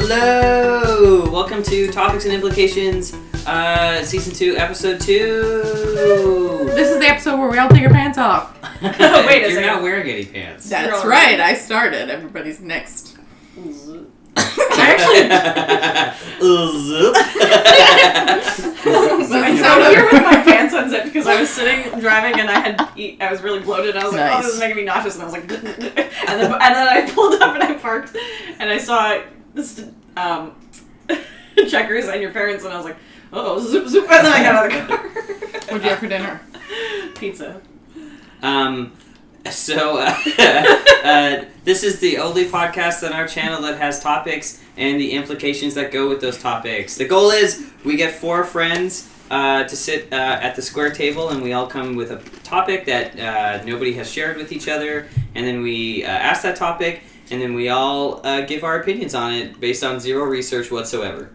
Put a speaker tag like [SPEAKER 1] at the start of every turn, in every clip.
[SPEAKER 1] Hello! Welcome to Topics and Implications, uh, Season 2, Episode 2.
[SPEAKER 2] This is the episode where we all take our pants off.
[SPEAKER 3] Wait a
[SPEAKER 1] You're
[SPEAKER 3] second.
[SPEAKER 1] not wearing any pants.
[SPEAKER 2] That's
[SPEAKER 3] You're all
[SPEAKER 2] right.
[SPEAKER 3] right.
[SPEAKER 2] I started. Everybody's next.
[SPEAKER 3] I
[SPEAKER 2] Moving
[SPEAKER 3] actually,
[SPEAKER 2] forward.
[SPEAKER 3] I'm here with my pants unzipped because I was sitting driving and I had eat, I was really bloated. And I was like,
[SPEAKER 2] Nice.
[SPEAKER 3] oh, this is making me nauseous, and I was like, and then and then I pulled up and I parked and I saw this um, checkers and your parents, and I was like, oh, zoop zoop, and then I got out of the car.
[SPEAKER 2] What'd you have for dinner?
[SPEAKER 3] Pizza.
[SPEAKER 1] Um, so, uh, uh, this is the only podcast on our channel that has topics and the implications that go with those topics. The goal is we get four friends uh, to sit uh, at the square table and we all come with a topic that uh, nobody has shared with each other, and then we uh, ask that topic. And then we all uh, give our opinions on it based on zero research whatsoever.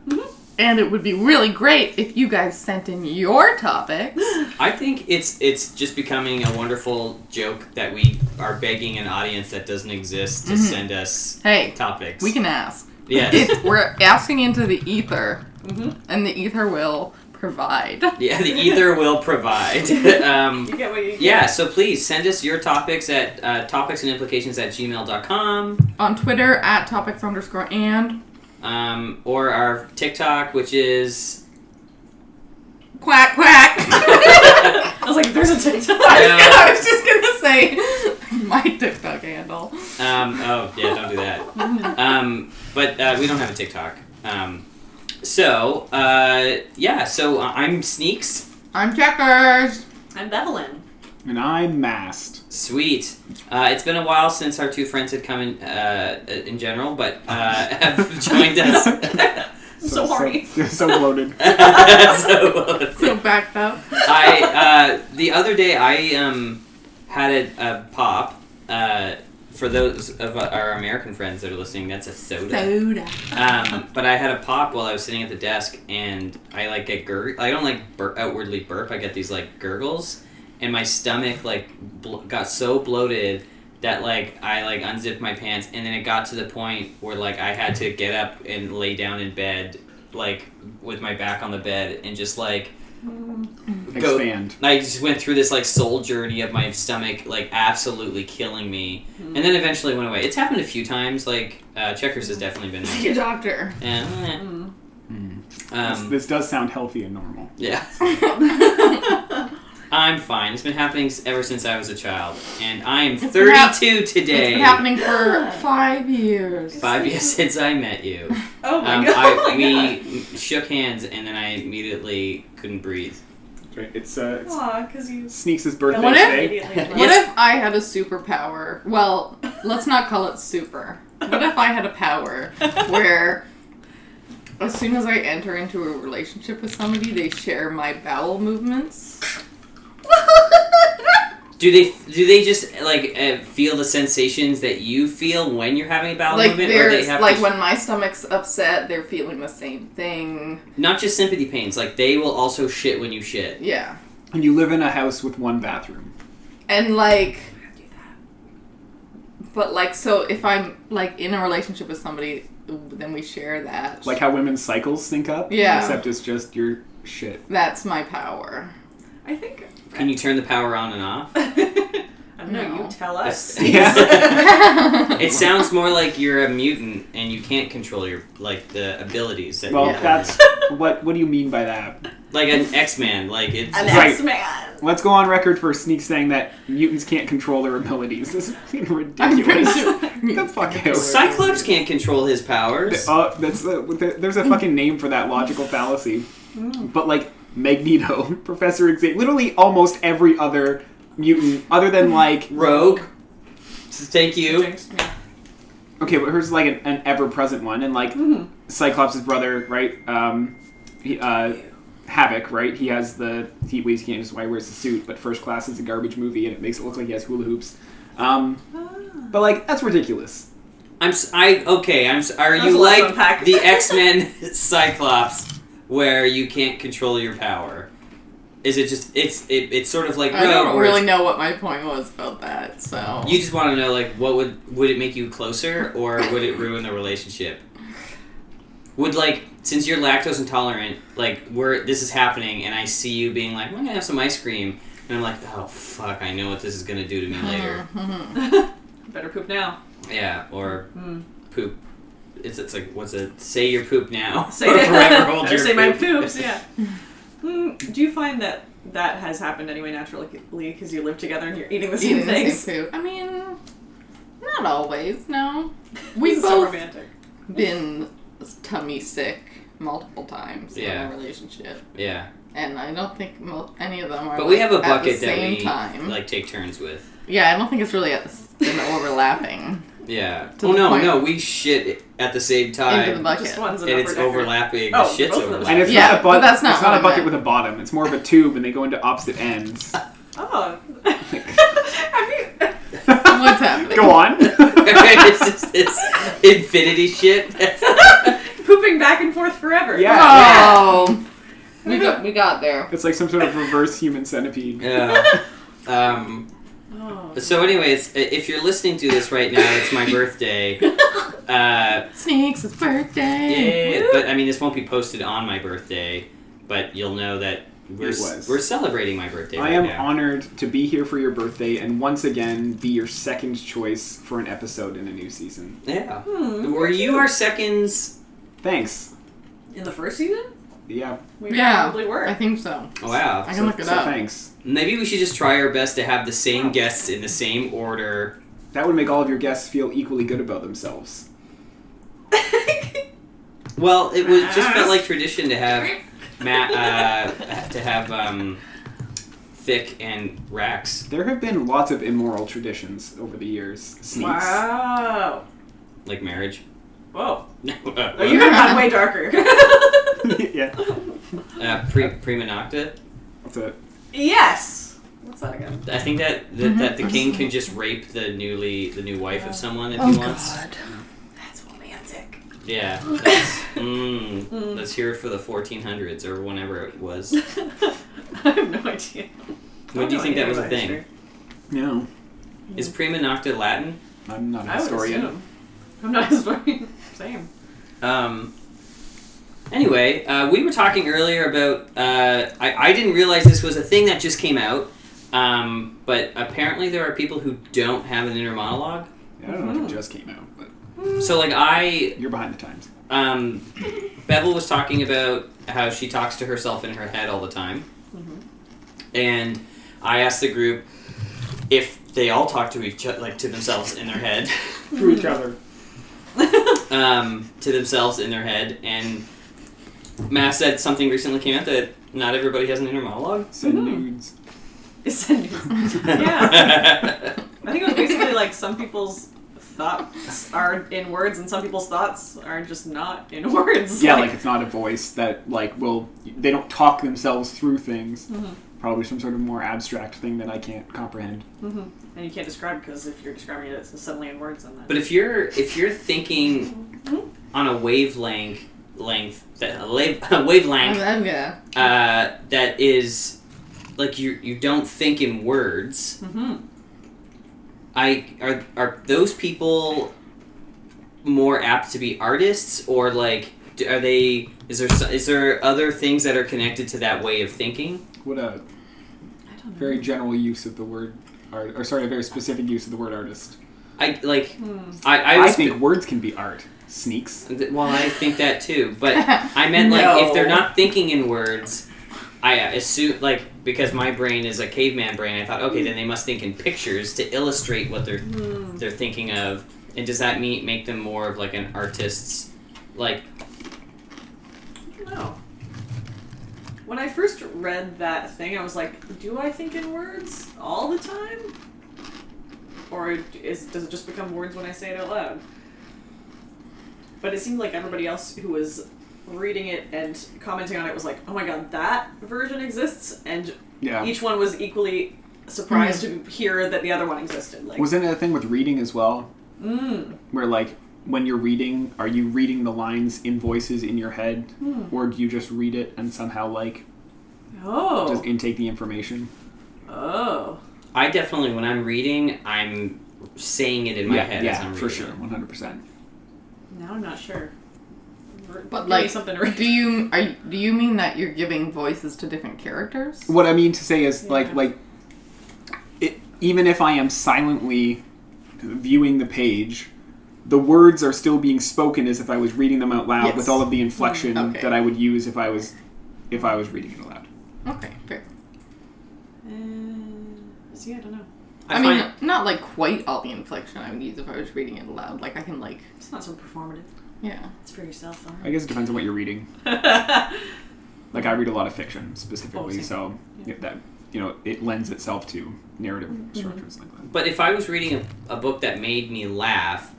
[SPEAKER 2] And it would be really great if you guys sent in your topics.
[SPEAKER 1] I think it's it's just becoming a wonderful joke that we are begging an audience that doesn't exist to
[SPEAKER 2] Mhm.
[SPEAKER 1] send us
[SPEAKER 2] Hey,
[SPEAKER 1] topics.
[SPEAKER 2] we can ask.
[SPEAKER 1] Yes.
[SPEAKER 2] It's, we're asking into the ether,
[SPEAKER 3] hmm
[SPEAKER 2] and the ether will provide.
[SPEAKER 1] yeah, the ether will provide. um,
[SPEAKER 3] You get what you get.
[SPEAKER 1] yeah, so please send us your topics at uh, topics and implications at gmail.com
[SPEAKER 2] On Twitter, at topics underscore and
[SPEAKER 1] um, or our TikTok, which is.
[SPEAKER 2] quack quack.
[SPEAKER 3] I was like, there's a TikTok.
[SPEAKER 2] I was just gonna say my TikTok handle.
[SPEAKER 1] Um, oh, yeah, don't do
[SPEAKER 3] Mm-hmm.
[SPEAKER 2] Mm.
[SPEAKER 1] that. Um, but uh, we don't have a TikTok. Um, so, uh, yeah, so uh, I'm Sneaks.
[SPEAKER 2] I'm Checkers.
[SPEAKER 3] I'm Bevelin.
[SPEAKER 4] And I'm masked.
[SPEAKER 1] Sweet. Uh, it's been a while since our two friends had come in, uh, in general, but uh, have joined us.
[SPEAKER 3] I'm so horny.
[SPEAKER 4] So, so bloated.
[SPEAKER 1] so,
[SPEAKER 2] So backed up.
[SPEAKER 1] I uh, the other day I um had a, a pop. Uh, for those of our American friends that are listening, that's a soda.
[SPEAKER 2] Soda.
[SPEAKER 1] Um, but I had a pop while I was sitting at the desk, and I like get gur. I don't like bur- outwardly burp. I get these like gurgles, and my stomach like bl- got so bloated that like I like unzipped my pants, and then it got to the point where like I had to get up and lay down in bed, like with my back on the bed, and just like go
[SPEAKER 4] Mm-hmm. Expand.
[SPEAKER 1] I just went through this like soul journey of my stomach, like absolutely killing me, and then eventually went away. It's happened a few times. Like uh, Checkers has definitely been.
[SPEAKER 2] See a doctor.
[SPEAKER 1] Yeah.
[SPEAKER 4] This,
[SPEAKER 1] Eh, Um,
[SPEAKER 4] this does sound healthy and normal.
[SPEAKER 1] yeah, I'm fine. It's been happening s- ever since I was a child, and I am
[SPEAKER 2] been hap-
[SPEAKER 1] 32
[SPEAKER 2] It's
[SPEAKER 1] today.
[SPEAKER 2] been happening for five years.
[SPEAKER 1] Five years since I met you.
[SPEAKER 3] Oh my
[SPEAKER 1] Um,
[SPEAKER 3] god.
[SPEAKER 1] I,
[SPEAKER 3] Oh my
[SPEAKER 1] we
[SPEAKER 3] god.
[SPEAKER 1] m- shook hands, and then I immediately couldn't breathe.
[SPEAKER 4] Right? It's, uh, it's
[SPEAKER 3] Aw, because you.
[SPEAKER 4] Sneaks' birthday
[SPEAKER 2] What if-
[SPEAKER 4] today.
[SPEAKER 3] Immediately.
[SPEAKER 2] What if I had a superpower? Well, let's not call it super. What if I had a power where as soon as I enter into a relationship with somebody, they share my bowel movements?
[SPEAKER 1] Do they do they just like uh, feel the sensations that you feel when you're having a bowel
[SPEAKER 2] like
[SPEAKER 1] movement, or they
[SPEAKER 2] there's
[SPEAKER 1] have
[SPEAKER 2] like
[SPEAKER 1] to
[SPEAKER 2] when my stomach's upset, they're feeling the same thing.
[SPEAKER 1] not just sympathy pains like they will also shit when you shit
[SPEAKER 2] Yeah.
[SPEAKER 4] And you live in a house with one bathroom.
[SPEAKER 2] And like but like so if I'm like in a relationship with somebody, then we share that.
[SPEAKER 4] Like how women's cycles sync up.
[SPEAKER 2] Yeah.
[SPEAKER 4] Except it's just your shit.
[SPEAKER 2] that's my power.
[SPEAKER 3] I think.
[SPEAKER 1] can you turn the power on and off
[SPEAKER 3] I don't know.
[SPEAKER 2] No.
[SPEAKER 3] You tell us.
[SPEAKER 4] Yeah.
[SPEAKER 1] it sounds more like you're a mutant and you can't control your like the abilities that
[SPEAKER 4] Well,
[SPEAKER 1] you
[SPEAKER 2] Yeah.
[SPEAKER 4] that's what. What do you mean by that?
[SPEAKER 1] like an x-man like it's
[SPEAKER 3] An
[SPEAKER 4] Right.
[SPEAKER 3] X-Man.
[SPEAKER 4] Let's go on record for Sneaks saying that mutants can't control their abilities. This is
[SPEAKER 2] I'm pretty
[SPEAKER 4] ridiculous.
[SPEAKER 2] sure.
[SPEAKER 4] the fuck out.
[SPEAKER 1] cyclops can't control his powers
[SPEAKER 4] Uh, that's uh, th- there's a fucking name for that logical fallacy. But like Magneto, Professor Xavier, literally almost every other mutant, other than like
[SPEAKER 1] rogue thank you
[SPEAKER 4] okay, but here's like an, an ever-present one, and like Cyclops' brother, right? Um, he, uh, Havoc, right? He has the he well, he can't just why he wears the suit, but First Class is a garbage movie, and it makes it look like he has hula hoops. Um,
[SPEAKER 3] Mm-hmm.
[SPEAKER 4] but like that's ridiculous.
[SPEAKER 1] i'm s- i okay i'm s- are
[SPEAKER 3] That was
[SPEAKER 1] you
[SPEAKER 3] a lot to
[SPEAKER 1] like
[SPEAKER 3] unpack.
[SPEAKER 1] the x-men cyclops where you can't control your power is it just it's it, it's sort of like
[SPEAKER 2] I
[SPEAKER 1] Rogue,
[SPEAKER 2] don't
[SPEAKER 1] where it's-
[SPEAKER 2] really know what my point was about that, so.
[SPEAKER 1] You just want to know, like, what would would it make you closer, or would it ruin the relationship? Would like since you're lactose intolerant, like we're this is happening, and I see you being like, "I'm gonna have some ice cream," and I'm like, "Oh fuck, I know what this is gonna do to me later."
[SPEAKER 2] Mhm.
[SPEAKER 3] Better poop now.
[SPEAKER 1] Yeah, or
[SPEAKER 3] Hmm.
[SPEAKER 1] poop. It's it's like what's it? Say your poop now.
[SPEAKER 3] Say
[SPEAKER 1] or forever hold
[SPEAKER 3] or
[SPEAKER 1] your
[SPEAKER 3] say
[SPEAKER 1] poop.
[SPEAKER 3] my poops. Yeah. Hmm, do you find that that has happened anyway naturally because you live together and you're eating the same
[SPEAKER 2] Eating the
[SPEAKER 3] things?
[SPEAKER 2] same food. I mean, not always. No, we
[SPEAKER 3] so
[SPEAKER 2] both
[SPEAKER 3] romantic.
[SPEAKER 2] been tummy sick multiple times
[SPEAKER 1] Yeah.
[SPEAKER 2] in a relationship,
[SPEAKER 1] Yeah,
[SPEAKER 2] and I don't think mo- any of them are.
[SPEAKER 1] but we have a
[SPEAKER 2] like, at the
[SPEAKER 1] bucket that
[SPEAKER 2] same
[SPEAKER 1] we
[SPEAKER 2] time.
[SPEAKER 1] like take turns with.
[SPEAKER 2] yeah, I don't think it's really at s- been overlapping
[SPEAKER 1] Yeah.
[SPEAKER 2] To
[SPEAKER 1] Oh
[SPEAKER 2] the
[SPEAKER 1] no,
[SPEAKER 2] point-
[SPEAKER 1] no, we shit at the same
[SPEAKER 2] into the
[SPEAKER 1] time,
[SPEAKER 2] bucket.
[SPEAKER 3] Just one's an
[SPEAKER 1] and it's
[SPEAKER 3] upper decker.
[SPEAKER 1] overlapping.
[SPEAKER 3] Oh,
[SPEAKER 1] the shit's
[SPEAKER 3] both of them.
[SPEAKER 1] overlapping.
[SPEAKER 4] And it's
[SPEAKER 2] Yeah,
[SPEAKER 4] not
[SPEAKER 2] but
[SPEAKER 4] a bucket.
[SPEAKER 2] that's not
[SPEAKER 4] it's not
[SPEAKER 2] what
[SPEAKER 4] a
[SPEAKER 2] I
[SPEAKER 4] bucket
[SPEAKER 2] meant.
[SPEAKER 4] with a bottom. It's more of a tube, and they go into opposite ends.
[SPEAKER 3] Oh. Have you?
[SPEAKER 2] What's happening?
[SPEAKER 4] Go on.
[SPEAKER 1] it's just this infinity shit.
[SPEAKER 3] Pooping back and forth forever.
[SPEAKER 4] Yeah.
[SPEAKER 2] Oh, we got we got there.
[SPEAKER 4] it's like some sort of reverse human centipede.
[SPEAKER 1] yeah. Um,
[SPEAKER 3] Oh.
[SPEAKER 1] so, anyways, i- if you're listening to this right now, it's my birthday. Uh,
[SPEAKER 2] Snake's birthday.
[SPEAKER 1] yeah, but I mean, this won't be posted on my birthday, but you'll know that we're
[SPEAKER 4] It
[SPEAKER 1] s-
[SPEAKER 4] was.
[SPEAKER 1] we're celebrating my birthday.
[SPEAKER 4] I
[SPEAKER 1] right
[SPEAKER 4] am
[SPEAKER 1] now.
[SPEAKER 4] honored to be here for your birthday and once again be your second choice for an episode in a new season.
[SPEAKER 1] Yeah.
[SPEAKER 3] Hmm.
[SPEAKER 1] Were you our seconds?
[SPEAKER 4] Thanks.
[SPEAKER 3] in the first season?
[SPEAKER 4] Yeah.
[SPEAKER 3] We
[SPEAKER 2] Yeah.
[SPEAKER 3] probably were.
[SPEAKER 2] I think so. I
[SPEAKER 1] Wow.
[SPEAKER 2] can
[SPEAKER 4] so,
[SPEAKER 2] look it
[SPEAKER 4] so
[SPEAKER 2] up.
[SPEAKER 4] thanks.
[SPEAKER 1] Maybe we should just try our best to have the same
[SPEAKER 3] Wow.
[SPEAKER 1] guests in the same order.
[SPEAKER 4] That would make all of your guests feel equally good about themselves.
[SPEAKER 1] Well, it was just felt like tradition to have Matt uh, to have um, Thick and Rax
[SPEAKER 4] There have been lots of immoral traditions over the years. Sneaks.
[SPEAKER 3] wow.
[SPEAKER 1] like marriage.
[SPEAKER 3] Whoa. Oh, you
[SPEAKER 1] uh,
[SPEAKER 3] could have gone way darker.
[SPEAKER 4] yeah.
[SPEAKER 1] uh, pre prima nocta.
[SPEAKER 4] That's it.
[SPEAKER 3] yes. What's that again?
[SPEAKER 1] I think that that, that the king can just rape the newly the new wife of someone if
[SPEAKER 2] Oh,
[SPEAKER 1] he wants.
[SPEAKER 3] That's romantic.
[SPEAKER 1] Yeah. That's, mm,
[SPEAKER 3] Mm.
[SPEAKER 1] let's hear it for the 1400s or whenever it was.
[SPEAKER 3] I have no idea.
[SPEAKER 1] When do you think that was a thing?
[SPEAKER 4] No.
[SPEAKER 1] Is prima nocta Latin?
[SPEAKER 4] I'm not a
[SPEAKER 3] I would
[SPEAKER 4] historian.
[SPEAKER 3] assume. I'm not a historian. Same.
[SPEAKER 1] Um, anyway, uh, we were talking earlier about. Uh, I, I didn't realize this was a thing that just came out, um, but apparently there are people who don't have an inner monologue.
[SPEAKER 4] Yeah, I don't know if
[SPEAKER 3] Mhm.
[SPEAKER 2] Mm-hmm.
[SPEAKER 4] it just came out, but
[SPEAKER 3] Hmm.
[SPEAKER 1] So, like, I.
[SPEAKER 4] you're behind the times.
[SPEAKER 1] Um, Bevel was talking about how she talks to herself in her head all the time. And I asked the group if they all talk to each other, like, to themselves in their head.
[SPEAKER 4] To each other.
[SPEAKER 1] um, to themselves in their head. And Matt said something recently came out that not everybody has an inner monologue.
[SPEAKER 4] Send
[SPEAKER 3] Mhm.
[SPEAKER 2] Mm-hmm.
[SPEAKER 4] nudes.
[SPEAKER 3] It's a-
[SPEAKER 1] yeah.
[SPEAKER 3] I think it was basically like some people's thoughts are in words and some people's thoughts are just not in words.
[SPEAKER 4] Yeah, like it's not a voice that like will they don't talk themselves through things. Probably some sort of more abstract thing that I can't comprehend.
[SPEAKER 3] Mhm. And you can't describe because if you're describing it, it's suddenly in words and then.
[SPEAKER 1] But if you're if you're thinking on a wavelength length that a, wave, a
[SPEAKER 2] I'm,
[SPEAKER 1] wavelength
[SPEAKER 2] I'm gonna
[SPEAKER 1] uh, that is like you you don't think in words.
[SPEAKER 3] Mhm.
[SPEAKER 1] I are are those people more apt to be artists or like do, are they is there so- is there other things that are connected to that way of thinking?
[SPEAKER 4] What a
[SPEAKER 3] I don't know.
[SPEAKER 4] very general use of the word art, or sorry, a very specific use of the word artist.
[SPEAKER 1] I like
[SPEAKER 3] Hmm.
[SPEAKER 1] I I,
[SPEAKER 4] I
[SPEAKER 1] was-
[SPEAKER 4] think words can be art. Sneaks.
[SPEAKER 1] Th- Well, I think that too, but I meant like if they're
[SPEAKER 3] No.
[SPEAKER 1] not thinking in words, I uh, assume like because my brain is a caveman brain. I thought, okay, then they must think in pictures to illustrate what they're
[SPEAKER 3] Hmm.
[SPEAKER 1] they're thinking of. And does that mean make them more of like an artist's like
[SPEAKER 3] No. When I first read that thing, I was like, "Do I think in words all the time, or is does it just become words when I say it out loud?" But it seemed like everybody else who was reading it and commenting on it was like, "Oh my god, that version exists," and
[SPEAKER 4] Yeah.
[SPEAKER 3] each one was equally surprised to hear that the other one existed. Like,
[SPEAKER 4] Wasn't it a thing with reading as well,
[SPEAKER 3] mm,
[SPEAKER 4] where like when you're reading, are you reading the lines in voices in your head,
[SPEAKER 3] Hmm.
[SPEAKER 4] or do you just read it and somehow like
[SPEAKER 3] oh,
[SPEAKER 4] just intake the information?
[SPEAKER 3] oh,
[SPEAKER 1] I definitely when I'm reading, I'm saying it in my
[SPEAKER 4] yeah,
[SPEAKER 1] head
[SPEAKER 4] yeah,
[SPEAKER 1] as I'm reading.
[SPEAKER 4] for sure, one hundred percent.
[SPEAKER 3] now I'm not sure.
[SPEAKER 2] But,
[SPEAKER 3] give me
[SPEAKER 2] like,
[SPEAKER 3] something to read.
[SPEAKER 2] Do you are you- do you mean that you're giving voices to different characters?
[SPEAKER 4] what I mean to say is like
[SPEAKER 3] Yeah.
[SPEAKER 4] like it, even if I am silently viewing the page, the words are still being spoken as if I was reading them out loud
[SPEAKER 2] Yes.
[SPEAKER 4] with all of the inflection
[SPEAKER 2] Mm, okay.
[SPEAKER 4] that I would use if I was if I was reading it aloud.
[SPEAKER 2] Okay, fair.
[SPEAKER 3] Uh, see, I don't know.
[SPEAKER 2] I,
[SPEAKER 1] I,
[SPEAKER 2] mean,
[SPEAKER 1] find
[SPEAKER 2] not like quite all the inflection I would use if I was reading it aloud. Like I can like
[SPEAKER 3] It's not so performative.
[SPEAKER 2] yeah.
[SPEAKER 3] It's for yourself,
[SPEAKER 4] I guess it depends on what you're reading.
[SPEAKER 3] alright.
[SPEAKER 4] Like I read a lot of fiction specifically,
[SPEAKER 3] Oh, same.
[SPEAKER 4] so
[SPEAKER 3] Yeah. Mm-hmm.
[SPEAKER 4] that you know it lends itself to narrative structures like that.
[SPEAKER 1] but if I was reading a, a book that made me laugh,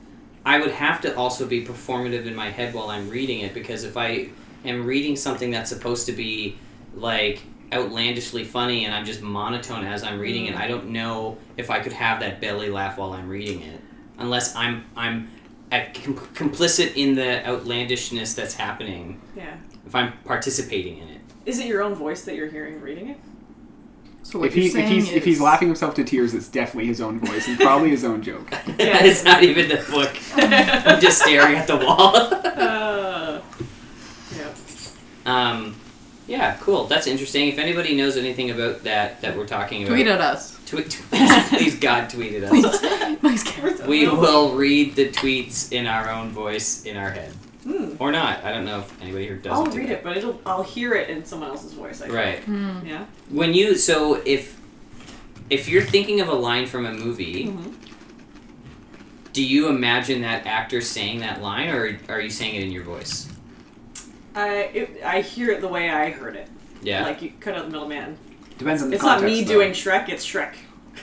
[SPEAKER 1] I would have to also be performative in my head while I'm reading it because if I am reading something that's supposed to be like outlandishly funny and I'm just monotone as I'm reading
[SPEAKER 3] Mm.
[SPEAKER 1] it, I don't know if I could have that belly laugh while I'm reading it unless I'm I'm a, com- complicit in the outlandishness that's happening
[SPEAKER 3] yeah.
[SPEAKER 1] if I'm participating in it.
[SPEAKER 3] Is it your own voice that you're hearing reading it?
[SPEAKER 2] So what
[SPEAKER 4] if
[SPEAKER 2] you're
[SPEAKER 4] he's if
[SPEAKER 2] saying
[SPEAKER 4] he's
[SPEAKER 2] is,
[SPEAKER 4] if he's laughing himself to tears, it's definitely his own voice and probably his own joke.
[SPEAKER 3] Yeah.
[SPEAKER 1] it's not even the book. I'm just staring at the wall.
[SPEAKER 3] Uh, yeah.
[SPEAKER 1] um, yeah, cool. That's interesting. If anybody knows anything about that that we're talking about,
[SPEAKER 2] tweet at us.
[SPEAKER 1] Tweet, tweet- please God tweet it us.
[SPEAKER 2] Please, please, Karen.
[SPEAKER 1] We will read the tweets in our own voice in our head,
[SPEAKER 3] Hmm.
[SPEAKER 1] or not. I don't know if anybody here does.
[SPEAKER 3] I'll
[SPEAKER 1] do
[SPEAKER 3] read
[SPEAKER 1] that.
[SPEAKER 3] it, but it'll I'll hear it in someone else's voice. I think.
[SPEAKER 1] Right
[SPEAKER 2] Hmm.
[SPEAKER 3] Yeah.
[SPEAKER 1] when you so if if you're thinking of a line from a movie,
[SPEAKER 3] Mhm.
[SPEAKER 1] do you imagine that actor saying that line, or are you saying it in your voice?
[SPEAKER 3] I it, I hear it the way I heard it.
[SPEAKER 1] Yeah.
[SPEAKER 3] Like you cut out the middleman.
[SPEAKER 4] Depends on the
[SPEAKER 3] It's not
[SPEAKER 4] context,
[SPEAKER 3] me
[SPEAKER 4] though.
[SPEAKER 3] doing Shrek. It's Shrek.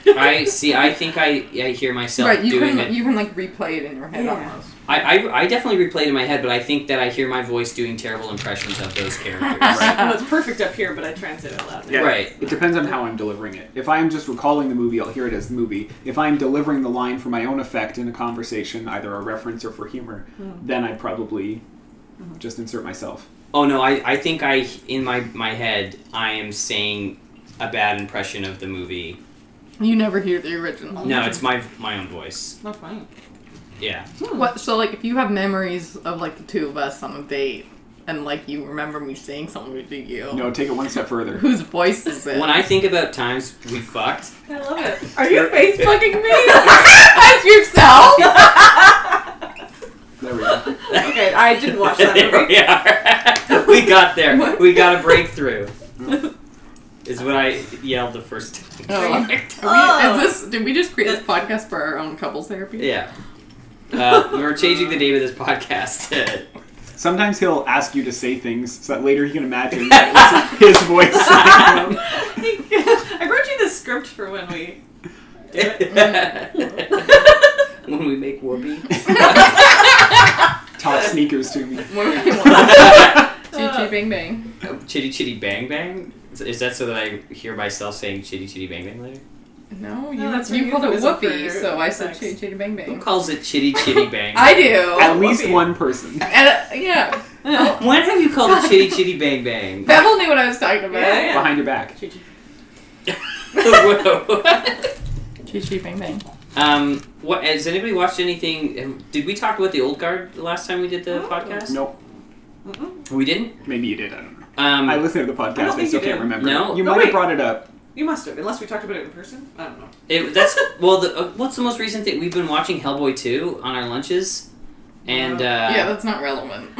[SPEAKER 1] I see. I think I, I hear myself
[SPEAKER 2] Right, you
[SPEAKER 1] doing
[SPEAKER 2] can
[SPEAKER 1] it.
[SPEAKER 2] you can like replay it in your head
[SPEAKER 3] Yeah.
[SPEAKER 2] almost.
[SPEAKER 1] I, I, I definitely replayed in my head, but I think that I hear my voice doing terrible impressions of those characters.
[SPEAKER 2] Right.
[SPEAKER 3] oh, it's perfect up here, but I translate it out loud.
[SPEAKER 4] Yeah.
[SPEAKER 1] Right.
[SPEAKER 4] It depends on how I'm delivering it. If I'm just recalling the movie, I'll hear it as the movie. If I'm delivering the line for my own effect in a conversation, either a reference or for humor,
[SPEAKER 3] Hmm.
[SPEAKER 4] then I probably just insert myself.
[SPEAKER 1] Oh no, I, I think I in my my head I am saying a bad impression of the movie.
[SPEAKER 2] You never hear the
[SPEAKER 3] Oh,
[SPEAKER 2] original.
[SPEAKER 1] No, it's my my own voice.
[SPEAKER 3] Not funny.
[SPEAKER 1] Yeah.
[SPEAKER 3] Hmm.
[SPEAKER 2] What? So like, if you have memories of like the two of us on a date, and like you remember me saying something to you,
[SPEAKER 4] No, take it one step further.
[SPEAKER 2] whose voice is it?
[SPEAKER 1] When I think about times we fucked,
[SPEAKER 3] I love it.
[SPEAKER 2] Are you face fucking me? That's yourself.
[SPEAKER 4] There we go.
[SPEAKER 3] okay, I didn't watch that
[SPEAKER 1] there
[SPEAKER 3] movie.
[SPEAKER 1] we are. we got there. We got a breakthrough. Is what I yelled the first time.
[SPEAKER 2] Oh.
[SPEAKER 3] Oh.
[SPEAKER 2] Are we, is this? Did we just create this podcast for our own couples therapy?
[SPEAKER 1] Yeah. Uh, we were changing the name of this podcast.
[SPEAKER 4] Sometimes he'll ask you to say things so that later he can imagine that it's his voice. saying them.
[SPEAKER 3] I wrote you the script for when we. Uh,
[SPEAKER 1] when we make whoopee.
[SPEAKER 4] Talk sneakers to me.
[SPEAKER 2] What do we
[SPEAKER 3] Uh,
[SPEAKER 2] want? Chee chee bang bang.
[SPEAKER 1] Chitty Chitty Bang Bang? Is- Is that so that I hear myself saying Chitty Chitty Bang Bang later?
[SPEAKER 2] No, you,
[SPEAKER 3] No, that's
[SPEAKER 2] you
[SPEAKER 3] for
[SPEAKER 2] called it
[SPEAKER 3] euphemism
[SPEAKER 2] whoopee,
[SPEAKER 3] for
[SPEAKER 2] so I said
[SPEAKER 3] sex.
[SPEAKER 2] chee chee bang
[SPEAKER 1] Who
[SPEAKER 2] bang.
[SPEAKER 1] calls it Chitty Chitty Bang?
[SPEAKER 2] I
[SPEAKER 3] Oh,
[SPEAKER 2] do.
[SPEAKER 4] At least
[SPEAKER 3] whoopee.
[SPEAKER 4] one person.
[SPEAKER 2] and, uh, yeah,
[SPEAKER 1] when have you called it Chitty Chitty Bang Bang?
[SPEAKER 2] Bevel knew what I was talking about.
[SPEAKER 3] Yeah, yeah.
[SPEAKER 4] Behind your back.
[SPEAKER 1] Whoa.
[SPEAKER 2] Chee chee bang bang.
[SPEAKER 1] um, what has anybody watched anything? um, Did we talk about the old guard the last time we did the
[SPEAKER 3] Oh.
[SPEAKER 1] podcast?
[SPEAKER 4] Nope.
[SPEAKER 3] Mm-mm.
[SPEAKER 1] We didn't.
[SPEAKER 4] Maybe you did. I don't know.
[SPEAKER 1] Um,
[SPEAKER 4] I listened to the
[SPEAKER 3] I don't
[SPEAKER 4] podcast. I,
[SPEAKER 3] think
[SPEAKER 4] still
[SPEAKER 3] you
[SPEAKER 4] can't
[SPEAKER 3] did.
[SPEAKER 4] remember.
[SPEAKER 1] No.
[SPEAKER 4] You
[SPEAKER 3] No,
[SPEAKER 4] might
[SPEAKER 3] wait.
[SPEAKER 4] have brought it up.
[SPEAKER 3] You must have, unless we talked about it in person. I don't know.
[SPEAKER 1] it, that's well. The, uh, what's the most recent thing we've been watching? Hellboy two on our lunches, and uh,
[SPEAKER 2] yeah, that's not relevant.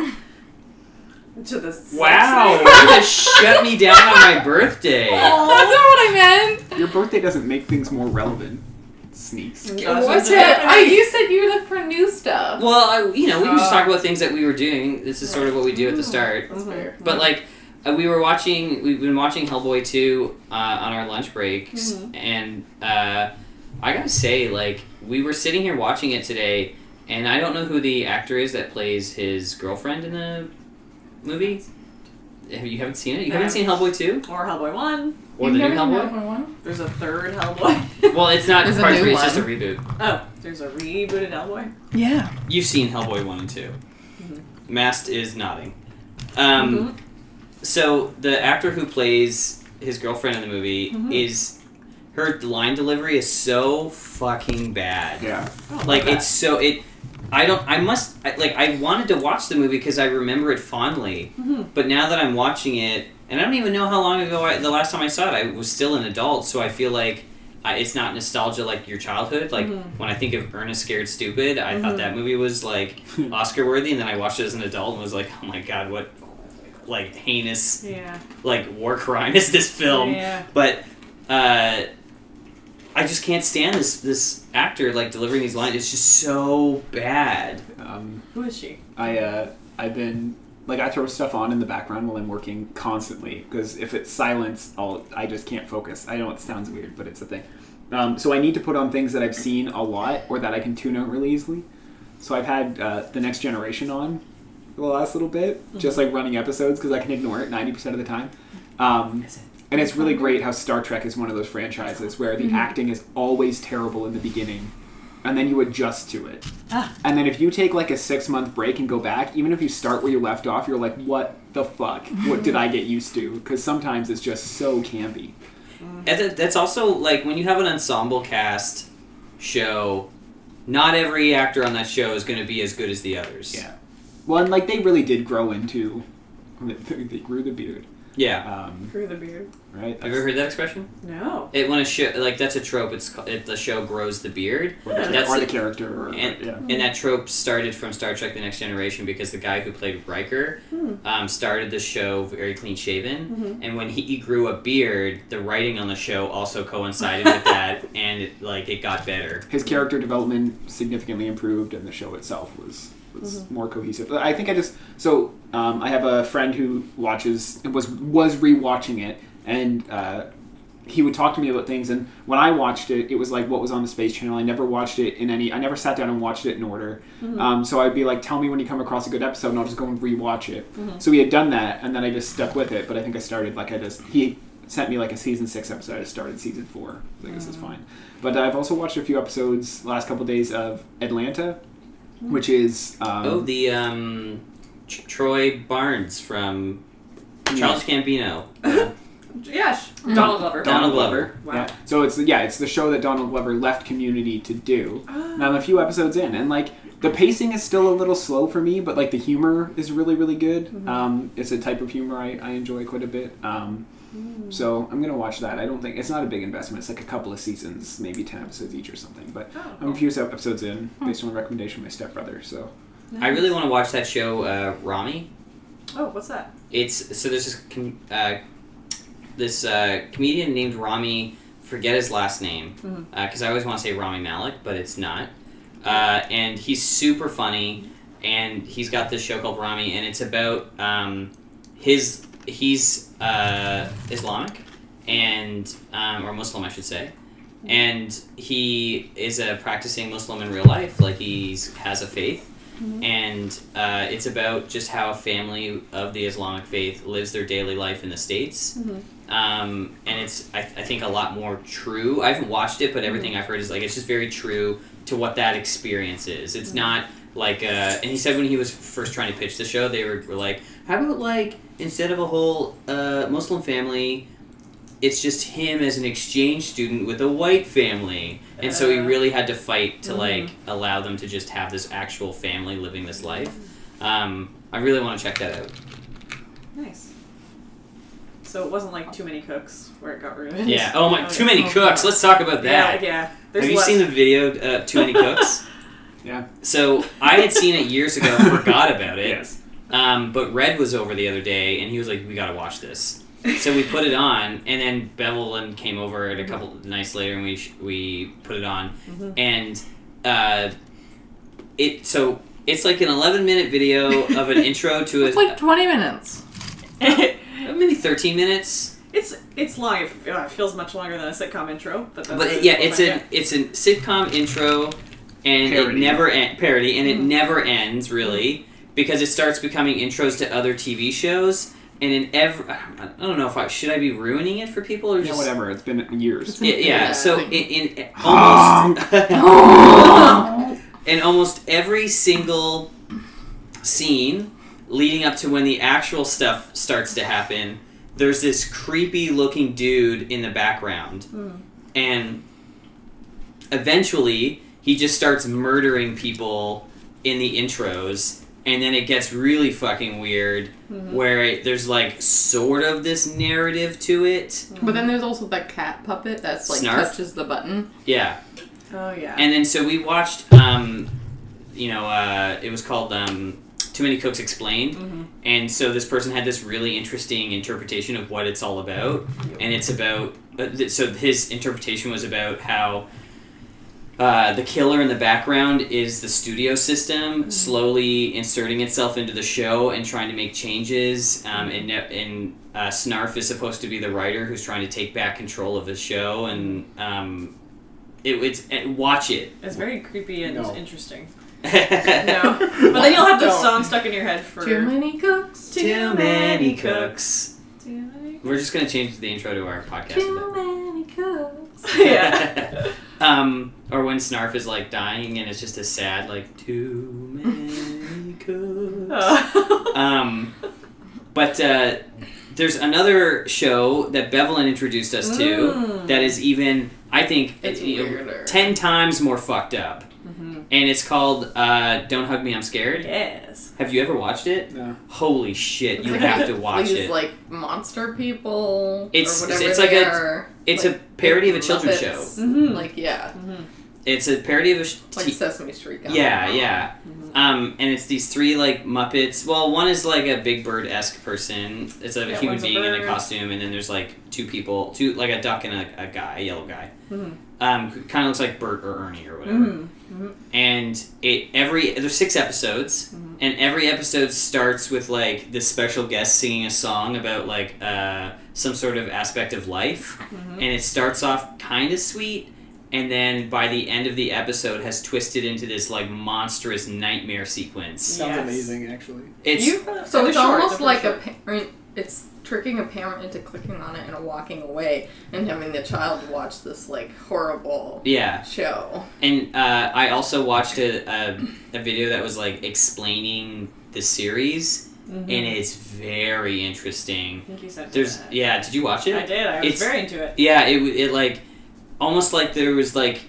[SPEAKER 3] To this.
[SPEAKER 1] wow, you just shut me down on my birthday.
[SPEAKER 2] That's not what I meant.
[SPEAKER 4] Your birthday doesn't make things more relevant. Sneaks.
[SPEAKER 3] Mm.
[SPEAKER 2] What's it? I, you said you were looking for new stuff.
[SPEAKER 1] Well, I, you know, we can just
[SPEAKER 2] Uh. Mm.
[SPEAKER 1] talk about things that we were doing. This is sort of what we do at the start.
[SPEAKER 2] That's fair.
[SPEAKER 1] But like, uh, we were watching. We've been watching Hellboy two uh, on our lunch breaks,
[SPEAKER 2] Mm-hmm.
[SPEAKER 3] Mhm.
[SPEAKER 1] and uh, I gotta say, like, we were sitting here watching it today, and I don't know who the actor is that plays his girlfriend in the movie. Have you haven't seen it? You
[SPEAKER 3] No.
[SPEAKER 1] haven't seen Hellboy two
[SPEAKER 3] Or Hellboy 1.
[SPEAKER 1] or
[SPEAKER 2] Uh, You
[SPEAKER 1] the new
[SPEAKER 2] never
[SPEAKER 1] Hellboy?
[SPEAKER 2] had one?
[SPEAKER 3] There's a third Hellboy.
[SPEAKER 1] Well, it's not
[SPEAKER 2] There's a
[SPEAKER 1] part
[SPEAKER 2] new
[SPEAKER 1] three. It's just a
[SPEAKER 2] one.
[SPEAKER 1] reboot.
[SPEAKER 3] oh, there's a rebooted Hellboy.
[SPEAKER 2] Yeah.
[SPEAKER 1] You've seen Hellboy one and 2
[SPEAKER 3] Mhm.
[SPEAKER 2] Mm-hmm.
[SPEAKER 1] Mast is nodding. Um,
[SPEAKER 3] Mm-hmm.
[SPEAKER 1] So the actor who plays his girlfriend in the movie
[SPEAKER 3] Mhm.
[SPEAKER 1] is her line delivery is so fucking bad.
[SPEAKER 4] Yeah.
[SPEAKER 3] Mhm. Oh,
[SPEAKER 1] Like
[SPEAKER 3] okay.
[SPEAKER 1] it's so it I don't. I must. I, like, I wanted to watch the movie because I remember it fondly.
[SPEAKER 3] Mhm.
[SPEAKER 1] But now that I'm watching it, and I don't even know how long ago I, the last time I saw it, I was still an adult, so I feel like I, it's not nostalgia like your childhood. Like
[SPEAKER 3] Mhm.
[SPEAKER 1] when I think of Ernest Scared Stupid, I
[SPEAKER 3] Mhm.
[SPEAKER 1] thought that movie was like Oscar worthy, and then I watched it as an adult and was like, oh my god, what like heinous
[SPEAKER 3] Yeah.
[SPEAKER 1] like war crime is this film?
[SPEAKER 3] Yeah.
[SPEAKER 1] But uh, I just can't stand this this actor like delivering these lines. It's just so bad.
[SPEAKER 4] Um,
[SPEAKER 3] Who is she?
[SPEAKER 4] I uh, I've been like I throw stuff on in the background while I'm working constantly because if it's silence, I'll I just can't focus. I know it sounds weird, but it's a thing. Um, so I need to put on things that I've seen a lot or that I can tune out really easily. So I've had uh, the Next Generation on for the last little bit,
[SPEAKER 1] Mm-hmm.
[SPEAKER 4] just like running episodes because I can ignore it ninety percent of the time. Um,
[SPEAKER 1] Is it?
[SPEAKER 4] and it's really great how Star Trek is one of those franchises where
[SPEAKER 1] Mm-hmm.
[SPEAKER 4] the acting is always terrible in the beginning, and then you adjust to it.
[SPEAKER 3] Ah.
[SPEAKER 4] And then if you take like a six month break and go back, even if you start where you left off, you're like, what the fuck? What did I get used to? Because sometimes it's just so campy.
[SPEAKER 1] And that- that's also like when you have an ensemble cast show. Not every actor on that show is going to be as good as the others.
[SPEAKER 4] Yeah. Well, and like they really did grow into. They grew the beard,
[SPEAKER 1] Yeah.
[SPEAKER 4] um,
[SPEAKER 3] Grew the beard.
[SPEAKER 4] right?
[SPEAKER 1] Have you ever heard that expression?
[SPEAKER 3] No.
[SPEAKER 1] It when a show like that's a trope. It's ca- it, the show grows the beard,
[SPEAKER 4] Or the,
[SPEAKER 1] That's
[SPEAKER 4] or
[SPEAKER 1] the-
[SPEAKER 4] the character, or,
[SPEAKER 1] and,
[SPEAKER 4] yeah.
[SPEAKER 1] and that trope started from Star Trek: The Next Generation because the guy who played Riker
[SPEAKER 3] Hmm.
[SPEAKER 1] um, started the show very clean shaven,
[SPEAKER 3] Mhm.
[SPEAKER 1] and when he, he grew a beard, the writing on the show also coincided with that, and it, like it got better.
[SPEAKER 4] His character development significantly improved, and the show itself was was more cohesive. I think I just so um, I have a friend who watches was was rewatching it, and uh, he would talk to me about things. And when I watched it, it was like what was on the Space Channel. I never watched it in any. I never sat down and watched it in order. Um, so I'd be like, "Tell me when you come across a good episode, and I'll just go and rewatch it." So we had done that, and then I just stuck with it. But I think I started like I just he sent me like a season six episode. I just started season four. I think this is fine. But I've also watched a few episodes last couple days of Atlanta, which is um,
[SPEAKER 1] oh, the um, Tr- Troy Barnes from Charles Campino,
[SPEAKER 3] Yes. Donald Glover.
[SPEAKER 1] Donald Glover.
[SPEAKER 3] Wow.
[SPEAKER 4] Yeah. So it's yeah, it's the show that Donald Glover left Community to do.
[SPEAKER 3] Ah.
[SPEAKER 4] And I'm a few episodes in, and like the pacing is still a little slow for me, but like the humor is really really good.
[SPEAKER 3] Mm-hmm.
[SPEAKER 4] Um, it's a type of humor I, I enjoy quite a bit. Um,
[SPEAKER 3] Mm.
[SPEAKER 4] So I'm gonna watch that. I don't think it's not a big investment. It's like a couple of seasons, maybe ten episodes each or something. But
[SPEAKER 3] Oh.
[SPEAKER 4] I'm a few episodes in,
[SPEAKER 3] Hmm.
[SPEAKER 4] based on a recommendation of my stepbrother. So
[SPEAKER 1] I really want to watch that show, uh, Rami.
[SPEAKER 3] Oh, what's that?
[SPEAKER 1] It's so there's this com- uh, this uh, comedian named Rami. Forget his last name because
[SPEAKER 3] Mhm.
[SPEAKER 1] I always want to say Rami Malik, but it's not. Uh, and he's super funny, and he's got this show called Rami, and it's about um, his he's uh, Islamic and um, or Muslim, I should say. And he is a practicing Muslim in real life, like he's has a faith, and uh, it's about just how a family of the Islamic faith lives their daily life in the states. Um, and it's I, I think a lot more true. I haven't watched it, but everything I've heard is like it's just very true to what that experience is. It's not like uh, and he said when he was first trying to pitch the show, they were, were like, how about like instead of a whole uh, Muslim family, it's just him as an exchange student with a white family, and so he
[SPEAKER 3] Uh.
[SPEAKER 1] really had to fight to
[SPEAKER 3] Mhm.
[SPEAKER 1] like allow them to just have this actual family living this life. Um, I really want to check that out.
[SPEAKER 3] Nice. So it wasn't like Too Many Cooks where it got ruined.
[SPEAKER 1] Yeah. Oh my, too many
[SPEAKER 3] Oh,
[SPEAKER 1] cooks.
[SPEAKER 3] God.
[SPEAKER 1] Let's talk about that.
[SPEAKER 3] Yeah, yeah. There's
[SPEAKER 1] Have you
[SPEAKER 3] less-
[SPEAKER 1] seen the video? Uh, too many cooks.
[SPEAKER 4] Yeah.
[SPEAKER 1] So I had seen it years ago, forgot about it.
[SPEAKER 4] yes,
[SPEAKER 1] Um, but Red was over the other day, and he was like, "We gotta watch this." So we put it on, and then Bevelin came over and a couple nights later, and we sh- we put it on,
[SPEAKER 3] Mhm.
[SPEAKER 1] and uh, it so it's like an eleven minute video of an intro to
[SPEAKER 2] It's
[SPEAKER 1] a
[SPEAKER 2] like 20 minutes.
[SPEAKER 1] maybe thirteen minutes,
[SPEAKER 3] it's it's long. It f- uh, feels much longer than a sitcom intro, but that's
[SPEAKER 1] but it- yeah, it's
[SPEAKER 3] Yeah.
[SPEAKER 1] a it's a sitcom intro, and
[SPEAKER 4] Parody.
[SPEAKER 1] it never en- parody, and it never ends really because it starts becoming intros to other TV shows. And in every, I don't know if I should I be ruining it for people or
[SPEAKER 4] yeah,
[SPEAKER 1] just
[SPEAKER 4] whatever. It's been years.
[SPEAKER 1] Yeah, yeah.
[SPEAKER 2] Yeah,
[SPEAKER 1] so
[SPEAKER 2] I
[SPEAKER 1] in,
[SPEAKER 2] think-
[SPEAKER 1] in in almost in almost every single scene leading up to when the actual stuff starts to happen, there's this creepy looking dude in the background,
[SPEAKER 2] Hmm.
[SPEAKER 1] and eventually he just starts murdering people in the intros, and then it gets really fucking weird
[SPEAKER 2] Hmm.
[SPEAKER 1] where it, there's like sort of this narrative to it.
[SPEAKER 2] But then there's also that cat puppet that's like
[SPEAKER 1] Snarf?
[SPEAKER 2] touches the button.
[SPEAKER 1] Yeah.
[SPEAKER 3] Oh yeah.
[SPEAKER 1] And then so we watched, um, you know, uh, it was called um, Too Many Cooks Explained.
[SPEAKER 3] Mhm.
[SPEAKER 1] And so this person had this really interesting interpretation of what it's all about. And it's about, uh, th- so his interpretation was about how. Uh, the killer in the background is the studio system slowly inserting itself into the show and trying to make changes. Um, and ne- and uh, Snarf is supposed to be the writer who's trying to take back control of the show. And um, it, it's eh, watch it.
[SPEAKER 3] it's very creepy and
[SPEAKER 4] No.
[SPEAKER 3] interesting. No,
[SPEAKER 1] no.
[SPEAKER 3] but then you'll have this
[SPEAKER 2] Don't.
[SPEAKER 3] song stuck in your head for
[SPEAKER 2] Too many cooks.
[SPEAKER 1] Too many cooks.
[SPEAKER 3] Too many.
[SPEAKER 1] We're just gonna change the intro to our podcast.
[SPEAKER 2] Too
[SPEAKER 1] with
[SPEAKER 2] many cooks.
[SPEAKER 1] that.
[SPEAKER 3] yeah.
[SPEAKER 1] um, or when Snarf is like dying and it's just a sad like too many cooks.
[SPEAKER 3] Oh.
[SPEAKER 1] Um, but uh, there's another show that Bevelin introduced us to
[SPEAKER 3] Mm.
[SPEAKER 1] that is even, I think,
[SPEAKER 2] It's
[SPEAKER 1] you know,
[SPEAKER 2] weirder. Mm-hmm.
[SPEAKER 1] ten times more fucked up,
[SPEAKER 3] Mhm.
[SPEAKER 1] and it's called uh, "Don't Hug Me, I'm Scared."
[SPEAKER 3] yes.
[SPEAKER 1] Have you ever watched it?
[SPEAKER 4] No.
[SPEAKER 1] Holy shit!
[SPEAKER 2] It's
[SPEAKER 1] you
[SPEAKER 2] like
[SPEAKER 1] have
[SPEAKER 2] a-
[SPEAKER 1] to watch
[SPEAKER 2] these,
[SPEAKER 1] it.
[SPEAKER 2] like monster people.
[SPEAKER 1] It's-
[SPEAKER 2] or whatever
[SPEAKER 1] it's like
[SPEAKER 2] they
[SPEAKER 1] a-
[SPEAKER 2] are.
[SPEAKER 1] it's
[SPEAKER 2] like
[SPEAKER 1] a parody of a
[SPEAKER 2] Muppets.
[SPEAKER 1] children's show.
[SPEAKER 3] Mhm.
[SPEAKER 1] Mm-hmm.
[SPEAKER 2] Like yeah,
[SPEAKER 1] It's a parody of a sh-
[SPEAKER 2] like
[SPEAKER 1] t-
[SPEAKER 2] Sesame Street. guy.
[SPEAKER 1] yeah, yeah.
[SPEAKER 3] Mm-hmm.
[SPEAKER 1] Um, and it's these three like Muppets. Well, one is like a Big Bird esque person. It's a
[SPEAKER 3] Yeah,
[SPEAKER 1] human
[SPEAKER 3] one's a
[SPEAKER 1] being in a
[SPEAKER 3] bird.
[SPEAKER 1] costume, and then there's like two people, two like a duck and a, a guy, a yellow guy.
[SPEAKER 3] Mhm.
[SPEAKER 1] Um, kind of looks like Bert or Ernie or whatever.
[SPEAKER 3] Mhm.
[SPEAKER 1] And it every there's six episodes, and every episode starts with like this special guest singing a song about like uh, some sort of aspect of life,
[SPEAKER 3] Mhm.
[SPEAKER 1] and it starts off kind of sweet. And then by the end of the episode, has twisted into this like monstrous nightmare sequence.
[SPEAKER 4] Sounds
[SPEAKER 3] Yes.
[SPEAKER 4] amazing, actually.
[SPEAKER 1] It's
[SPEAKER 3] You- for the
[SPEAKER 2] So it's
[SPEAKER 3] short,
[SPEAKER 2] almost
[SPEAKER 3] the
[SPEAKER 2] like
[SPEAKER 3] short.
[SPEAKER 2] a parent. It's tricking a parent into clicking on it and walking away, and having the child watch this like horrible
[SPEAKER 1] yeah.
[SPEAKER 2] show.
[SPEAKER 1] And uh, I also watched a, a, a video that was like explaining the series,
[SPEAKER 3] Mhm.
[SPEAKER 1] and it's very interesting.
[SPEAKER 3] I think you said
[SPEAKER 1] There's
[SPEAKER 3] that.
[SPEAKER 1] yeah. Did you watch it?
[SPEAKER 3] I did. I was
[SPEAKER 1] It's-
[SPEAKER 3] very into it.
[SPEAKER 1] Yeah. It w- it like almost like there was like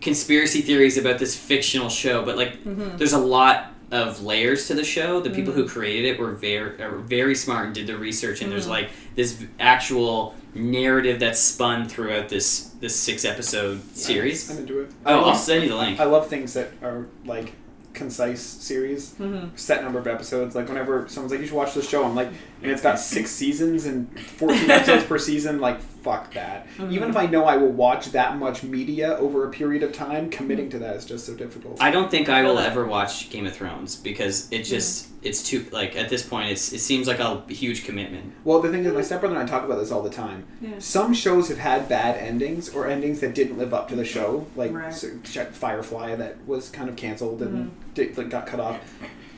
[SPEAKER 1] conspiracy theories about this fictional show, but like
[SPEAKER 3] Mhm.
[SPEAKER 1] there's a lot of layers to the show. The people
[SPEAKER 4] Mm.
[SPEAKER 1] who created it were very are very smart and did the research, and
[SPEAKER 4] Mm.
[SPEAKER 1] there's like this v- actual narrative that's spun throughout this this six episode series.
[SPEAKER 4] I'm into it.
[SPEAKER 1] Oh, I'll send you the link.
[SPEAKER 4] I love things that are like concise series,
[SPEAKER 3] Mhm.
[SPEAKER 4] set number of episodes. Like whenever someone's like, "You should watch this show," I'm like, and it's got six seasons and 14 episodes per season. Like, fuck that. Even if I know I will watch that much media over a period of time, committing to that is just so difficult.
[SPEAKER 1] I don't think I will
[SPEAKER 3] Hello.
[SPEAKER 1] ever watch Game of Thrones because it just it's too like at this point it's it seems like a huge commitment.
[SPEAKER 4] Well, the thing is, my stepbrother and I talk about this all the time.
[SPEAKER 3] Yeah.
[SPEAKER 4] Some shows have had bad endings or endings that didn't live up to the show, like
[SPEAKER 3] Right.
[SPEAKER 4] so- check Firefly that was kind of canceled and did, like, got cut off.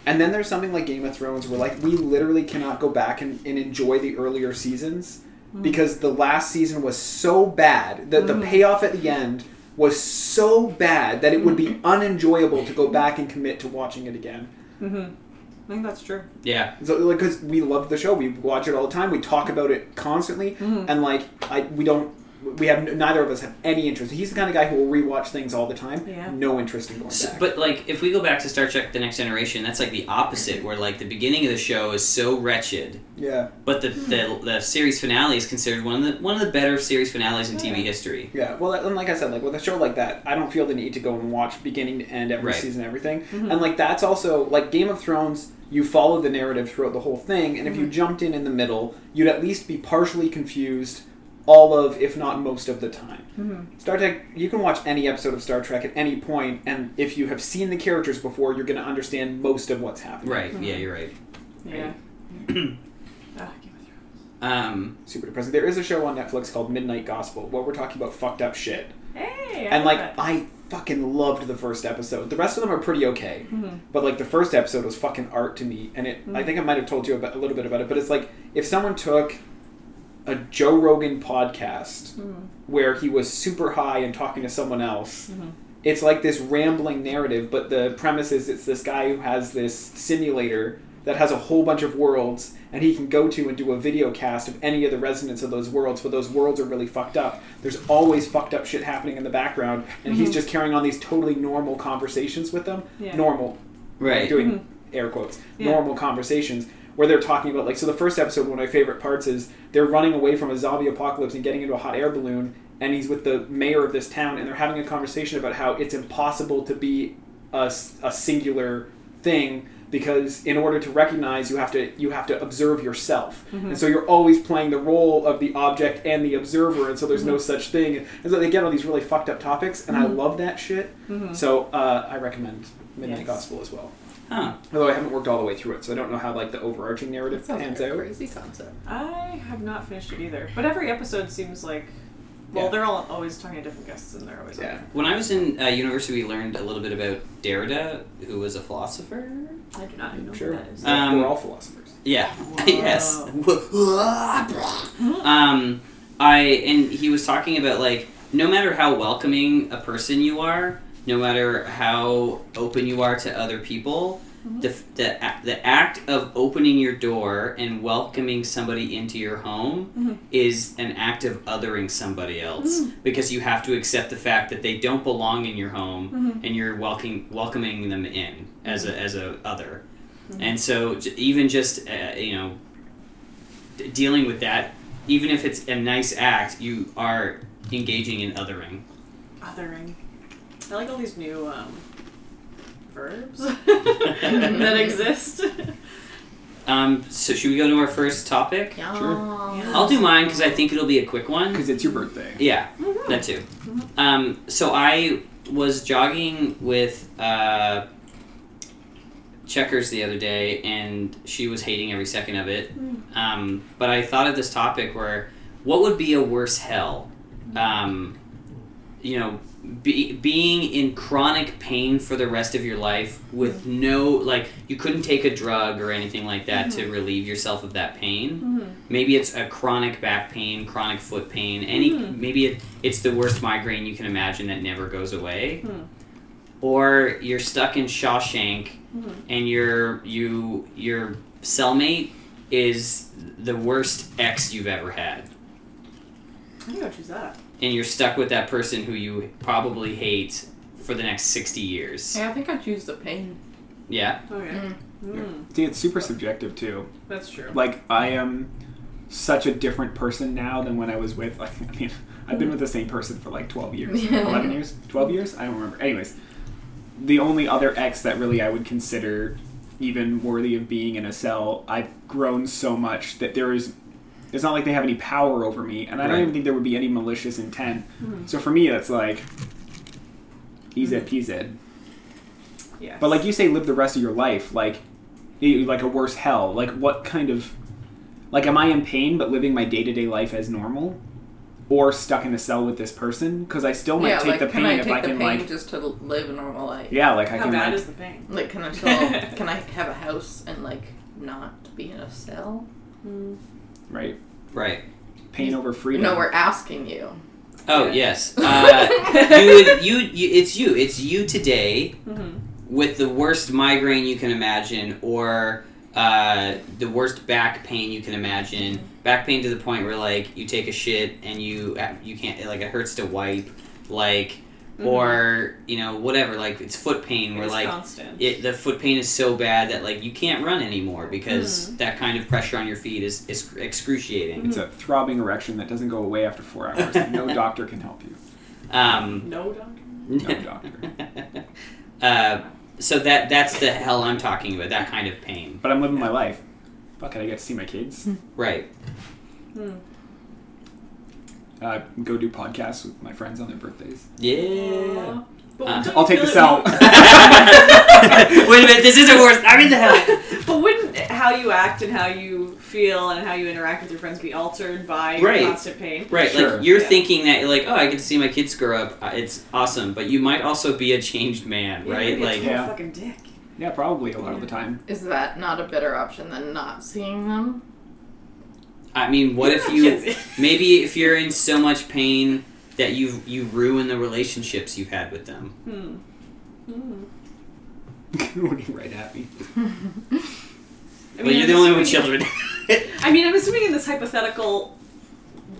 [SPEAKER 4] And then there's something like Game of Thrones where like we literally cannot go back and, and enjoy the earlier seasons because the last season was so bad that the payoff at the end was so bad that it would be unenjoyable to go back and commit to watching it again.
[SPEAKER 3] Mhm. I think that's true.
[SPEAKER 1] Yeah,
[SPEAKER 4] So, like, because we love the show, we watch it all the time, we talk about it constantly, and like, I we don't, we have neither of us have any interest. He's the kind of guy who will rewatch things all the time.
[SPEAKER 3] Yeah.
[SPEAKER 4] No interest in going
[SPEAKER 1] So-
[SPEAKER 4] back.
[SPEAKER 1] but like if we go back to Star Trek: The Next Generation, that's like the opposite, where like the beginning of the show is so wretched,
[SPEAKER 4] yeah,
[SPEAKER 1] but the the, the series finale is considered one of the one of the better series finales in TV history.
[SPEAKER 4] yeah. Well, and like I said, like with a show like that, I don't feel the need to go and watch beginning to end every
[SPEAKER 1] Right.
[SPEAKER 4] season, everything. And like that's also like Game of Thrones. You follow the narrative throughout the whole thing, and if you jumped in in the middle, you'd at least be partially confused all of, if not most of the time.
[SPEAKER 3] Mm-hmm.
[SPEAKER 4] Star Trek, you can watch any episode of Star Trek at any point, and if you have seen the characters before, you're going to understand most of what's happening.
[SPEAKER 1] Right? Yeah, you're right.
[SPEAKER 3] Yeah. Ah, Game of Thrones.
[SPEAKER 1] Um,
[SPEAKER 4] Super depressing. There is a show on Netflix called Midnight Gospel where we're talking about fucked up shit.
[SPEAKER 3] Hey. I
[SPEAKER 4] and, like,
[SPEAKER 3] that.
[SPEAKER 4] I fucking loved the first episode. The rest of them are pretty okay.
[SPEAKER 3] Mm-hmm.
[SPEAKER 4] But, like, the first episode was fucking art to me. And it, I think I might have told you about, a little bit about it, but it's like if someone took a Joe Rogan podcast
[SPEAKER 3] Mm-hmm.
[SPEAKER 4] where he was super high and talking to someone else. It's like this rambling narrative, but the premise is it's this guy who has this simulator that has a whole bunch of worlds, and he can go to and do a video cast of any of the residents of those worlds, but those worlds are really fucked up. There's always fucked up shit happening in the background, and he's just carrying on these totally normal conversations with them.
[SPEAKER 3] Yeah.
[SPEAKER 4] Normal.
[SPEAKER 1] Right.
[SPEAKER 4] doing
[SPEAKER 3] Mhm.
[SPEAKER 4] air quotes
[SPEAKER 3] Yeah.
[SPEAKER 4] normal conversations where they're talking about like so the first episode one of my favorite parts is they're running away from a zombie apocalypse and getting into a hot air balloon and he's with the mayor of this town and they're having a conversation about how it's impossible to be a, s- a singular thing because in order to recognize you have to you have to observe yourself
[SPEAKER 3] Mm-hmm.
[SPEAKER 4] and so you're always playing the role of the object and the observer and so there's
[SPEAKER 3] Mm-hmm.
[SPEAKER 4] no such thing and so they get all these really fucked up topics and i love that shit so uh, i recommend midnight
[SPEAKER 3] Mm-hmm. Yes.
[SPEAKER 4] gospel as well
[SPEAKER 1] Huh.
[SPEAKER 4] Although I haven't worked all the way through it, so I don't know how like the overarching narrative
[SPEAKER 2] That sounds
[SPEAKER 4] pans
[SPEAKER 2] like a
[SPEAKER 4] out.
[SPEAKER 2] crazy concept.
[SPEAKER 3] I have not finished it either, but every episode seems like. Well,
[SPEAKER 4] Yeah.
[SPEAKER 3] they're all always talking to different guests, and they're always
[SPEAKER 4] Yeah.
[SPEAKER 1] When I was in uh, university, we learned a little bit about Derrida, who was a philosopher.
[SPEAKER 3] like, I do not know
[SPEAKER 4] Sure.
[SPEAKER 3] what that is.
[SPEAKER 1] Uh, Um,
[SPEAKER 4] We're all philosophers.
[SPEAKER 1] Yeah.
[SPEAKER 3] Whoa.
[SPEAKER 1] yes. um, I and he was talking about like no matter how welcoming a person you are, no matter how open you are to other people, the the ac- the act of opening your door and welcoming somebody into your home
[SPEAKER 3] Mhm.
[SPEAKER 1] is an act of othering somebody else
[SPEAKER 3] Mm.
[SPEAKER 1] because you have to accept the fact that they don't belong in your home and you're welcoming welcoming them in as a as a other, and so j- even just uh, you know d- dealing with that, even if it's a nice act, you are engaging in othering.
[SPEAKER 3] othering. I like all these new um, verbs that exist.
[SPEAKER 1] Um, so should we go to our first topic? I'll do mine because I think it'll be a quick one.
[SPEAKER 4] Because it's your birthday.
[SPEAKER 1] Yeah, that too. Um, so I was jogging with uh, Checkers the other day, and she was hating every second of it. Um, but I thought of this topic where what would be a worse hell? Um, you know, be, being in chronic pain for the rest of your life with no, like, you couldn't take a drug or anything like that to relieve yourself of that pain
[SPEAKER 3] Mm-hmm.
[SPEAKER 1] maybe it's a chronic back pain chronic foot pain any
[SPEAKER 3] Mhm.
[SPEAKER 1] maybe it, it's the worst migraine you can imagine that never goes away
[SPEAKER 3] Hmm.
[SPEAKER 1] or you're stuck in shawshank
[SPEAKER 3] Mhm.
[SPEAKER 1] and your you your cellmate is the worst ex you've ever had
[SPEAKER 3] I think I'll choose that.
[SPEAKER 1] and you're stuck with that person who you probably hate for the next 60 years
[SPEAKER 2] Yeah, I think I choose the pain.
[SPEAKER 1] yeah
[SPEAKER 3] Okay.
[SPEAKER 2] Mm.
[SPEAKER 3] Mm,
[SPEAKER 4] See, it's super subjective too.
[SPEAKER 3] that's true.
[SPEAKER 4] Like I am such a different person now than when I was with. Like, I mean, I've been with the same person for like twelve years, eleven years, twelve years. I don't remember. Anyways, the only other ex that really I would consider even worthy of being in a cell, I've grown so much that there is. It's not like they have any power over me, and I don't
[SPEAKER 1] Right.
[SPEAKER 4] even think there would be any malicious intent. So for me, that's like. EZ PZ.
[SPEAKER 3] Yeah.
[SPEAKER 4] But like you say, live the rest of your life like you- like a worse hell. Like what kind of like am I in pain but living my day to day life as normal, or stuck in a cell with this person? Because I still might
[SPEAKER 2] yeah,
[SPEAKER 4] take
[SPEAKER 2] like
[SPEAKER 4] the
[SPEAKER 2] can
[SPEAKER 4] pain
[SPEAKER 2] I
[SPEAKER 4] if
[SPEAKER 2] take
[SPEAKER 4] I
[SPEAKER 2] the
[SPEAKER 4] can
[SPEAKER 2] pain
[SPEAKER 4] like
[SPEAKER 2] just to live a normal life?
[SPEAKER 4] yeah, like I
[SPEAKER 3] how
[SPEAKER 4] can
[SPEAKER 3] bad
[SPEAKER 4] like
[SPEAKER 3] is the pain?
[SPEAKER 2] Like, can I still can I have a house and like not be in a cell?
[SPEAKER 3] Mm-hmm.
[SPEAKER 4] right
[SPEAKER 1] right
[SPEAKER 4] pain over freedom.
[SPEAKER 2] No, we're asking you.
[SPEAKER 1] oh yes uh, you would you, you it's you it's you today
[SPEAKER 3] Mhm.
[SPEAKER 1] Mm-hmm. with the worst migraine you can imagine or uh, the worst back pain you can imagine back pain to the point where like you take a shit and you uh, you can't like it hurts to wipe like or you know whatever like it's foot pain where
[SPEAKER 3] It's
[SPEAKER 1] like
[SPEAKER 3] constant.
[SPEAKER 1] it, the foot pain is so bad that like you can't run anymore because that kind of pressure on your feet is, is excruciating
[SPEAKER 4] it's a throbbing erection that doesn't go away after four hours. and no doctor can help you.
[SPEAKER 1] um,
[SPEAKER 3] no doctor.
[SPEAKER 4] No doctor.
[SPEAKER 1] uh, so that that's the hell I'm talking about that kind of pain
[SPEAKER 4] But I'm living my life. Fuck it, I get to see my kids.
[SPEAKER 2] Hmm.
[SPEAKER 1] right
[SPEAKER 3] Mm.
[SPEAKER 4] Uh, go do podcasts with my friends on their birthdays.
[SPEAKER 1] yeah
[SPEAKER 3] Aw. But
[SPEAKER 1] Uh,
[SPEAKER 3] don't
[SPEAKER 4] I'll
[SPEAKER 3] you
[SPEAKER 4] take
[SPEAKER 3] feel
[SPEAKER 4] the
[SPEAKER 3] it
[SPEAKER 4] cell.
[SPEAKER 3] wouldn't-
[SPEAKER 1] Wait a minute, this isn't worse. I'm in the hell.
[SPEAKER 3] But wouldn't how you act and how you feel and how you interact with your friends be altered by
[SPEAKER 1] Right.
[SPEAKER 3] your constant pain?
[SPEAKER 1] Right,
[SPEAKER 4] Sure.
[SPEAKER 1] like you're
[SPEAKER 3] Yeah.
[SPEAKER 1] thinking that you're like, oh, I get to see my kids grow up. Uh, It's awesome, but you might also be a changed man,
[SPEAKER 3] Yeah,
[SPEAKER 1] right?
[SPEAKER 3] you'd be a
[SPEAKER 1] Like,
[SPEAKER 3] total
[SPEAKER 4] Yeah.
[SPEAKER 3] fucking dick.
[SPEAKER 4] Yeah, probably a lot of the time.
[SPEAKER 2] Is that not a better option than not seeing them?
[SPEAKER 1] I mean, what if you maybe if you're in so much pain that you you ruin the relationships you've had with them?
[SPEAKER 3] Hmm. Hmm.
[SPEAKER 4] Looking right at me.
[SPEAKER 3] I
[SPEAKER 1] well,
[SPEAKER 3] mean,
[SPEAKER 1] you're
[SPEAKER 3] I'm
[SPEAKER 1] the only one with
[SPEAKER 3] assuming-
[SPEAKER 1] children.
[SPEAKER 3] I mean, I'm assuming in this hypothetical,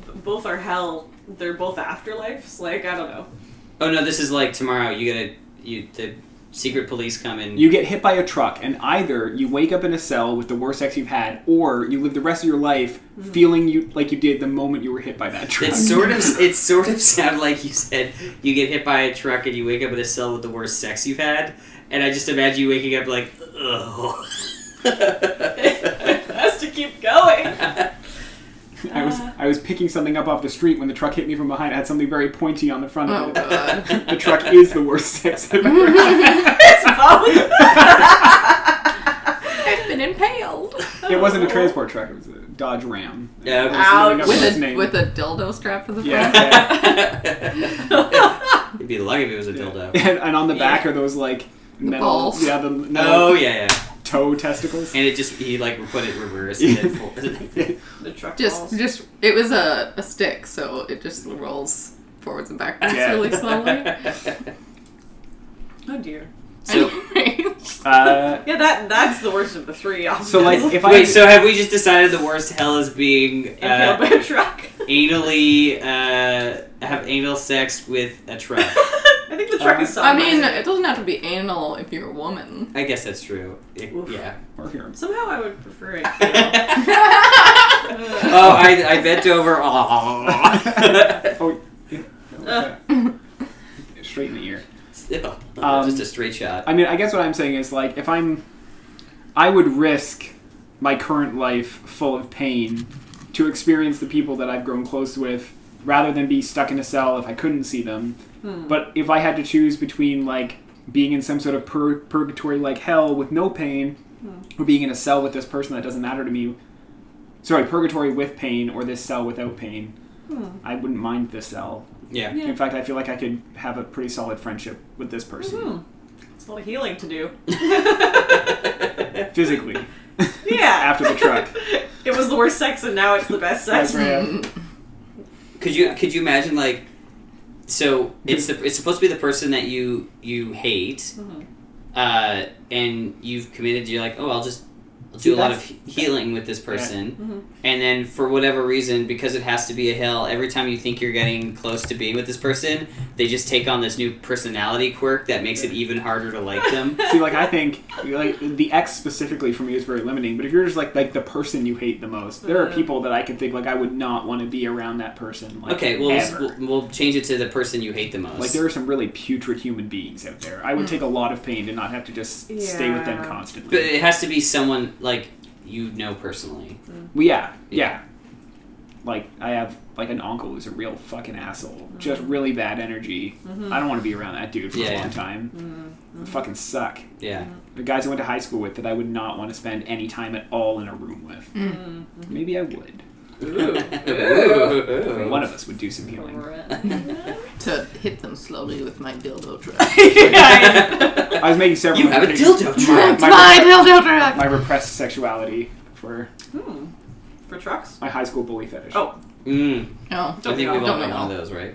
[SPEAKER 3] b- both are hell. They're both afterlives. Like I don't know.
[SPEAKER 1] oh no, this is like tomorrow. You gotta you the secret police come and
[SPEAKER 4] You get hit by a truck, and either you wake up in a cell with the worst sex you've had, or you live the rest of your life feeling you like you did the moment you were hit by that truck.
[SPEAKER 1] It sort of it sort of sounded like you said you get hit by a truck and you wake up in a cell with the worst sex you've had, and I just imagine you waking up like, ugh.
[SPEAKER 3] has to keep going.
[SPEAKER 4] I was I was picking something up off the street when the truck hit me from behind. It had something very pointy on the front
[SPEAKER 2] Oh,
[SPEAKER 4] of it.
[SPEAKER 2] God.
[SPEAKER 4] the truck is the worst sex I've ever had.
[SPEAKER 3] It's both.
[SPEAKER 2] I've been impaled.
[SPEAKER 4] It wasn't a transport truck. It was a Dodge Ram.
[SPEAKER 1] Yeah, okay.
[SPEAKER 4] I was thinking of its
[SPEAKER 2] With a,
[SPEAKER 4] name.
[SPEAKER 2] with a dildo strap for the
[SPEAKER 4] Yeah,
[SPEAKER 2] front.
[SPEAKER 4] yeah.
[SPEAKER 1] It'd be lucky if it was a dildo.
[SPEAKER 4] And, and on the back are those like metal,
[SPEAKER 2] balls.
[SPEAKER 4] yeah, the metal
[SPEAKER 1] Oh yeah, yeah.
[SPEAKER 4] toe testicles.
[SPEAKER 1] And it just he like put it reverse and then full-
[SPEAKER 3] The truck
[SPEAKER 2] Just,
[SPEAKER 3] balls.
[SPEAKER 2] just it was a, a stick, so it just rolls forwards and backwards
[SPEAKER 4] Yeah.
[SPEAKER 2] really slowly.
[SPEAKER 3] Oh dear.
[SPEAKER 1] so
[SPEAKER 2] Anyways.
[SPEAKER 4] uh,
[SPEAKER 3] Yeah, that that's the worst of the three. Obviously.
[SPEAKER 4] so like if I
[SPEAKER 1] wait, so have we just decided the worst hell is being
[SPEAKER 3] impaled by
[SPEAKER 1] uh,
[SPEAKER 3] a truck.
[SPEAKER 1] anally uh, have anal sex with a truck?
[SPEAKER 3] I think the truck is
[SPEAKER 4] Uh,
[SPEAKER 3] somewhere.
[SPEAKER 2] I mean, it doesn't have to be anal if you're a woman.
[SPEAKER 1] I guess that's true. It-
[SPEAKER 3] Oof.
[SPEAKER 1] yeah.
[SPEAKER 4] or here.
[SPEAKER 3] somehow I would prefer it.
[SPEAKER 4] Uh,
[SPEAKER 3] Ugh.
[SPEAKER 1] Oh, I, I bent over. Aw.
[SPEAKER 4] oh, yeah.
[SPEAKER 3] Uh.
[SPEAKER 4] straight in the ear.
[SPEAKER 1] Still,
[SPEAKER 4] Um,
[SPEAKER 1] just a straight shot.
[SPEAKER 4] I mean, I guess what I'm saying is like if I'm, I would risk my current life full of pain to experience the people that I've grown close with rather than be stuck in a cell if I couldn't see them. But if I had to choose between like being in some sort of pur- purgatory like hell with no pain or being in a cell with this person that doesn't matter to me, sorry, purgatory with pain or this cell without pain, I wouldn't mind this cell.
[SPEAKER 1] Yeah.
[SPEAKER 3] Yeah.
[SPEAKER 4] In fact, I feel like I could have a pretty solid friendship with this person
[SPEAKER 3] Hmm. It's a lot of healing to do.
[SPEAKER 4] physically.
[SPEAKER 3] yeah.
[SPEAKER 4] After the truck.
[SPEAKER 3] it was the worst sex, and now it's the best sex.
[SPEAKER 4] That's right.
[SPEAKER 1] could you could you imagine like, so it's the it's supposed to be the person that you you hate,
[SPEAKER 3] Mhm.
[SPEAKER 1] uh, and you've committed. You're like, oh, I'll just I'll
[SPEAKER 4] See,
[SPEAKER 1] do a lot of
[SPEAKER 4] that's- Mm-hmm.
[SPEAKER 1] he- healing with this person,
[SPEAKER 3] Mhm.
[SPEAKER 1] and then for whatever reason, because it has to be a hell, every time you think you're getting close to being with this person, they just take on this new personality quirk that makes it even harder to like them.
[SPEAKER 4] See, like I think like the X specifically for me is very limiting. But if you're just like like the person you hate the most, there are
[SPEAKER 3] Mhm.
[SPEAKER 4] people that I could think like I would not want to be around that person. Like,
[SPEAKER 1] Okay, well,
[SPEAKER 4] ever.
[SPEAKER 1] we'll, we'll change it to the person you hate the most.
[SPEAKER 4] like there are some really putrid human beings out there. I would take a lot of pain to not have to just stay with them
[SPEAKER 3] Mm.
[SPEAKER 1] But
[SPEAKER 3] Yeah.
[SPEAKER 4] constantly.
[SPEAKER 1] it has to be someone like you know personally.
[SPEAKER 4] Well, yeah, yeah. Like I have like an uncle who's a real fucking asshole, just really bad energy. I don't want to be around that dude for a
[SPEAKER 1] Mm-hmm. Yeah. Mm-hmm.
[SPEAKER 4] long time. Fucking suck.
[SPEAKER 1] Yeah.
[SPEAKER 4] The guys I went to high school with that I would not want to spend any time at all in a room with.
[SPEAKER 1] Mm-hmm.
[SPEAKER 4] Maybe I would.
[SPEAKER 3] Ooh.
[SPEAKER 4] One of us would do some healing.
[SPEAKER 2] To hit them slowly with my dildo trap.
[SPEAKER 3] yeah.
[SPEAKER 4] I was making several.
[SPEAKER 1] you have a
[SPEAKER 4] notations.
[SPEAKER 1] dildo trap.
[SPEAKER 4] My-
[SPEAKER 2] my dildo trap!
[SPEAKER 4] My repressed sexuality for
[SPEAKER 3] Hmm. For trucks?
[SPEAKER 4] my high school bully fetish.
[SPEAKER 3] Oh.
[SPEAKER 1] Mm,
[SPEAKER 2] No,
[SPEAKER 1] I
[SPEAKER 3] Don't
[SPEAKER 1] think
[SPEAKER 3] we
[SPEAKER 1] we've
[SPEAKER 3] all-
[SPEAKER 1] all
[SPEAKER 2] don't
[SPEAKER 1] got
[SPEAKER 2] we
[SPEAKER 1] one
[SPEAKER 2] all?
[SPEAKER 1] of those, right?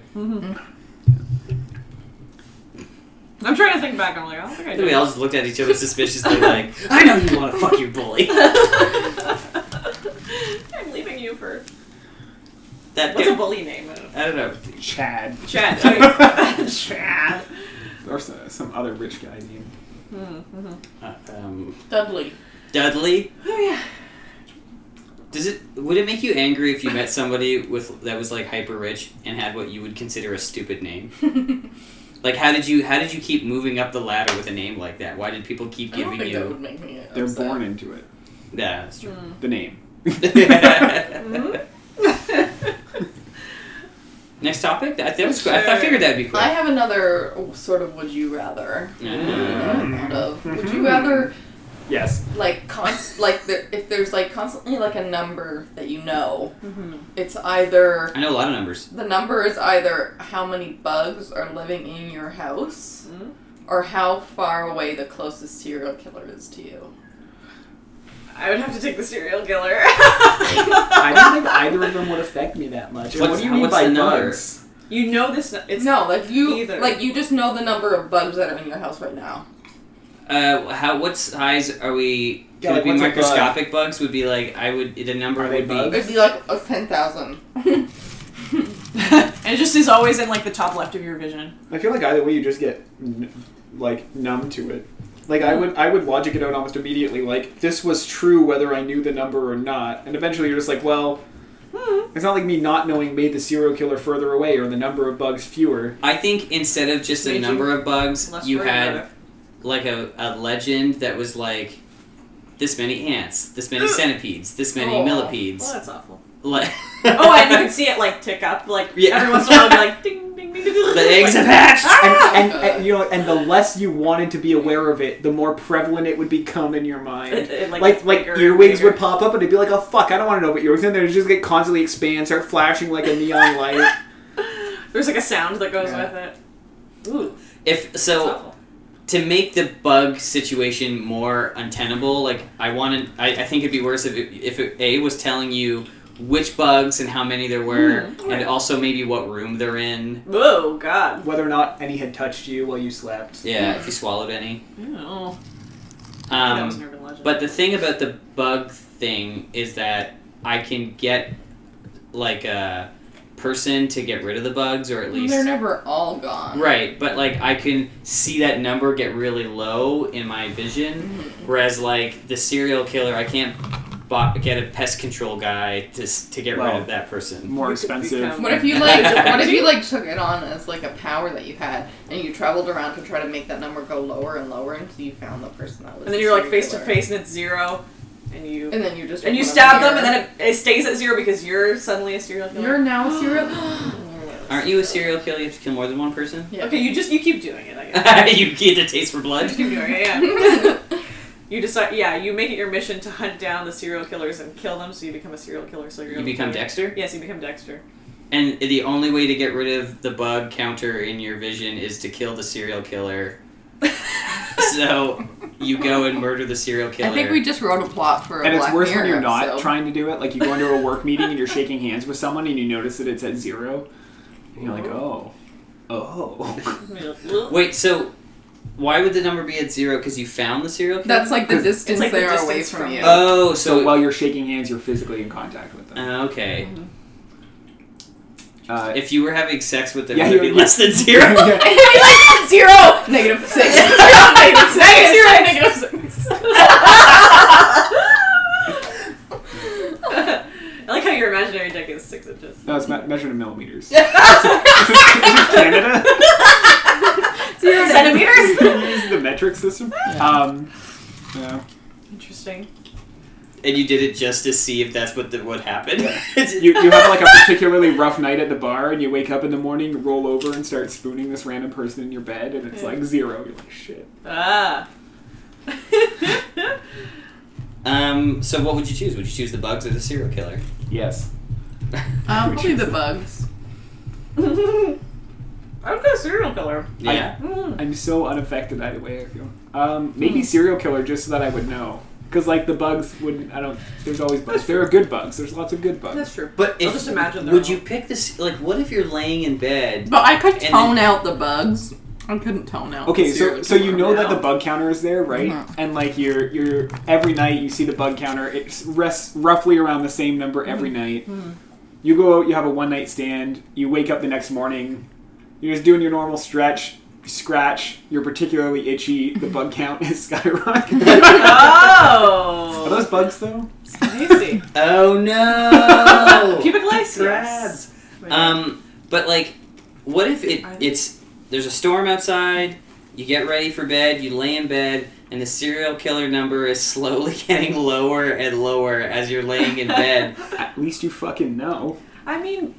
[SPEAKER 3] I'm trying to think back. I'm like, I don't think I
[SPEAKER 1] I
[SPEAKER 3] did.
[SPEAKER 1] think we all just looked at each other suspiciously, like, "I know you want to fuck your bully."
[SPEAKER 3] I'm leaving you for
[SPEAKER 1] That
[SPEAKER 3] what's a bully name? I don't know.
[SPEAKER 1] I don't know.
[SPEAKER 4] Chad.
[SPEAKER 3] Chad. okay. Chad.
[SPEAKER 4] Or some, some other rich guy named.
[SPEAKER 1] Uh, um,
[SPEAKER 2] Dudley.
[SPEAKER 1] Dudley,
[SPEAKER 3] Oh yeah.
[SPEAKER 1] does it? Would it make you angry if you met somebody with that was like hyper rich and had what you would consider a stupid name? Like, how did you? How did you keep moving up the ladder with a name like that? Why did people keep giving you?
[SPEAKER 2] make me.
[SPEAKER 4] They're born into it.
[SPEAKER 1] Yeah, that's true.
[SPEAKER 4] The name. Hmm.
[SPEAKER 3] Hmm?
[SPEAKER 1] Next topic. That, that was. Cool. I, thought- I figured that'd be cool.
[SPEAKER 2] I have another sort of would you rather.
[SPEAKER 1] Uh,
[SPEAKER 2] I thought of. Would you rather
[SPEAKER 4] yes.
[SPEAKER 2] like const like there, if there's like constantly like a number that you know,
[SPEAKER 3] Mm-hmm.
[SPEAKER 2] it's either
[SPEAKER 1] I know a lot of numbers.
[SPEAKER 2] the number is either how many bugs are living in your house
[SPEAKER 3] Mhm.
[SPEAKER 2] or how far away the closest serial killer is to you.
[SPEAKER 3] I would have to take the serial killer.
[SPEAKER 4] I don't think either of them would affect me that much.
[SPEAKER 1] What's-
[SPEAKER 4] what do you mean
[SPEAKER 1] what's
[SPEAKER 4] by
[SPEAKER 1] the number?
[SPEAKER 4] bugs?
[SPEAKER 3] you know this. It's
[SPEAKER 2] no, like you
[SPEAKER 3] either.
[SPEAKER 2] like you just know the number of bugs that are in your house right now.
[SPEAKER 1] Uh, how what size are we? Could
[SPEAKER 4] Yeah, like,
[SPEAKER 1] it be
[SPEAKER 4] what's a bug?
[SPEAKER 1] microscopic bugs? Would be like I would. The number
[SPEAKER 4] Are they
[SPEAKER 1] would be.
[SPEAKER 4] bugs?
[SPEAKER 2] It'd be like a ten thousand.
[SPEAKER 3] and it just is always in like the top left of your vision.
[SPEAKER 4] I feel like either way you just get n- like numb to it. Like I would I would logic it out almost immediately. Like this was true whether I knew the number or not. And eventually you're just like, well,
[SPEAKER 3] Hmm.
[SPEAKER 4] it's not like me not knowing made the serial killer further away or the number of bugs fewer.
[SPEAKER 1] I think instead of just a
[SPEAKER 3] Made you
[SPEAKER 1] number of bugs,
[SPEAKER 3] Less
[SPEAKER 1] you
[SPEAKER 3] worried
[SPEAKER 1] had
[SPEAKER 3] about it.
[SPEAKER 1] like a, a legend that was like this many ants, this many centipedes, this many
[SPEAKER 3] Oh, Well,
[SPEAKER 1] millipedes.
[SPEAKER 3] that's awful.
[SPEAKER 1] Like
[SPEAKER 3] Oh, and you can see it like tick up, like
[SPEAKER 1] Yeah.
[SPEAKER 3] every once in a while, it'd be like ding ding ding. ding, ding
[SPEAKER 1] the eggs have
[SPEAKER 3] like,
[SPEAKER 1] hatched.
[SPEAKER 3] Ah!
[SPEAKER 4] And, and, and you know, and the less you wanted to be aware of it, the more prevalent it would become in your mind.
[SPEAKER 3] It- it, like,
[SPEAKER 4] like like
[SPEAKER 3] bigger and
[SPEAKER 4] earwigs
[SPEAKER 3] bigger.
[SPEAKER 4] would pop up and it'd be like, oh fuck, I don't want to know what earwigs, and they just get constantly expand, start flashing like a neon light.
[SPEAKER 3] There's like a sound that goes
[SPEAKER 4] Yeah.
[SPEAKER 3] with it. Ooh,
[SPEAKER 1] If
[SPEAKER 3] that's
[SPEAKER 1] so,
[SPEAKER 3] awful.
[SPEAKER 1] to make the bug situation more untenable, like I wanted, I, I think it'd be worse if it, if it, A was telling you which bugs and how many there were,
[SPEAKER 3] Mhm,
[SPEAKER 1] and
[SPEAKER 3] right.
[SPEAKER 1] also maybe what room they're in.
[SPEAKER 3] Whoa, God.
[SPEAKER 4] Whether or not any had touched you while you slept.
[SPEAKER 1] Yeah,
[SPEAKER 2] Mhm.
[SPEAKER 3] Hmm.
[SPEAKER 1] if you swallowed any.
[SPEAKER 3] I don't know. that was an
[SPEAKER 1] Um,
[SPEAKER 3] urban legend.
[SPEAKER 1] but the thing about the bug thing is that I can get like a person to get rid of the bugs, or at least
[SPEAKER 2] They're never all gone.
[SPEAKER 1] Right, but like I can see that number get really low in my vision,
[SPEAKER 2] Mm-hmm.
[SPEAKER 1] whereas like the serial killer, I can't bo- get a pest control guy to s- to get rid
[SPEAKER 4] Well,
[SPEAKER 1] of that person.
[SPEAKER 4] More
[SPEAKER 3] You could
[SPEAKER 4] expensive.
[SPEAKER 3] become-
[SPEAKER 2] What if you like? what if you like took it on as like a power that you had, and you traveled around to try to make that number go lower and lower until you found the person that was.
[SPEAKER 3] and then
[SPEAKER 2] the
[SPEAKER 3] you're like face to
[SPEAKER 2] serial
[SPEAKER 3] face and it's zero, and you
[SPEAKER 2] killer. and then you just
[SPEAKER 3] and you
[SPEAKER 2] open up
[SPEAKER 3] stab
[SPEAKER 2] the
[SPEAKER 3] them, and
[SPEAKER 2] mirror.
[SPEAKER 3] then it, it stays at zero because you're suddenly a serial killer.
[SPEAKER 2] you're now a serial.
[SPEAKER 1] Aren't you a serial killer? You have to kill more than one person.
[SPEAKER 2] Yeah.
[SPEAKER 3] Okay, you just you keep doing it. I guess.
[SPEAKER 1] you get a taste for
[SPEAKER 3] you
[SPEAKER 1] blood.
[SPEAKER 3] just keep doing it. Yeah. you decide. Yeah, you make it your mission to hunt down the serial killers and kill them, so you become a serial killer. So you're
[SPEAKER 1] You become
[SPEAKER 3] Dexter.
[SPEAKER 1] Dexter,
[SPEAKER 3] Yes, you become Dexter.
[SPEAKER 1] and the only way to get rid of the bug counter in your vision is to kill the serial killer. So you go and murder the serial killer.
[SPEAKER 2] I think we just wrote a plot for. A
[SPEAKER 4] And it's
[SPEAKER 2] Black
[SPEAKER 4] worse
[SPEAKER 2] Mirror
[SPEAKER 4] when you're not
[SPEAKER 2] episode.
[SPEAKER 4] trying to do it. Like you go into a work meeting and you're shaking hands with someone and you notice that it's at zero. And you're like, oh. Oh.
[SPEAKER 1] Wait, so why would the number be at zero? Because you found the serial killer.
[SPEAKER 2] That's like the
[SPEAKER 4] 'Cause it's
[SPEAKER 2] distance
[SPEAKER 3] like the
[SPEAKER 2] they are away
[SPEAKER 3] distance
[SPEAKER 2] from
[SPEAKER 3] from-
[SPEAKER 2] you.
[SPEAKER 1] Oh, so,
[SPEAKER 4] So while you're shaking hands, you're physically in contact with them.
[SPEAKER 1] Uh, okay.
[SPEAKER 2] Mm-hmm.
[SPEAKER 4] Uh,
[SPEAKER 1] If you were having sex with them,
[SPEAKER 4] Yeah,
[SPEAKER 1] it would
[SPEAKER 4] you-
[SPEAKER 1] be
[SPEAKER 4] you-
[SPEAKER 1] less than zero.
[SPEAKER 2] It'd be like zero, negative six, zero, negative six, zero, negative six.
[SPEAKER 3] I like how your imaginary dick is six inches.
[SPEAKER 4] no, it's me- measured in millimeters. is, it- is it Canada?
[SPEAKER 2] Zero
[SPEAKER 4] You use the metric system? Um, yeah.
[SPEAKER 3] Interesting.
[SPEAKER 1] and you did it just to see if that's what the, what happened.
[SPEAKER 4] You, you have like a particularly rough night at the bar and you wake up in the morning, you roll over and start spooning this random person in your bed and it's
[SPEAKER 3] Yeah.
[SPEAKER 4] like zero. You're like, shit.
[SPEAKER 3] Ah.
[SPEAKER 1] um. So what would you choose? Would you choose the bugs or the serial killer?
[SPEAKER 4] Yes.
[SPEAKER 2] Um, probably the bugs.
[SPEAKER 3] I'm a serial killer.
[SPEAKER 1] yeah.
[SPEAKER 3] Mm.
[SPEAKER 4] I'm so unaffected either way. I feel. Um, maybe serial killer, just so that I would know, because like the bugs wouldn't. I don't. There's always bugs. There are good bugs. There's lots of good bugs.
[SPEAKER 3] That's true.
[SPEAKER 1] But
[SPEAKER 3] I'll
[SPEAKER 1] if
[SPEAKER 3] just imagine they're
[SPEAKER 1] would
[SPEAKER 3] all-
[SPEAKER 1] you pick this? Like, what if you're laying in bed?
[SPEAKER 2] But I could
[SPEAKER 1] And
[SPEAKER 2] tone out the bugs. I couldn't tone out.
[SPEAKER 4] Okay,
[SPEAKER 2] the
[SPEAKER 4] so
[SPEAKER 2] serial
[SPEAKER 4] so you
[SPEAKER 2] killer.
[SPEAKER 4] know that the
[SPEAKER 3] now.
[SPEAKER 4] bug counter is there, right?
[SPEAKER 2] Mhm.
[SPEAKER 4] And like you're you're every night you see the bug counter. It rests roughly around the same number every night. You go out, you have a one night stand. You wake up the next morning. You're just doing your normal stretch, scratch. You're particularly itchy. The bug count is skyrocketing. are
[SPEAKER 3] Oh!
[SPEAKER 4] those bugs though?
[SPEAKER 3] Spicy.
[SPEAKER 1] Oh no!
[SPEAKER 3] Pubic lice?
[SPEAKER 1] Grabs. um. But like, what if it
[SPEAKER 3] Are they-
[SPEAKER 1] it's there's a storm outside. You get ready for bed. You lay in bed, and the serial killer number is slowly getting lower and lower as you're laying in bed.
[SPEAKER 4] At least you fucking know.
[SPEAKER 3] I mean,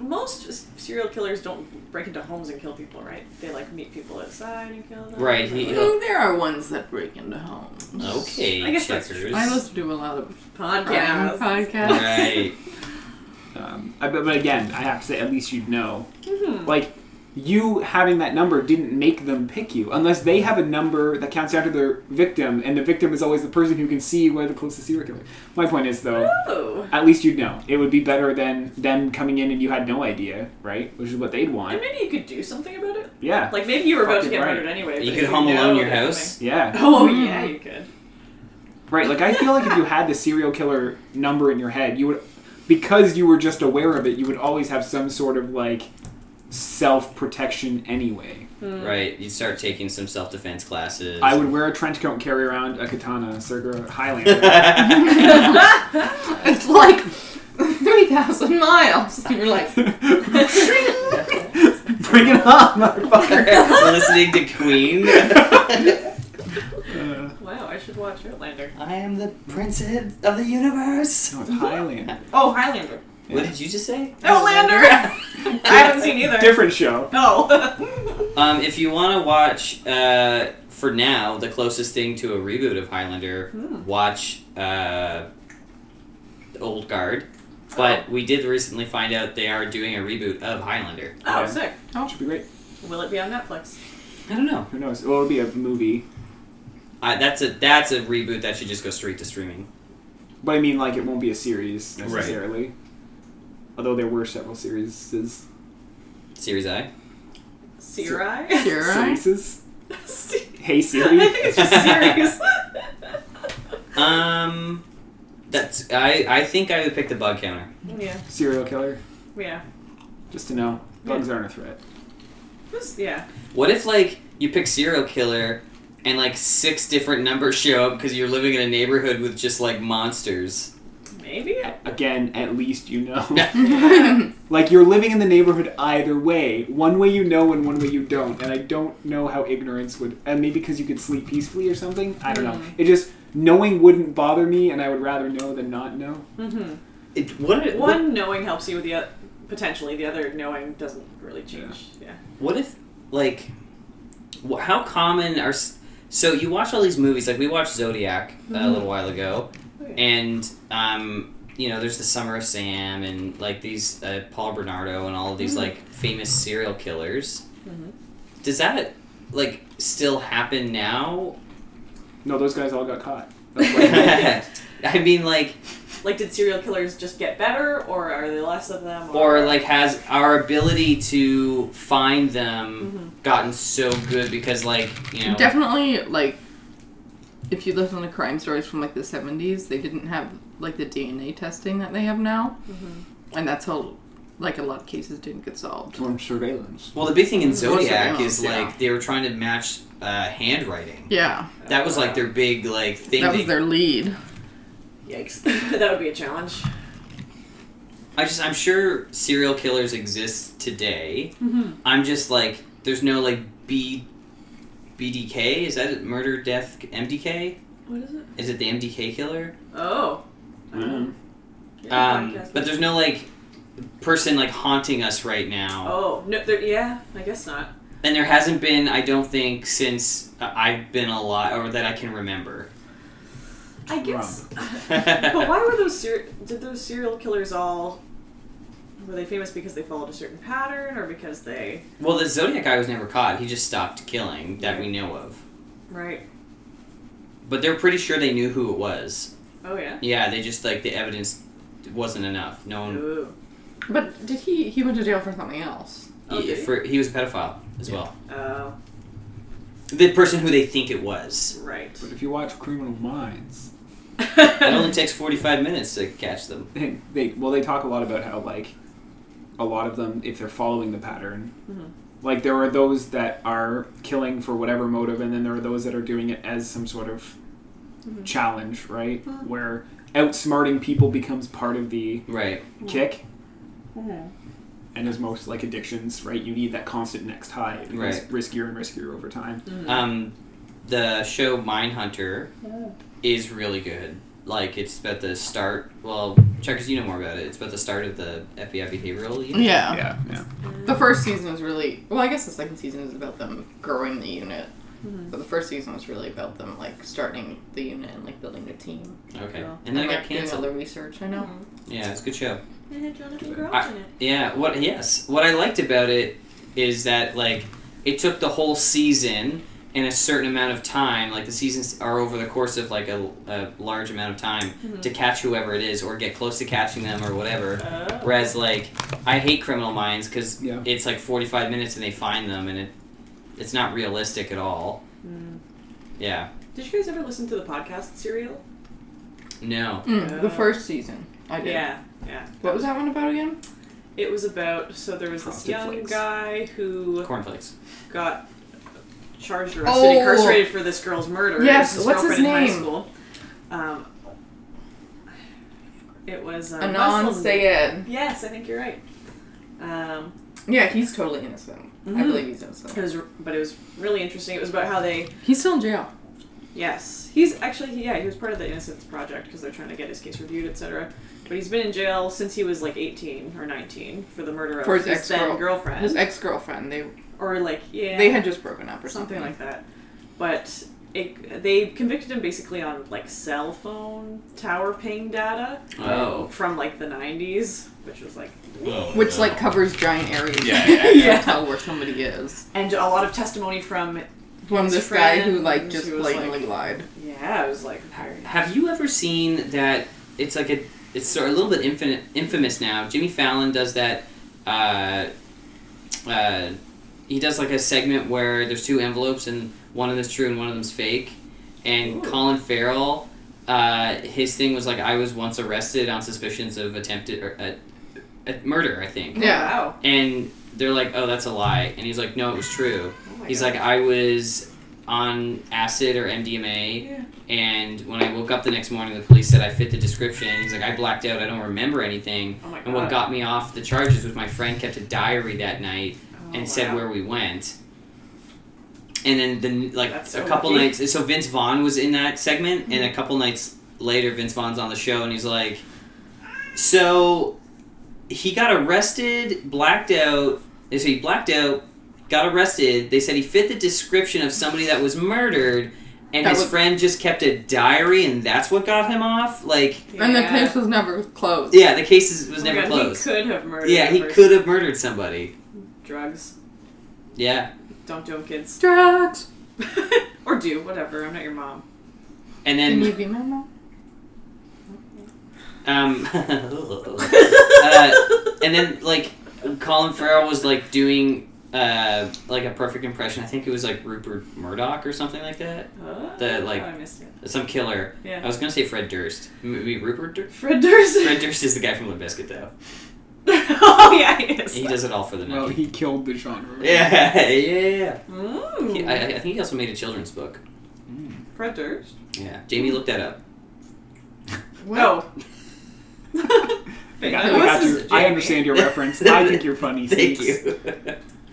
[SPEAKER 3] most s- serial killers don't break into homes and kill people, right? They like meet people outside and kill them.
[SPEAKER 1] Right, he-
[SPEAKER 2] Mm, there are ones that break into homes.
[SPEAKER 1] Okay,
[SPEAKER 3] I guess that's
[SPEAKER 1] checkers.
[SPEAKER 3] true.
[SPEAKER 2] I listen to a lot of crime
[SPEAKER 3] podcast.
[SPEAKER 2] podcasts.
[SPEAKER 1] Right.
[SPEAKER 4] Um, I- but but again, I have to say, at least you'd know.
[SPEAKER 3] Mhm.
[SPEAKER 4] Like, you having that number didn't make them pick you, unless they have a number that counts down to their victim, and the victim is always the person who can see where the closest serial killer. My point is, though,
[SPEAKER 3] Oh.
[SPEAKER 4] at least you'd know. It would be better than them coming in and you had no idea, right? Which is what they'd
[SPEAKER 3] And
[SPEAKER 4] want.
[SPEAKER 3] maybe you could do something about it.
[SPEAKER 4] Yeah,
[SPEAKER 3] Like maybe you were about to
[SPEAKER 4] Fucking
[SPEAKER 3] get
[SPEAKER 4] right.
[SPEAKER 3] murdered anyway. but
[SPEAKER 1] You
[SPEAKER 3] if
[SPEAKER 1] could home alone
[SPEAKER 3] know
[SPEAKER 1] your
[SPEAKER 3] that you
[SPEAKER 1] house.
[SPEAKER 4] yeah,
[SPEAKER 3] may- Oh
[SPEAKER 2] Mm.
[SPEAKER 3] yeah, you could.
[SPEAKER 4] right. Like, I feel like if you had the serial killer number in your head, you would, because you were just aware of it, you would always have some sort of like self protection anyway.
[SPEAKER 3] Hmm.
[SPEAKER 1] Right, you'd start taking some self defense classes.
[SPEAKER 4] I would wear a trench coat and carry around a katana, circa Highlander.
[SPEAKER 2] It's like 3,000 miles. And you're like,
[SPEAKER 4] Bring it on, motherfucker!
[SPEAKER 1] listening to Queen.
[SPEAKER 4] Uh,
[SPEAKER 3] Wow, I should watch Outlander.
[SPEAKER 1] I am the princess of the universe.
[SPEAKER 4] no, it's Highlander.
[SPEAKER 3] Oh, Highlander.
[SPEAKER 1] What did you just say?
[SPEAKER 3] Outlander. I haven't seen either.
[SPEAKER 4] Different show.
[SPEAKER 3] No. Oh,
[SPEAKER 1] Um, if you want to watch, uh, for now, the closest thing to a reboot of Highlander,
[SPEAKER 3] Hmm.
[SPEAKER 1] watch uh, Old Guard. But we did recently find out they are doing a reboot of Highlander.
[SPEAKER 3] oh,
[SPEAKER 4] Yeah.
[SPEAKER 3] sick.
[SPEAKER 4] Should be great.
[SPEAKER 3] Will it be on Netflix?
[SPEAKER 1] I don't know.
[SPEAKER 4] Who knows? Well, it'll be a movie.
[SPEAKER 1] I, that's a that's a reboot that should just go straight to streaming.
[SPEAKER 4] But I mean, like, it won't be a series
[SPEAKER 1] Right.
[SPEAKER 4] necessarily. Although there were several series.
[SPEAKER 1] Series I.
[SPEAKER 3] Siri?
[SPEAKER 2] Siri?
[SPEAKER 4] Series?
[SPEAKER 3] Se-
[SPEAKER 4] Hey
[SPEAKER 3] I
[SPEAKER 4] Siri?
[SPEAKER 3] think it's just series.
[SPEAKER 1] Um, that's I I think I would pick the bug counter.
[SPEAKER 3] yeah,
[SPEAKER 4] Serial killer.
[SPEAKER 3] yeah.
[SPEAKER 4] Just to know. Bugs aren't a threat.
[SPEAKER 3] Just- yeah.
[SPEAKER 1] What if like you pick serial killer and like six different numbers show up because you're living in a neighborhood with just like monsters?
[SPEAKER 3] Maybe?
[SPEAKER 4] Again, at least you know.
[SPEAKER 1] Yeah.
[SPEAKER 4] like, you're living in the neighborhood either way. One way you know and one way you don't. And I don't know how ignorance would. And maybe because you could sleep peacefully or something? I don't know. It just. Knowing wouldn't bother me, and I would rather know than not know.
[SPEAKER 3] Mm-hmm.
[SPEAKER 1] It, what, if, what
[SPEAKER 3] One knowing helps you with the other. Potentially, the other knowing doesn't really change. Yeah.
[SPEAKER 1] what if like wh- how common are s- so you watch all these movies like we watched Zodiac uh, a little while ago and um you know there's the Summer of Sam and like these uh, Paul Bernardo and all of these like famous serial killers.
[SPEAKER 3] Mhm.
[SPEAKER 1] Does that like still happen now?
[SPEAKER 4] No, those guys all got caught. That's why-
[SPEAKER 1] I mean like
[SPEAKER 3] Like, did serial killers just get better, or are there less of them?
[SPEAKER 1] or like has our ability to find them gotten so good because like you know
[SPEAKER 2] Definitely, like, if you looked on the crime stories from, like, the 70s, they didn't have, like, the DNA testing that they have now.
[SPEAKER 3] Mm-hmm.
[SPEAKER 2] And that's how, like, a lot of cases didn't get solved.
[SPEAKER 4] Storm surveillance.
[SPEAKER 1] well the big thing in
[SPEAKER 2] What's
[SPEAKER 1] zodiac
[SPEAKER 2] the
[SPEAKER 1] is
[SPEAKER 2] balance, yeah.
[SPEAKER 1] like they were trying to match uh, handwriting
[SPEAKER 2] Yeah,
[SPEAKER 1] that was like their big like thing
[SPEAKER 2] that
[SPEAKER 1] they-
[SPEAKER 2] was their lead.
[SPEAKER 3] Yikes! that would be a challenge.
[SPEAKER 1] i just i'm sure serial killers exist today
[SPEAKER 2] Mm-hmm.
[SPEAKER 3] Mhm.
[SPEAKER 1] i'm just like there's no like b bdk is that it? murder death mdk
[SPEAKER 3] What is it?
[SPEAKER 1] is it the mdk killer
[SPEAKER 3] Oh.
[SPEAKER 4] Mm.
[SPEAKER 3] Yeah,
[SPEAKER 1] um,
[SPEAKER 3] podcast.
[SPEAKER 1] but there's no like person like haunting us right now
[SPEAKER 3] Oh no! There, yeah, I guess not.
[SPEAKER 1] And there hasn't been, I don't think, since uh, I've been alive, or that I can remember.
[SPEAKER 3] I guess. but why were those ser- did those serial killers all were they famous because they followed a certain pattern or because they
[SPEAKER 1] Well, the Zodiac guy was never caught. He just stopped killing that we know of.
[SPEAKER 3] right?
[SPEAKER 1] But they're pretty sure they knew who it was.
[SPEAKER 3] Oh yeah.
[SPEAKER 1] Yeah, they just, like, the evidence wasn't enough. No
[SPEAKER 2] Um,
[SPEAKER 1] one.
[SPEAKER 3] Ooh.
[SPEAKER 2] But did he, he went to jail for something else.
[SPEAKER 1] he-
[SPEAKER 3] Okay.
[SPEAKER 1] for- he was a pedophile as well.
[SPEAKER 3] Oh
[SPEAKER 1] The person who they think it was.
[SPEAKER 3] right.
[SPEAKER 4] But if you watch Criminal Minds,
[SPEAKER 1] It only takes 45 minutes to catch them.
[SPEAKER 4] they, they well they talk a lot about how like a lot of them if they're following the pattern
[SPEAKER 3] Mhm.
[SPEAKER 2] Mm-hmm.
[SPEAKER 4] like there are those that are killing for whatever motive and then there are those that are doing it as some sort of
[SPEAKER 2] Mm-hmm.
[SPEAKER 4] challenge right
[SPEAKER 3] Mhm.
[SPEAKER 4] where outsmarting people becomes part of the
[SPEAKER 1] Right.
[SPEAKER 4] kick
[SPEAKER 3] Mm-hmm.
[SPEAKER 4] and is most like addictions right you need that constant next high it becomes
[SPEAKER 1] Right.
[SPEAKER 4] riskier and riskier over time
[SPEAKER 2] Uh,
[SPEAKER 1] Um, the show Mindhunter
[SPEAKER 3] Oh.
[SPEAKER 1] is really good. Like it's about the start. Well, checkers, you know more about it. It's about the start of the FBI behavioral. Unit.
[SPEAKER 2] Yeah.
[SPEAKER 4] yeah yeah
[SPEAKER 2] The first season was really well. I guess the second season is about them growing the unit,
[SPEAKER 3] Mm-hmm.
[SPEAKER 2] but the first season was really about them like starting the unit and like building a team.
[SPEAKER 1] Okay.
[SPEAKER 3] Yeah.
[SPEAKER 1] And then it
[SPEAKER 2] like
[SPEAKER 1] got
[SPEAKER 2] doing all
[SPEAKER 1] canceled.
[SPEAKER 2] the research. I know.
[SPEAKER 3] Mm-hmm.
[SPEAKER 1] Yeah, it's a good show.
[SPEAKER 3] It had Jonathan Groff
[SPEAKER 1] I-
[SPEAKER 3] in it.
[SPEAKER 1] Yeah. What? Yes. What I liked about it is that like it took the whole season and a certain amount of time. Like the seasons are over the course of like a, a large amount of time to catch whoever it is or get close to catching them or whatever.
[SPEAKER 3] Oh.
[SPEAKER 1] Whereas, like, I hate Criminal Minds because
[SPEAKER 4] Yeah.
[SPEAKER 1] it's like 45 minutes and they find them, and it it's not realistic at all.
[SPEAKER 3] Mm.
[SPEAKER 1] Yeah.
[SPEAKER 3] Did you guys ever listen to the podcast Serial?
[SPEAKER 1] No.
[SPEAKER 2] Mm,
[SPEAKER 3] Uh,
[SPEAKER 2] the first season, I did.
[SPEAKER 3] Yeah. Yeah.
[SPEAKER 2] What was that one about again?
[SPEAKER 3] it was about so there was this
[SPEAKER 4] Frosted
[SPEAKER 3] young
[SPEAKER 4] Flakes.
[SPEAKER 3] guy who
[SPEAKER 1] Cornflakes.
[SPEAKER 3] got charged, arrested,
[SPEAKER 2] Oh.
[SPEAKER 3] incarcerated for this girl's murder.
[SPEAKER 2] Yes,
[SPEAKER 3] It was
[SPEAKER 2] what's his
[SPEAKER 3] girlfriend In high
[SPEAKER 2] name?
[SPEAKER 3] school. Um, it was uh,
[SPEAKER 2] Anon
[SPEAKER 3] Muslim.
[SPEAKER 2] Sayed.
[SPEAKER 3] Yes, I think you're right. Um,
[SPEAKER 2] Yeah, he's totally innocent. I
[SPEAKER 3] Mhm.
[SPEAKER 2] believe he's
[SPEAKER 3] it
[SPEAKER 2] innocent.
[SPEAKER 3] was, but it was really interesting. It was about how they.
[SPEAKER 2] He's still in jail.
[SPEAKER 3] Yes, he's actually he- yeah he was part of the Innocence Project because they're trying to get his case reviewed, etc. But he's been in jail since he was like 18 or 19 for the murder of
[SPEAKER 2] For his
[SPEAKER 3] then
[SPEAKER 2] ex-girl.
[SPEAKER 3] girlfriend,
[SPEAKER 2] His ex girlfriend. They
[SPEAKER 3] or like yeah
[SPEAKER 2] they had just broken up or
[SPEAKER 3] or something
[SPEAKER 2] something.
[SPEAKER 3] like that. But it, they convicted him basically on like cell phone tower ping data
[SPEAKER 1] Oh.
[SPEAKER 3] from like the 90s, which was like
[SPEAKER 2] Which like covers giant areas.
[SPEAKER 5] Yeah, yeah,
[SPEAKER 3] yeah.
[SPEAKER 2] To tell where somebody is.
[SPEAKER 3] and a lot of testimony from
[SPEAKER 2] From
[SPEAKER 3] His
[SPEAKER 2] this guy who
[SPEAKER 3] friend,
[SPEAKER 2] like just
[SPEAKER 3] who was,
[SPEAKER 2] blatantly lied.
[SPEAKER 3] yeah, it was like
[SPEAKER 1] Have you ever seen that? It's like a. It's sort of a little bit infinite, infamous now. Jimmy Fallon does that. Uh, uh, he does like a segment where there's two envelopes and one of them's true and one of them's fake. And
[SPEAKER 3] Ooh.
[SPEAKER 1] Colin Farrell, uh, his thing was like, I was once arrested on suspicions of attempted or, uh, uh, murder, I think.
[SPEAKER 2] Yeah.
[SPEAKER 3] wow.
[SPEAKER 1] And they're like, oh, that's a lie. And he's like, no, it was true.
[SPEAKER 3] Oh my
[SPEAKER 1] He's
[SPEAKER 3] God.
[SPEAKER 1] like, I was on acid or MDMA.
[SPEAKER 3] yeah.
[SPEAKER 1] And when I woke up the next morning, the police said I fit the description. He's like, I blacked out. I don't remember anything.
[SPEAKER 3] oh my god,
[SPEAKER 1] And what got me off the charges was my friend kept a diary that night
[SPEAKER 3] Oh,
[SPEAKER 1] and said
[SPEAKER 3] wow.
[SPEAKER 1] where we went. And then the like a
[SPEAKER 3] That's so Mm-hmm.
[SPEAKER 1] couple
[SPEAKER 3] lucky.
[SPEAKER 1] nights. So Vince Vaughn was in that segment, and a couple nights later, Vince Vaughn's on the show, and he's like, so he got arrested, blacked out. They say he blacked out, got arrested. They said he fit the description of somebody that was murdered, and
[SPEAKER 2] That
[SPEAKER 1] his
[SPEAKER 2] was-
[SPEAKER 1] friend just kept a diary, and that's what got him off. Like,
[SPEAKER 2] And the
[SPEAKER 3] Yeah.
[SPEAKER 2] case was never closed.
[SPEAKER 1] yeah, the case is, was
[SPEAKER 3] Oh my
[SPEAKER 1] never
[SPEAKER 3] God,
[SPEAKER 1] closed.
[SPEAKER 3] He could have murdered.
[SPEAKER 1] yeah,
[SPEAKER 3] that
[SPEAKER 1] he
[SPEAKER 3] person.
[SPEAKER 1] could have murdered somebody.
[SPEAKER 3] drugs.
[SPEAKER 1] Yeah,
[SPEAKER 3] Don't do them, kids.
[SPEAKER 2] Drugs.
[SPEAKER 3] or do whatever. I'm not your mom.
[SPEAKER 1] and
[SPEAKER 2] Can you
[SPEAKER 1] then
[SPEAKER 2] be my mom?
[SPEAKER 1] um,
[SPEAKER 3] Oh,
[SPEAKER 1] and then like Colin Farrell was like doing. Uh, like a perfect impression. I think it was like Rupert Murdoch or something like that.
[SPEAKER 3] Oh,
[SPEAKER 1] the, like-
[SPEAKER 3] I missed it.
[SPEAKER 1] Some killer. I
[SPEAKER 3] Yeah,
[SPEAKER 1] was gonna say Fred Durst. Maybe Rupert Durst.
[SPEAKER 3] Fred Durst.
[SPEAKER 1] uh, Fred Durst is the guy from Limp Bizkit, though.
[SPEAKER 3] oh yeah, he is.
[SPEAKER 1] He does it all for the
[SPEAKER 4] Well,
[SPEAKER 1] night.
[SPEAKER 4] he killed the genre.
[SPEAKER 1] Yeah, yeah, yeah.
[SPEAKER 3] Mm.
[SPEAKER 1] He- I, I think he also made a children's book.
[SPEAKER 3] Fred Durst.
[SPEAKER 1] Yeah, Jamie looked that up.
[SPEAKER 3] No.
[SPEAKER 4] I, got, I,
[SPEAKER 3] Who
[SPEAKER 4] got
[SPEAKER 3] else
[SPEAKER 4] you.
[SPEAKER 3] is
[SPEAKER 4] I
[SPEAKER 3] Jamie?
[SPEAKER 4] understand your reference. I think you're funny.
[SPEAKER 1] Thank
[SPEAKER 4] Sneaks.
[SPEAKER 1] you.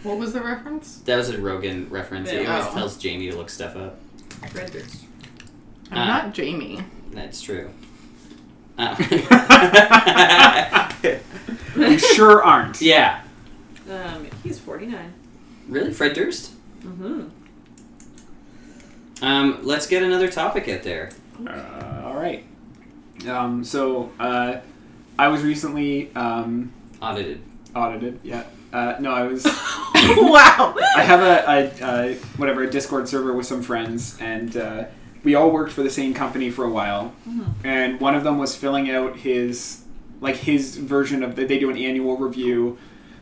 [SPEAKER 2] What was the reference?
[SPEAKER 1] that was a Rogan reference. He
[SPEAKER 3] Yeah.
[SPEAKER 1] always
[SPEAKER 2] Oh.
[SPEAKER 1] tells Jamie to look stuff up.
[SPEAKER 3] Fred Durst.
[SPEAKER 2] I'm
[SPEAKER 1] Uh,
[SPEAKER 2] not Jamie.
[SPEAKER 1] That's true. Uh,
[SPEAKER 4] You sure aren't.
[SPEAKER 1] yeah.
[SPEAKER 3] Um, he's 49.
[SPEAKER 1] Really, Fred Durst?
[SPEAKER 3] Mm-hmm.
[SPEAKER 1] Um, let's get another topic out there.
[SPEAKER 4] Uh, all right. Um, so uh, I was recently um,
[SPEAKER 1] Audited.
[SPEAKER 4] audited. Yeah. Uh, no, I was.
[SPEAKER 3] wow.
[SPEAKER 4] I have a, a, a whatever a Discord server with some friends, and uh, we all worked for the same company for a while.
[SPEAKER 3] Mhm.
[SPEAKER 4] And one of them was filling out his like his version of they do an annual review,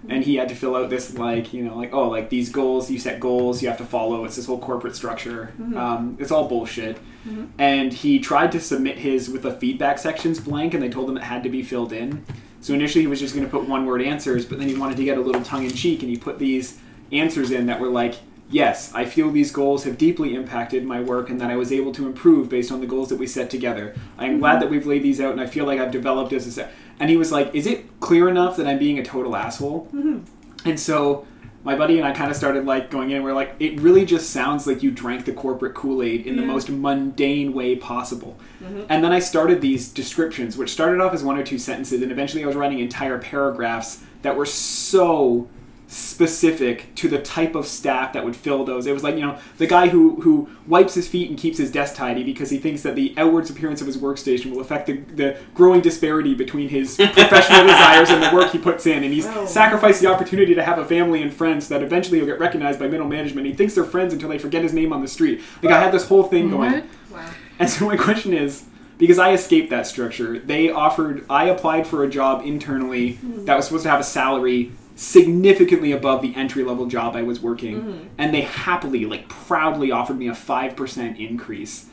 [SPEAKER 4] and he had to fill out this like you know like oh like these goals you set goals you have to follow it's this whole corporate structure
[SPEAKER 3] Mhm.
[SPEAKER 4] um, it's all bullshit.
[SPEAKER 3] Mhm.
[SPEAKER 4] And he tried to submit his with the feedback sections blank, and they told him it had to be filled in. So initially he was just going to put one word answers, but then he wanted to get a little tongue in cheek, and he put these answers in that were like, yes, I feel these goals have deeply impacted my work and that I was able to improve based on the goals that we set together. I'm glad that we've laid these out and I feel like I've developed as a se-" And he was like, is it clear enough that I'm being a total asshole?
[SPEAKER 3] Mhm.
[SPEAKER 4] And so my buddy and I kind of started like going in. We're like, it really just sounds like you drank the corporate Kool Aid in the
[SPEAKER 3] Yeah.
[SPEAKER 4] most mundane way possible.
[SPEAKER 3] Mhm.
[SPEAKER 4] And then I started these descriptions, which started off as one or two sentences, and eventually I was writing entire paragraphs that were so specific to the type of staff that would fill those. It was like, you know, the guy who, who wipes his feet and keeps his desk tidy because he thinks that the outwards appearance of his workstation will affect the, the growing disparity between his professional desires and the work he puts in. And he's
[SPEAKER 3] Wow.
[SPEAKER 4] sacrificed the opportunity to have a family and friends that eventually he'll get recognized by middle management. He thinks they're friends until they forget his name on the street. Like, I had this whole thing going.
[SPEAKER 2] What?
[SPEAKER 3] Wow.
[SPEAKER 4] And so my question is because I escaped that structure, they offered, I applied for a job internally that was supposed to have a salary significantly above the entry level job I was working. And they happily, like proudly offered me a 5% increase.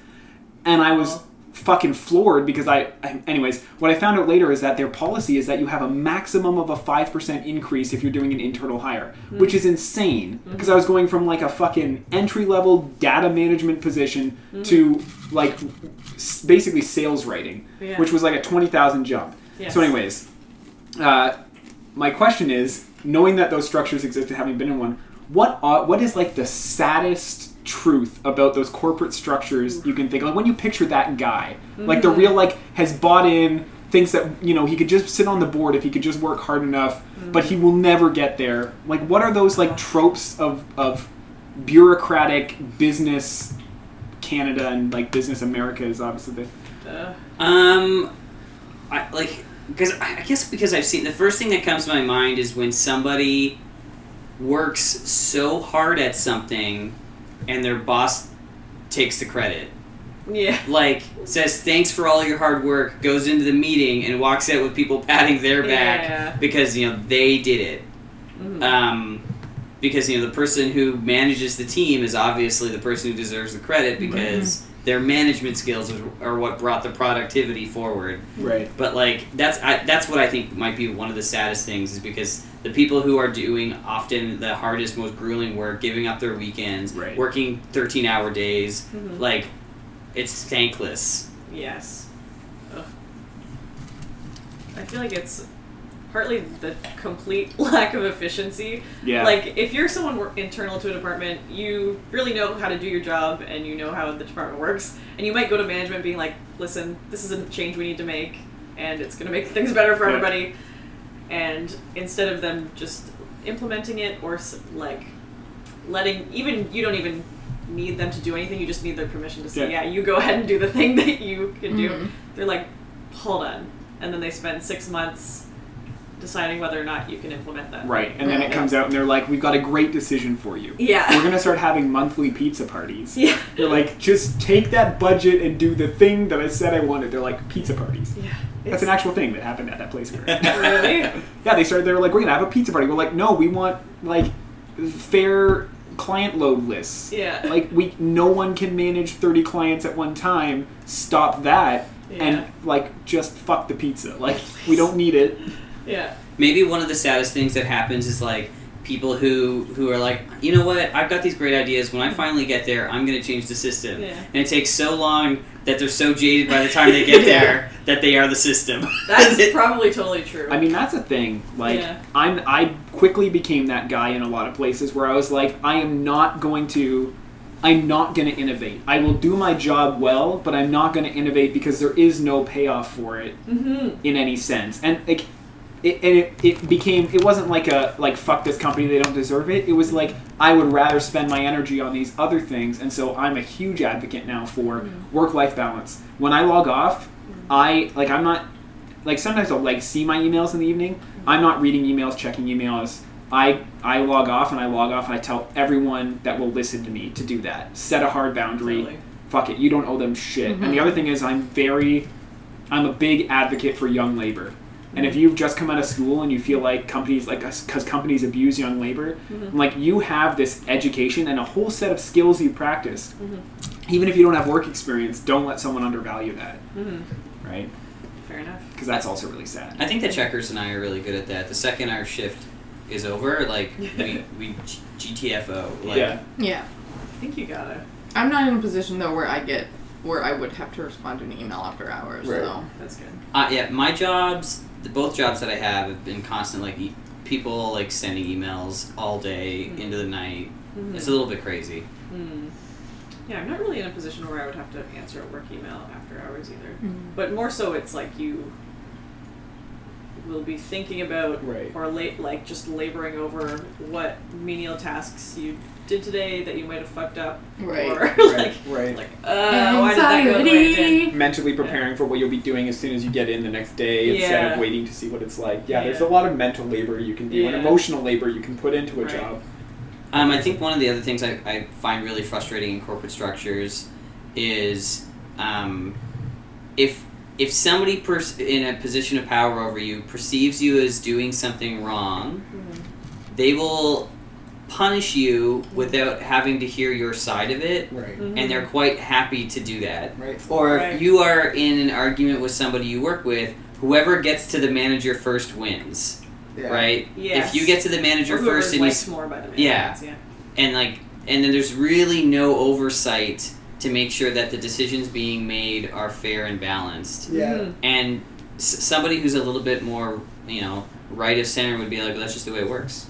[SPEAKER 4] And I was fucking floored because I, I. Anyways, what I found out later is that their policy is that you have a maximum of a five percent increase if you're doing an internal hire, which is insane. Because I was going from like a fucking entry level data management position to like s- basically sales writing,
[SPEAKER 3] Yeah.
[SPEAKER 4] which was like a twenty thousand jump.
[SPEAKER 3] Yes.
[SPEAKER 4] So, anyways, uh, my question is, knowing that those structures exist and having been in one, what are, what is like the saddest truth about those corporate structures you can think of? Like when you picture that guy, like the real like has bought in, thinks that you know he could just sit on the board if he could just work hard enough, but he will never get there. Like what are those like tropes of of bureaucratic business? Canada and like business America is obviously the
[SPEAKER 3] Uh,
[SPEAKER 1] Um, I like because I I guess because I've seen the first thing that comes to my mind is when somebody works so hard at something and their boss takes the credit.
[SPEAKER 3] yeah.
[SPEAKER 1] Like says thanks for all your hard work, goes into the meeting and walks out with people patting their back
[SPEAKER 3] Yeah.
[SPEAKER 1] because you know they did it.
[SPEAKER 3] Mhm.
[SPEAKER 1] Um, because you know the person who manages the team is obviously the person who deserves the credit because their management skills are, are what brought the productivity forward.
[SPEAKER 4] right
[SPEAKER 1] But like that's I, that's what I think might be one of the saddest things is because the people who are doing often the hardest, most grueling work, giving up their weekends,
[SPEAKER 4] Right.
[SPEAKER 1] working thirteen-hour days,
[SPEAKER 3] Mhm.
[SPEAKER 1] like it's thankless.
[SPEAKER 3] Yes. Ugh. I feel like it's partly the complete lack of efficiency.
[SPEAKER 4] yeah
[SPEAKER 3] Like, if you're someone wor- internal to a department, you really know how to do your job and you know how the department works. And you might go to management being like, listen, this is a change we need to make and it's going to make things better for
[SPEAKER 4] Yeah.
[SPEAKER 3] everybody. And instead of them just implementing it or s- like letting, even, you don't even need them to do anything, you just need their permission to say,
[SPEAKER 4] Yeah.
[SPEAKER 3] yeah, you go ahead and do the thing that you can do
[SPEAKER 4] Mm-hmm.
[SPEAKER 2] Mhm.
[SPEAKER 3] they're like, hold on. And then they spend six months deciding whether or not you can implement that.
[SPEAKER 4] Right, and then it comes out and they're like, "We've got a great decision for you. We're
[SPEAKER 3] Yeah.
[SPEAKER 4] gonna start having monthly pizza parties."
[SPEAKER 3] yeah.
[SPEAKER 4] They're like, "Just take that budget and do the thing that I said I wanted." They're like, "Pizza parties."
[SPEAKER 3] Yeah.
[SPEAKER 4] That's an actual thing that happened at that place. we were at.
[SPEAKER 3] Really?
[SPEAKER 4] yeah, they started. They were like, "We're gonna have a pizza party." We're like, "No, we want like fair client load lists.
[SPEAKER 3] Yeah.
[SPEAKER 4] Like we, no one can manage thirty clients at one time. Stop that."
[SPEAKER 3] Yeah.
[SPEAKER 4] And like, just fuck the pizza. Like, we don't need it.
[SPEAKER 3] yeah.
[SPEAKER 1] Maybe one of the saddest things that happens is like people who who are like, you know what, I've got these great ideas. When I finally get there, I'm gonna change the system.
[SPEAKER 3] Mm-hmm. Yeah.
[SPEAKER 1] And it takes so long that they're so jaded by the time they get
[SPEAKER 3] Yeah.
[SPEAKER 1] there that they are the system.
[SPEAKER 3] That's probably totally true.
[SPEAKER 4] I mean, that's a thing. Like,
[SPEAKER 3] Yeah.
[SPEAKER 4] I'm I quickly became that guy in a lot of places where I was like, I am not going to, I'm not going to innovate. I will do my job well, but I'm not going to innovate because there is no payoff for it
[SPEAKER 3] mm-hmm.
[SPEAKER 4] in any sense. And like, it, and it, it became it wasn't like a like fuck this company they don't deserve it. It was like I would rather spend my energy on these other things, and so I'm a huge advocate now for work life balance. When I log off, I like I'm not like sometimes I'll like see my emails in the evening. I'm not reading emails, checking emails. I I log off and I log off and I tell everyone that will listen to me to do that. Set a hard boundary
[SPEAKER 3] Totally.
[SPEAKER 4] fuck it, you don't owe them shit. And
[SPEAKER 3] Mm-hmm.
[SPEAKER 4] the other thing is, I'm very, I'm a big advocate for young labor. And if you've just come out of school and you feel like companies, like us, because companies abuse young labor,
[SPEAKER 3] Mm-hmm.
[SPEAKER 4] like you have this education and a whole set of skills you practiced. Even if you don't have work experience, don't let someone undervalue that,
[SPEAKER 3] Mm-hmm.
[SPEAKER 4] right?
[SPEAKER 3] Fair enough.
[SPEAKER 4] Because that's also really sad.
[SPEAKER 1] I think the checkers and I are really good at that. The second our shift is over, like we we G- GTFO. Like,
[SPEAKER 4] Yeah.
[SPEAKER 2] Yeah.
[SPEAKER 3] I think you got it.
[SPEAKER 2] I'm not in a position though where I get where I would have to respond to an email after hours.
[SPEAKER 4] Right.
[SPEAKER 2] So
[SPEAKER 3] That's good.
[SPEAKER 1] Uh, yeah. My jobs, the, both jobs that I have, have been constant. Like e- people like sending emails all day
[SPEAKER 3] Mm.
[SPEAKER 1] into the night.
[SPEAKER 3] Mm-hmm.
[SPEAKER 1] It's a little bit crazy.
[SPEAKER 3] mm. Yeah, I'm not really in a position where I would have to answer a work email after hours either. But more so, it's like you will be thinking about
[SPEAKER 4] Right.
[SPEAKER 3] or late like just laboring over what menial tasks you did today that you might have fucked up
[SPEAKER 2] right.
[SPEAKER 3] or like
[SPEAKER 4] right.
[SPEAKER 3] like uh, why did that go the way it did?
[SPEAKER 4] mentally preparing for what you'll be doing as soon as you get in the next day instead
[SPEAKER 3] Yeah.
[SPEAKER 4] of waiting to see what it's like. Yeah, there's a
[SPEAKER 3] Yeah.
[SPEAKER 4] lot of mental labor you can do and
[SPEAKER 3] Yeah.
[SPEAKER 4] emotional labor you can put into a
[SPEAKER 3] Right.
[SPEAKER 4] job.
[SPEAKER 1] Um, I think one of the other things I, I find really frustrating in corporate structures is um, if if somebody pers- in a position of power
[SPEAKER 3] Mm-hmm.
[SPEAKER 1] over you perceives you as doing something wrong, they will punish you without having to hear your side of it,
[SPEAKER 4] Right.
[SPEAKER 3] Mm-hmm.
[SPEAKER 1] and they're quite happy to do that.
[SPEAKER 4] Right.
[SPEAKER 1] Or
[SPEAKER 3] Right.
[SPEAKER 1] if you are in an argument with somebody you work with, whoever gets to the manager first wins,
[SPEAKER 4] Yeah.
[SPEAKER 1] right?
[SPEAKER 3] Yes.
[SPEAKER 1] If you get to the manager
[SPEAKER 3] Or whoever
[SPEAKER 1] first
[SPEAKER 3] is
[SPEAKER 1] and you,
[SPEAKER 3] liked more by the man.
[SPEAKER 1] Yeah.
[SPEAKER 3] yeah.
[SPEAKER 1] and like and then there's really no oversight to make sure that the decisions being made are fair and balanced.
[SPEAKER 4] Yeah.
[SPEAKER 3] Mhm.
[SPEAKER 1] And s- somebody who's a little bit more, you know, right of center would be like, well, that's just the way it works.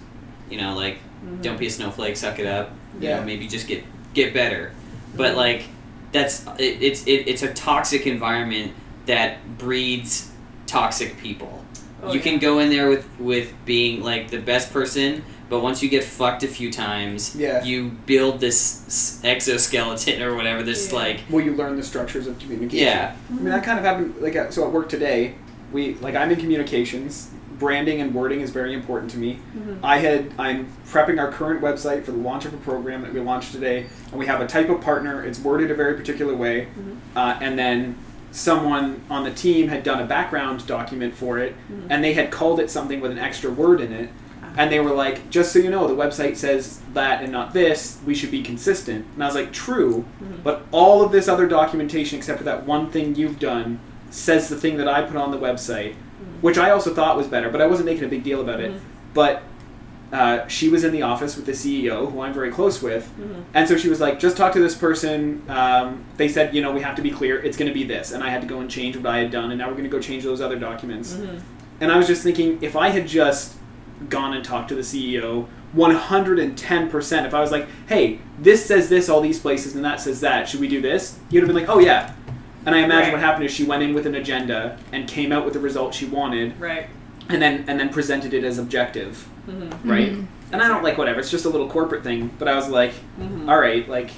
[SPEAKER 1] You know, like
[SPEAKER 3] Mm-hmm.
[SPEAKER 1] don't be a snowflake, suck it up. You
[SPEAKER 4] Yeah.
[SPEAKER 1] know, maybe just get get better. But like that's it, it's it, it's a toxic environment that breeds toxic people
[SPEAKER 3] Oh,
[SPEAKER 1] you
[SPEAKER 3] yeah.
[SPEAKER 1] can go in there with with being like the best person but once you get fucked a few times
[SPEAKER 4] Yeah.
[SPEAKER 1] you build this s- exoskeleton or whatever this
[SPEAKER 3] Yeah.
[SPEAKER 1] like
[SPEAKER 4] Well, you learn the structures of communication.
[SPEAKER 1] yeah
[SPEAKER 4] I mean, that kind of happened. Like, uh, so at work today, we like I'm in communications. Branding and wording is very important to me.
[SPEAKER 3] Mhm.
[SPEAKER 4] I had I'm prepping our current website for the launch of a program that we launched today, and we have a type of partner. It's worded a very particular way, uh, and then someone on the team had done a background document for it, and they had called it something with an extra word in it, and they were like, "Just so you know, the website says that and not this. We should be consistent." And I was like, "True." But all of this other documentation, except for that one thing you've done, says the thing that I put on the website, which I also thought was better, but I wasn't making a big deal about it.
[SPEAKER 3] Mm-hmm.
[SPEAKER 4] But uh, she was in the office with the CEO, who I'm very close with,
[SPEAKER 3] Mm-hmm.
[SPEAKER 4] and so she was like, "Just talk to this person." Um, they said, "You know, we have to be clear. It's going to be this," and I had to go and change what I had done, and now we're going to go change those other
[SPEAKER 3] Mm-hmm.
[SPEAKER 4] documents. And I was just thinking, if I had just gone and talked to the E CEO 110%, if I was like, hey, this says this all these places and that says that, should we do this? You'd have been like, oh yeah. And I imagine
[SPEAKER 3] Right.
[SPEAKER 4] what happened is she went in with an agenda and came out with the result she wanted
[SPEAKER 3] Right.
[SPEAKER 4] and then and then presented it as objective,
[SPEAKER 3] hmm
[SPEAKER 4] right? And I don't like whatever, it's just a little corporate thing, but I was like,
[SPEAKER 3] Mhm.
[SPEAKER 4] all right, like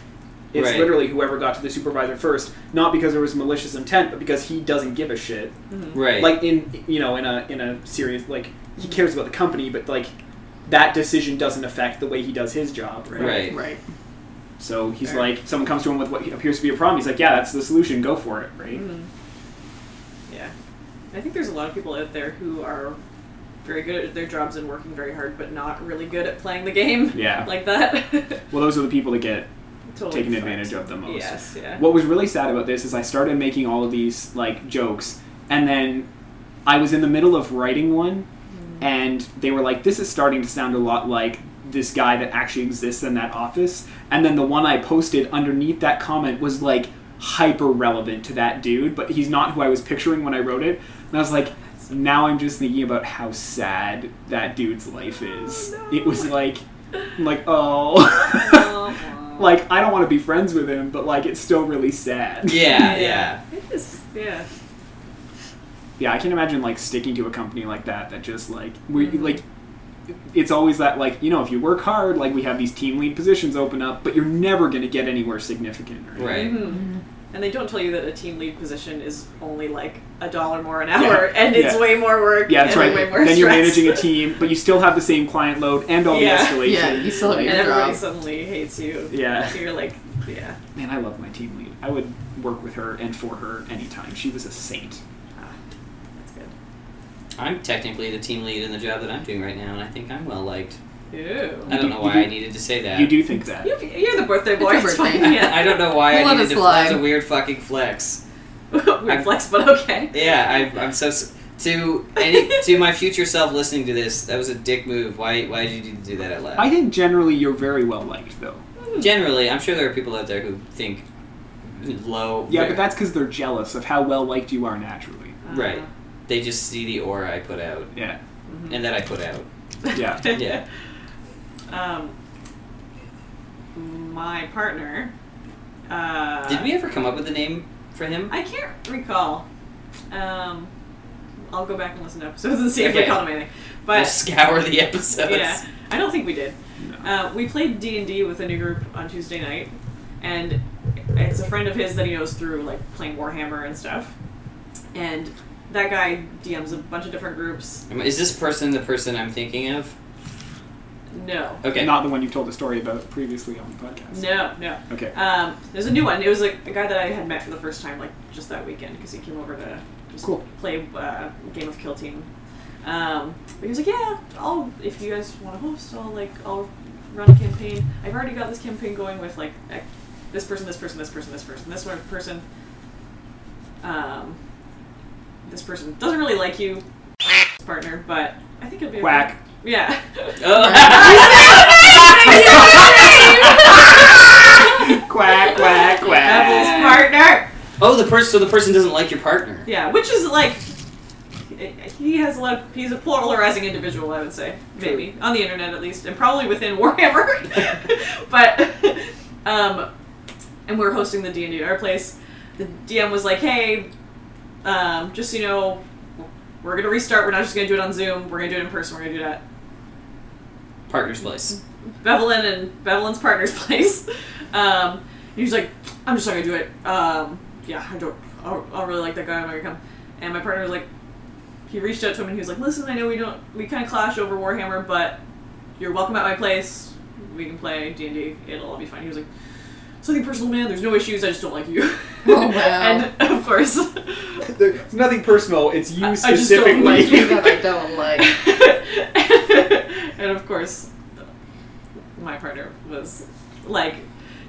[SPEAKER 4] it's
[SPEAKER 1] Right.
[SPEAKER 4] literally whoever got to the supervisor first, not because there was malicious intent, but because he doesn't give a shit
[SPEAKER 3] Mm-hmm.
[SPEAKER 1] right
[SPEAKER 4] like in you know in a in a serious like he cares about the company but like that decision doesn't affect the way he does his job right,
[SPEAKER 1] right
[SPEAKER 2] Mm-hmm. Right.
[SPEAKER 4] so he's
[SPEAKER 2] Right.
[SPEAKER 4] like someone comes to him with what appears to be a problem he's like yeah that's the solution go for it right
[SPEAKER 3] Mhm. Mm-hmm. Yeah. I think there's a lot of people out there who are very good at their jobs and working very hard, but not really good at playing the game
[SPEAKER 4] yeah
[SPEAKER 3] like that.
[SPEAKER 4] well those are the people that get
[SPEAKER 3] totally
[SPEAKER 4] taken
[SPEAKER 3] fucked.
[SPEAKER 4] advantage of the most
[SPEAKER 3] Yes, yeah.
[SPEAKER 4] what was really sad about this is i started making all of these like jokes and then i was in the middle of writing one
[SPEAKER 3] Mm.
[SPEAKER 4] and they were like this is starting to sound a lot like this guy that actually exists in that office and then the one i posted underneath that comment was like hyper relevant to that dude but he's not who i was picturing when i wrote it and i was like now i'm just thinking about how sad that dude's life is
[SPEAKER 3] Oh, no.
[SPEAKER 4] it was like I'm like oh
[SPEAKER 3] Oh,
[SPEAKER 4] like I don't want to be friends with him, but like it's still really sad.
[SPEAKER 1] yeah yeah
[SPEAKER 3] It is, yeah.
[SPEAKER 4] Yeah, I can imagine like sticking to a company like that that just like we like it's always that like you know if you work hard like we have these team lead positions open up, but you're never gonna get anywhere significant. Right.
[SPEAKER 1] right
[SPEAKER 3] Mhm. And they don't tell you that a team lead position is only like a dollar more an hour, and it's
[SPEAKER 4] Yeah.
[SPEAKER 3] way more work.
[SPEAKER 4] Yeah, that's
[SPEAKER 3] and
[SPEAKER 4] right.
[SPEAKER 3] Way more
[SPEAKER 4] Then you're
[SPEAKER 3] stress.
[SPEAKER 4] managing a team, but you still have the same client load and all
[SPEAKER 3] Yeah.
[SPEAKER 4] the escalation.
[SPEAKER 2] Yeah, you still have
[SPEAKER 4] Like,
[SPEAKER 2] your-
[SPEAKER 3] and everybody
[SPEAKER 2] job.
[SPEAKER 3] suddenly hates you.
[SPEAKER 4] Yeah.
[SPEAKER 3] So you're like, yeah.
[SPEAKER 4] Man, I love my team lead. I would work with her and for her anytime. She was a saint.
[SPEAKER 3] Ah, that's good.
[SPEAKER 1] i'm technically the team lead in the job that i'm doing right now and i think i'm well liked
[SPEAKER 3] Ew.
[SPEAKER 1] i
[SPEAKER 4] You
[SPEAKER 1] don't
[SPEAKER 4] do-
[SPEAKER 1] know
[SPEAKER 4] you
[SPEAKER 1] why
[SPEAKER 4] do-
[SPEAKER 1] i needed to say that
[SPEAKER 4] You do think that.
[SPEAKER 3] You- You're the birthday boy.
[SPEAKER 2] It's your
[SPEAKER 3] it's
[SPEAKER 2] birthday.
[SPEAKER 3] fine,
[SPEAKER 1] i
[SPEAKER 3] Yeah.
[SPEAKER 1] don't know why
[SPEAKER 2] We'll
[SPEAKER 1] i
[SPEAKER 2] let
[SPEAKER 1] needed
[SPEAKER 2] it
[SPEAKER 1] to that's a
[SPEAKER 2] slide.
[SPEAKER 1] weird fucking flex
[SPEAKER 3] Weird flex, but okay.
[SPEAKER 1] yeah I, i'm so s- to any to my future self listening to this that was a dick move why why did you do that out loud
[SPEAKER 4] I think generally you're very well liked though.
[SPEAKER 1] Generally, I'm sure there are people out there who think low.
[SPEAKER 4] Yeah, but that's because they're jealous of how well liked you are naturally.
[SPEAKER 1] Right. they just see the aura I put out
[SPEAKER 4] Yeah.
[SPEAKER 1] and that I put out.
[SPEAKER 4] Yeah.
[SPEAKER 1] Yeah.
[SPEAKER 3] Uh, Um, my partner. Uh,
[SPEAKER 1] Did we ever come up with a name for him?
[SPEAKER 3] I can't recall. Um, I'll go back and listen to episodes and see if
[SPEAKER 1] Okay.
[SPEAKER 3] we called him anything.
[SPEAKER 1] we'll
[SPEAKER 3] But
[SPEAKER 1] scour the episodes.
[SPEAKER 3] yeah, I don't think we did.
[SPEAKER 4] No.
[SPEAKER 3] Uh, we played D and D with a new group on Tuesday night, and it's a friend of his that he knows through like playing Warhammer and stuff. And that guy DMs a bunch of different groups.
[SPEAKER 1] Am- Is this person the person I'm thinking of?
[SPEAKER 3] No,
[SPEAKER 1] Okay.
[SPEAKER 4] Not the one you told the story about previously on the podcast.
[SPEAKER 3] no, no.
[SPEAKER 4] Okay.
[SPEAKER 3] Um, there's a new one. It was like a guy that I had met for the first time, like just that weekend, because he came over to just
[SPEAKER 4] Cool.
[SPEAKER 3] play uh, game of Kill Team. Um, but he was like, "Yeah, I'll if you guys want to host, I'll like I'll run a campaign. I've already got this campaign going with like ec- this person, this person, this person, this person, this one person. Um, this person doesn't really like you, partner, but I think it'll be okay.
[SPEAKER 4] Quack.
[SPEAKER 3] Yeah.
[SPEAKER 1] Oh.
[SPEAKER 4] quack, quack,
[SPEAKER 3] Apple's
[SPEAKER 4] quack.
[SPEAKER 3] partner.
[SPEAKER 1] oh, the person. So the person doesn't like your partner.
[SPEAKER 3] Yeah, which is like he has a lot. Of, he's a polarizing individual, I would say, maybe on the internet at least, and probably within Warhammer. but um, and we're hosting the D and D at our place. The DM was like, "Hey, um, just so you know, we're gonna restart. We're not just gonna do it on Zoom. We're gonna do it in person. We're gonna do that."
[SPEAKER 1] Partner's place.
[SPEAKER 3] Bevelin and Bevelin's partner's place. Um, and he's like, I'm just not gonna do it. Um, yeah, I don't. I don't I don't really like that guy. I'm not gonna come. And my partner was like, he reached out to him and he was like, Listen, I know we don't. We kind of clash over Warhammer, but you're welcome at my place. We can play D and D. It'll all be fine. He was like, it's nothing personal, man. There's no issues. I just don't like you.
[SPEAKER 2] Oh, wow.
[SPEAKER 3] and of course,
[SPEAKER 4] It's nothing personal. It's
[SPEAKER 3] I- I
[SPEAKER 4] you
[SPEAKER 3] just don't like
[SPEAKER 4] specifically.
[SPEAKER 3] you.
[SPEAKER 2] that I don't like.
[SPEAKER 3] and of course, my partner was like,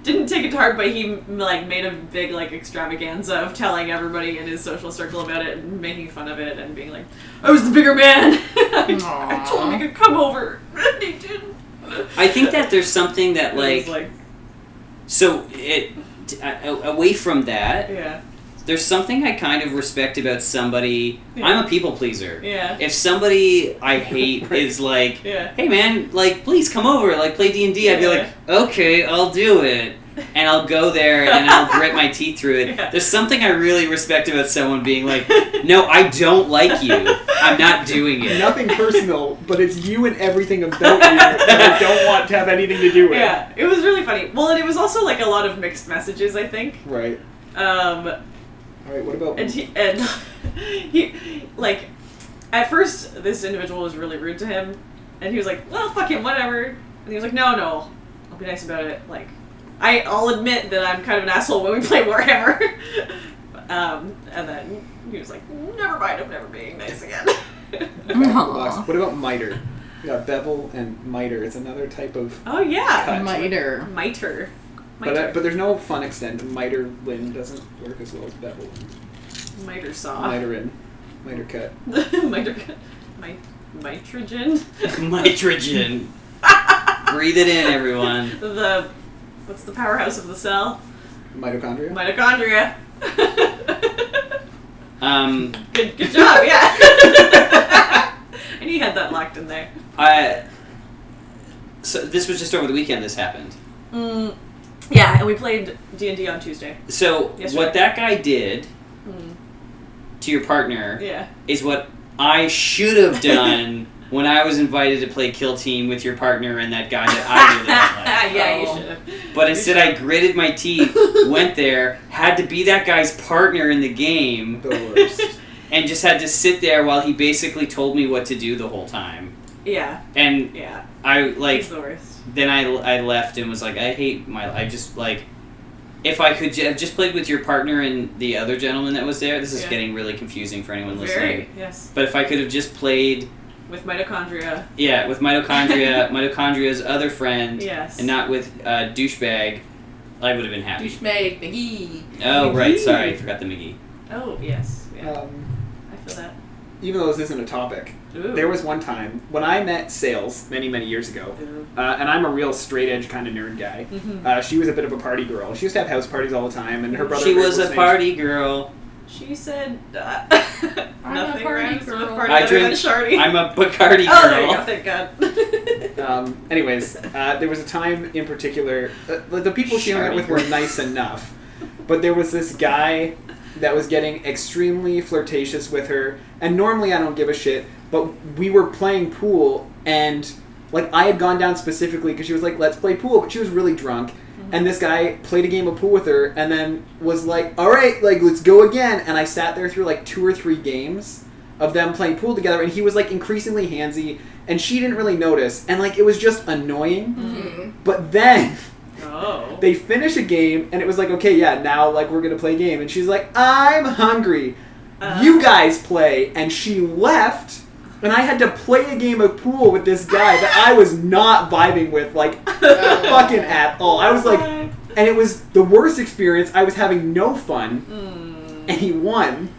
[SPEAKER 3] didn't take it to heart, but he like made a big like extravaganza of telling everybody in his social circle about it, and making fun of it, and being like, "I was the bigger man. I, I told him he could come over, and he didn't."
[SPEAKER 1] I think that there's something that
[SPEAKER 3] It was
[SPEAKER 1] like, so it t- a- a- away from that.
[SPEAKER 3] yeah,
[SPEAKER 1] There's something I kind of respect about somebody.
[SPEAKER 3] Yeah.
[SPEAKER 1] I'm a people pleaser.
[SPEAKER 3] yeah,
[SPEAKER 1] If somebody I hate is like,
[SPEAKER 3] yeah.
[SPEAKER 1] hey man, like please come over, like play D and D. I'd be
[SPEAKER 3] Yeah.
[SPEAKER 1] like, okay, I'll do it, and I'll go there and I'll grit my teeth through it.
[SPEAKER 3] Yeah.
[SPEAKER 1] There's something I really respect about someone being like, no, I don't like you. I'm not doing it.
[SPEAKER 4] nothing personal, but it's you and everything about you that I don't want to have anything to do with.
[SPEAKER 3] Yeah, it was really funny. Well, and it was also like a lot of mixed messages, I think.
[SPEAKER 4] Right.
[SPEAKER 3] Um,
[SPEAKER 4] All right. What about?
[SPEAKER 3] and he and he like at first this individual was really rude to him and he was like well fuck him whatever and he was like no no i'll be nice about it like I, i'll admit that i'm kind of an asshole when we play warhammer um, and then he was like never mind i'm never being nice again
[SPEAKER 2] Aw.
[SPEAKER 4] What about miter? We got bevel and miter. It's another type of.
[SPEAKER 3] oh yeah
[SPEAKER 4] Cut.
[SPEAKER 2] Miter.
[SPEAKER 3] miter
[SPEAKER 4] But, uh,
[SPEAKER 3] miter,
[SPEAKER 4] but there's no fun extent. Miter lin doesn't work as well as bevel.
[SPEAKER 3] miter saw miter,
[SPEAKER 4] Miter in. Miter cut.
[SPEAKER 3] miter mi- mitrogen
[SPEAKER 1] Nitrogen. Breathe it in, everyone.
[SPEAKER 3] the what's the powerhouse of the cell
[SPEAKER 4] Mitochondria?
[SPEAKER 3] Mitochondria.
[SPEAKER 1] Um,
[SPEAKER 3] good, good job, yeah. and you had that locked in there.
[SPEAKER 1] I. So this was just over the weekend. This happened.
[SPEAKER 3] Mm, yeah, and we played D and D on Tuesday.
[SPEAKER 1] So
[SPEAKER 3] Yes, sir.
[SPEAKER 1] what that guy did
[SPEAKER 3] Mm.
[SPEAKER 1] to your partner
[SPEAKER 3] Yeah,
[SPEAKER 1] is what I should have done when I was invited to play Kill Team with your partner and that guy that I really liked.
[SPEAKER 3] yeah, you
[SPEAKER 2] Oh.
[SPEAKER 3] should have.
[SPEAKER 1] But instead, I gritted my teeth, went there, had to be that guy's partner in the game,
[SPEAKER 4] The worst.
[SPEAKER 1] and just had to sit there while he basically told me what to do the whole time.
[SPEAKER 3] Yeah,
[SPEAKER 1] And
[SPEAKER 3] yeah.
[SPEAKER 1] I like
[SPEAKER 3] he's the worst.
[SPEAKER 1] then I, I left and was like I hate my I just like if I could ju- have just played with your partner and the other gentleman that was there. This is
[SPEAKER 3] Yeah.
[SPEAKER 1] getting really confusing for anyone listening.
[SPEAKER 3] Very yes,
[SPEAKER 1] But if I could have just played
[SPEAKER 3] with mitochondria.
[SPEAKER 1] yeah with mitochondria mitochondria's other friend
[SPEAKER 3] Yes.
[SPEAKER 1] and not with uh, douchebag, I would have been happy.
[SPEAKER 2] Douchebag McGee.
[SPEAKER 1] Oh, right.
[SPEAKER 3] McGee.
[SPEAKER 1] Sorry, I forgot the McGee.
[SPEAKER 3] Oh yes, yeah.
[SPEAKER 1] Uh,
[SPEAKER 4] Um,
[SPEAKER 3] I feel that.
[SPEAKER 4] even though this isn't a topic,
[SPEAKER 3] Ooh.
[SPEAKER 4] there was one time when I met Sales many, many years ago, uh, and I'm a real straight edge kind of nerd guy.
[SPEAKER 1] Mm-hmm.
[SPEAKER 3] Mhm.
[SPEAKER 4] Uh, she was a bit of a party girl. She used to have house parties all the time, and her brother.
[SPEAKER 1] She
[SPEAKER 4] Rick
[SPEAKER 1] was a
[SPEAKER 4] named-
[SPEAKER 1] party girl.
[SPEAKER 3] She said uh,
[SPEAKER 2] a
[SPEAKER 3] nothing
[SPEAKER 2] party
[SPEAKER 3] rhymes with
[SPEAKER 2] girl.
[SPEAKER 3] party
[SPEAKER 1] I
[SPEAKER 3] other than
[SPEAKER 1] drink-
[SPEAKER 3] Shardy.
[SPEAKER 1] I'm a Bacardi girl.
[SPEAKER 3] oh, there you go. Thank God.
[SPEAKER 4] Um, anyways, uh, there was a time in particular. Uh, the the people she hung out with were nice enough, but there was this guy that was getting extremely flirtatious with her. And normally I don't give a shit, but we were playing pool, and like I had gone down specifically because she was like, "Let's play pool," but she was really drunk. And this guy played a game of pool with her, and then was like, "All right, like let's go again." And I sat there through like two or three games of them playing pool together, and he was like increasingly handsy, and she didn't really notice, and like it was just annoying.
[SPEAKER 2] Mm-hmm.
[SPEAKER 4] But then
[SPEAKER 3] oh.
[SPEAKER 4] they finish a game, and it was like, okay, yeah, now like we're gonna play a game, and she's like, I'm hungry.
[SPEAKER 3] Uh.
[SPEAKER 4] you guys play, and she left. and I had to play a game of pool with this guy that I was not vibing with, like
[SPEAKER 3] Mm-hmm.
[SPEAKER 4] fucking at all. I was like, and it was the worst experience. I was having no fun,
[SPEAKER 3] Hmm.
[SPEAKER 4] and he won.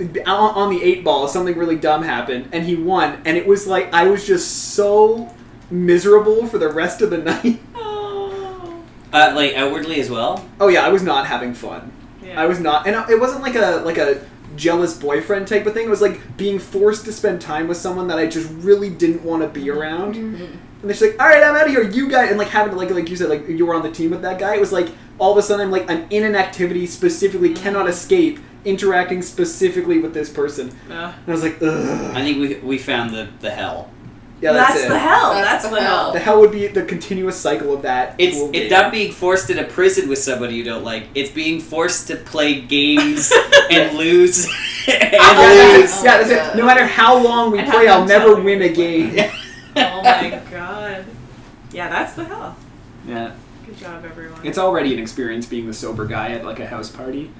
[SPEAKER 4] On on the eight ball, something really dumb happened, and he won. And it was like I was just so miserable for the rest of the night.
[SPEAKER 3] Oh.
[SPEAKER 1] Uh, like outwardly as well.
[SPEAKER 4] Oh yeah, I was not having fun.
[SPEAKER 3] Yeah.
[SPEAKER 4] I was not, and it wasn't like a like a jealous boyfriend type of thing. It was like being forced to spend time with someone that I just really didn't want to be around.
[SPEAKER 3] Mm-hmm.
[SPEAKER 4] And they're just like, "All right, I'm out of here. You guys," and like having to like like you said, like you were on the team with that guy. It was like all of a sudden I'm like I'm in an activity specifically
[SPEAKER 3] Mm-hmm.
[SPEAKER 4] cannot escape interacting specifically with this person. And
[SPEAKER 3] Uh,
[SPEAKER 4] I was like, ugh.
[SPEAKER 1] I think we we found the the hell.
[SPEAKER 4] Yeah, that's,
[SPEAKER 3] that's,
[SPEAKER 4] it.
[SPEAKER 3] the hell.
[SPEAKER 2] That's
[SPEAKER 3] That's,
[SPEAKER 2] the
[SPEAKER 3] the hell.
[SPEAKER 4] The hell would be the continuous cycle of that.
[SPEAKER 1] It's
[SPEAKER 4] will be-
[SPEAKER 1] it not being forced into prison with somebody you don't like. It's being forced to play games and lose
[SPEAKER 4] Yeah,
[SPEAKER 1] and
[SPEAKER 4] that's,
[SPEAKER 1] lose.
[SPEAKER 4] it. yeah, that's it. No matter how long we
[SPEAKER 3] And
[SPEAKER 4] play,
[SPEAKER 3] have
[SPEAKER 4] I'll
[SPEAKER 3] them
[SPEAKER 4] never
[SPEAKER 3] tell
[SPEAKER 4] win
[SPEAKER 3] you.
[SPEAKER 4] a game.
[SPEAKER 3] oh my god. Yeah, that's the hell.
[SPEAKER 4] Yeah.
[SPEAKER 3] Good job, everyone.
[SPEAKER 4] It's already an experience being the sober guy at like a house party.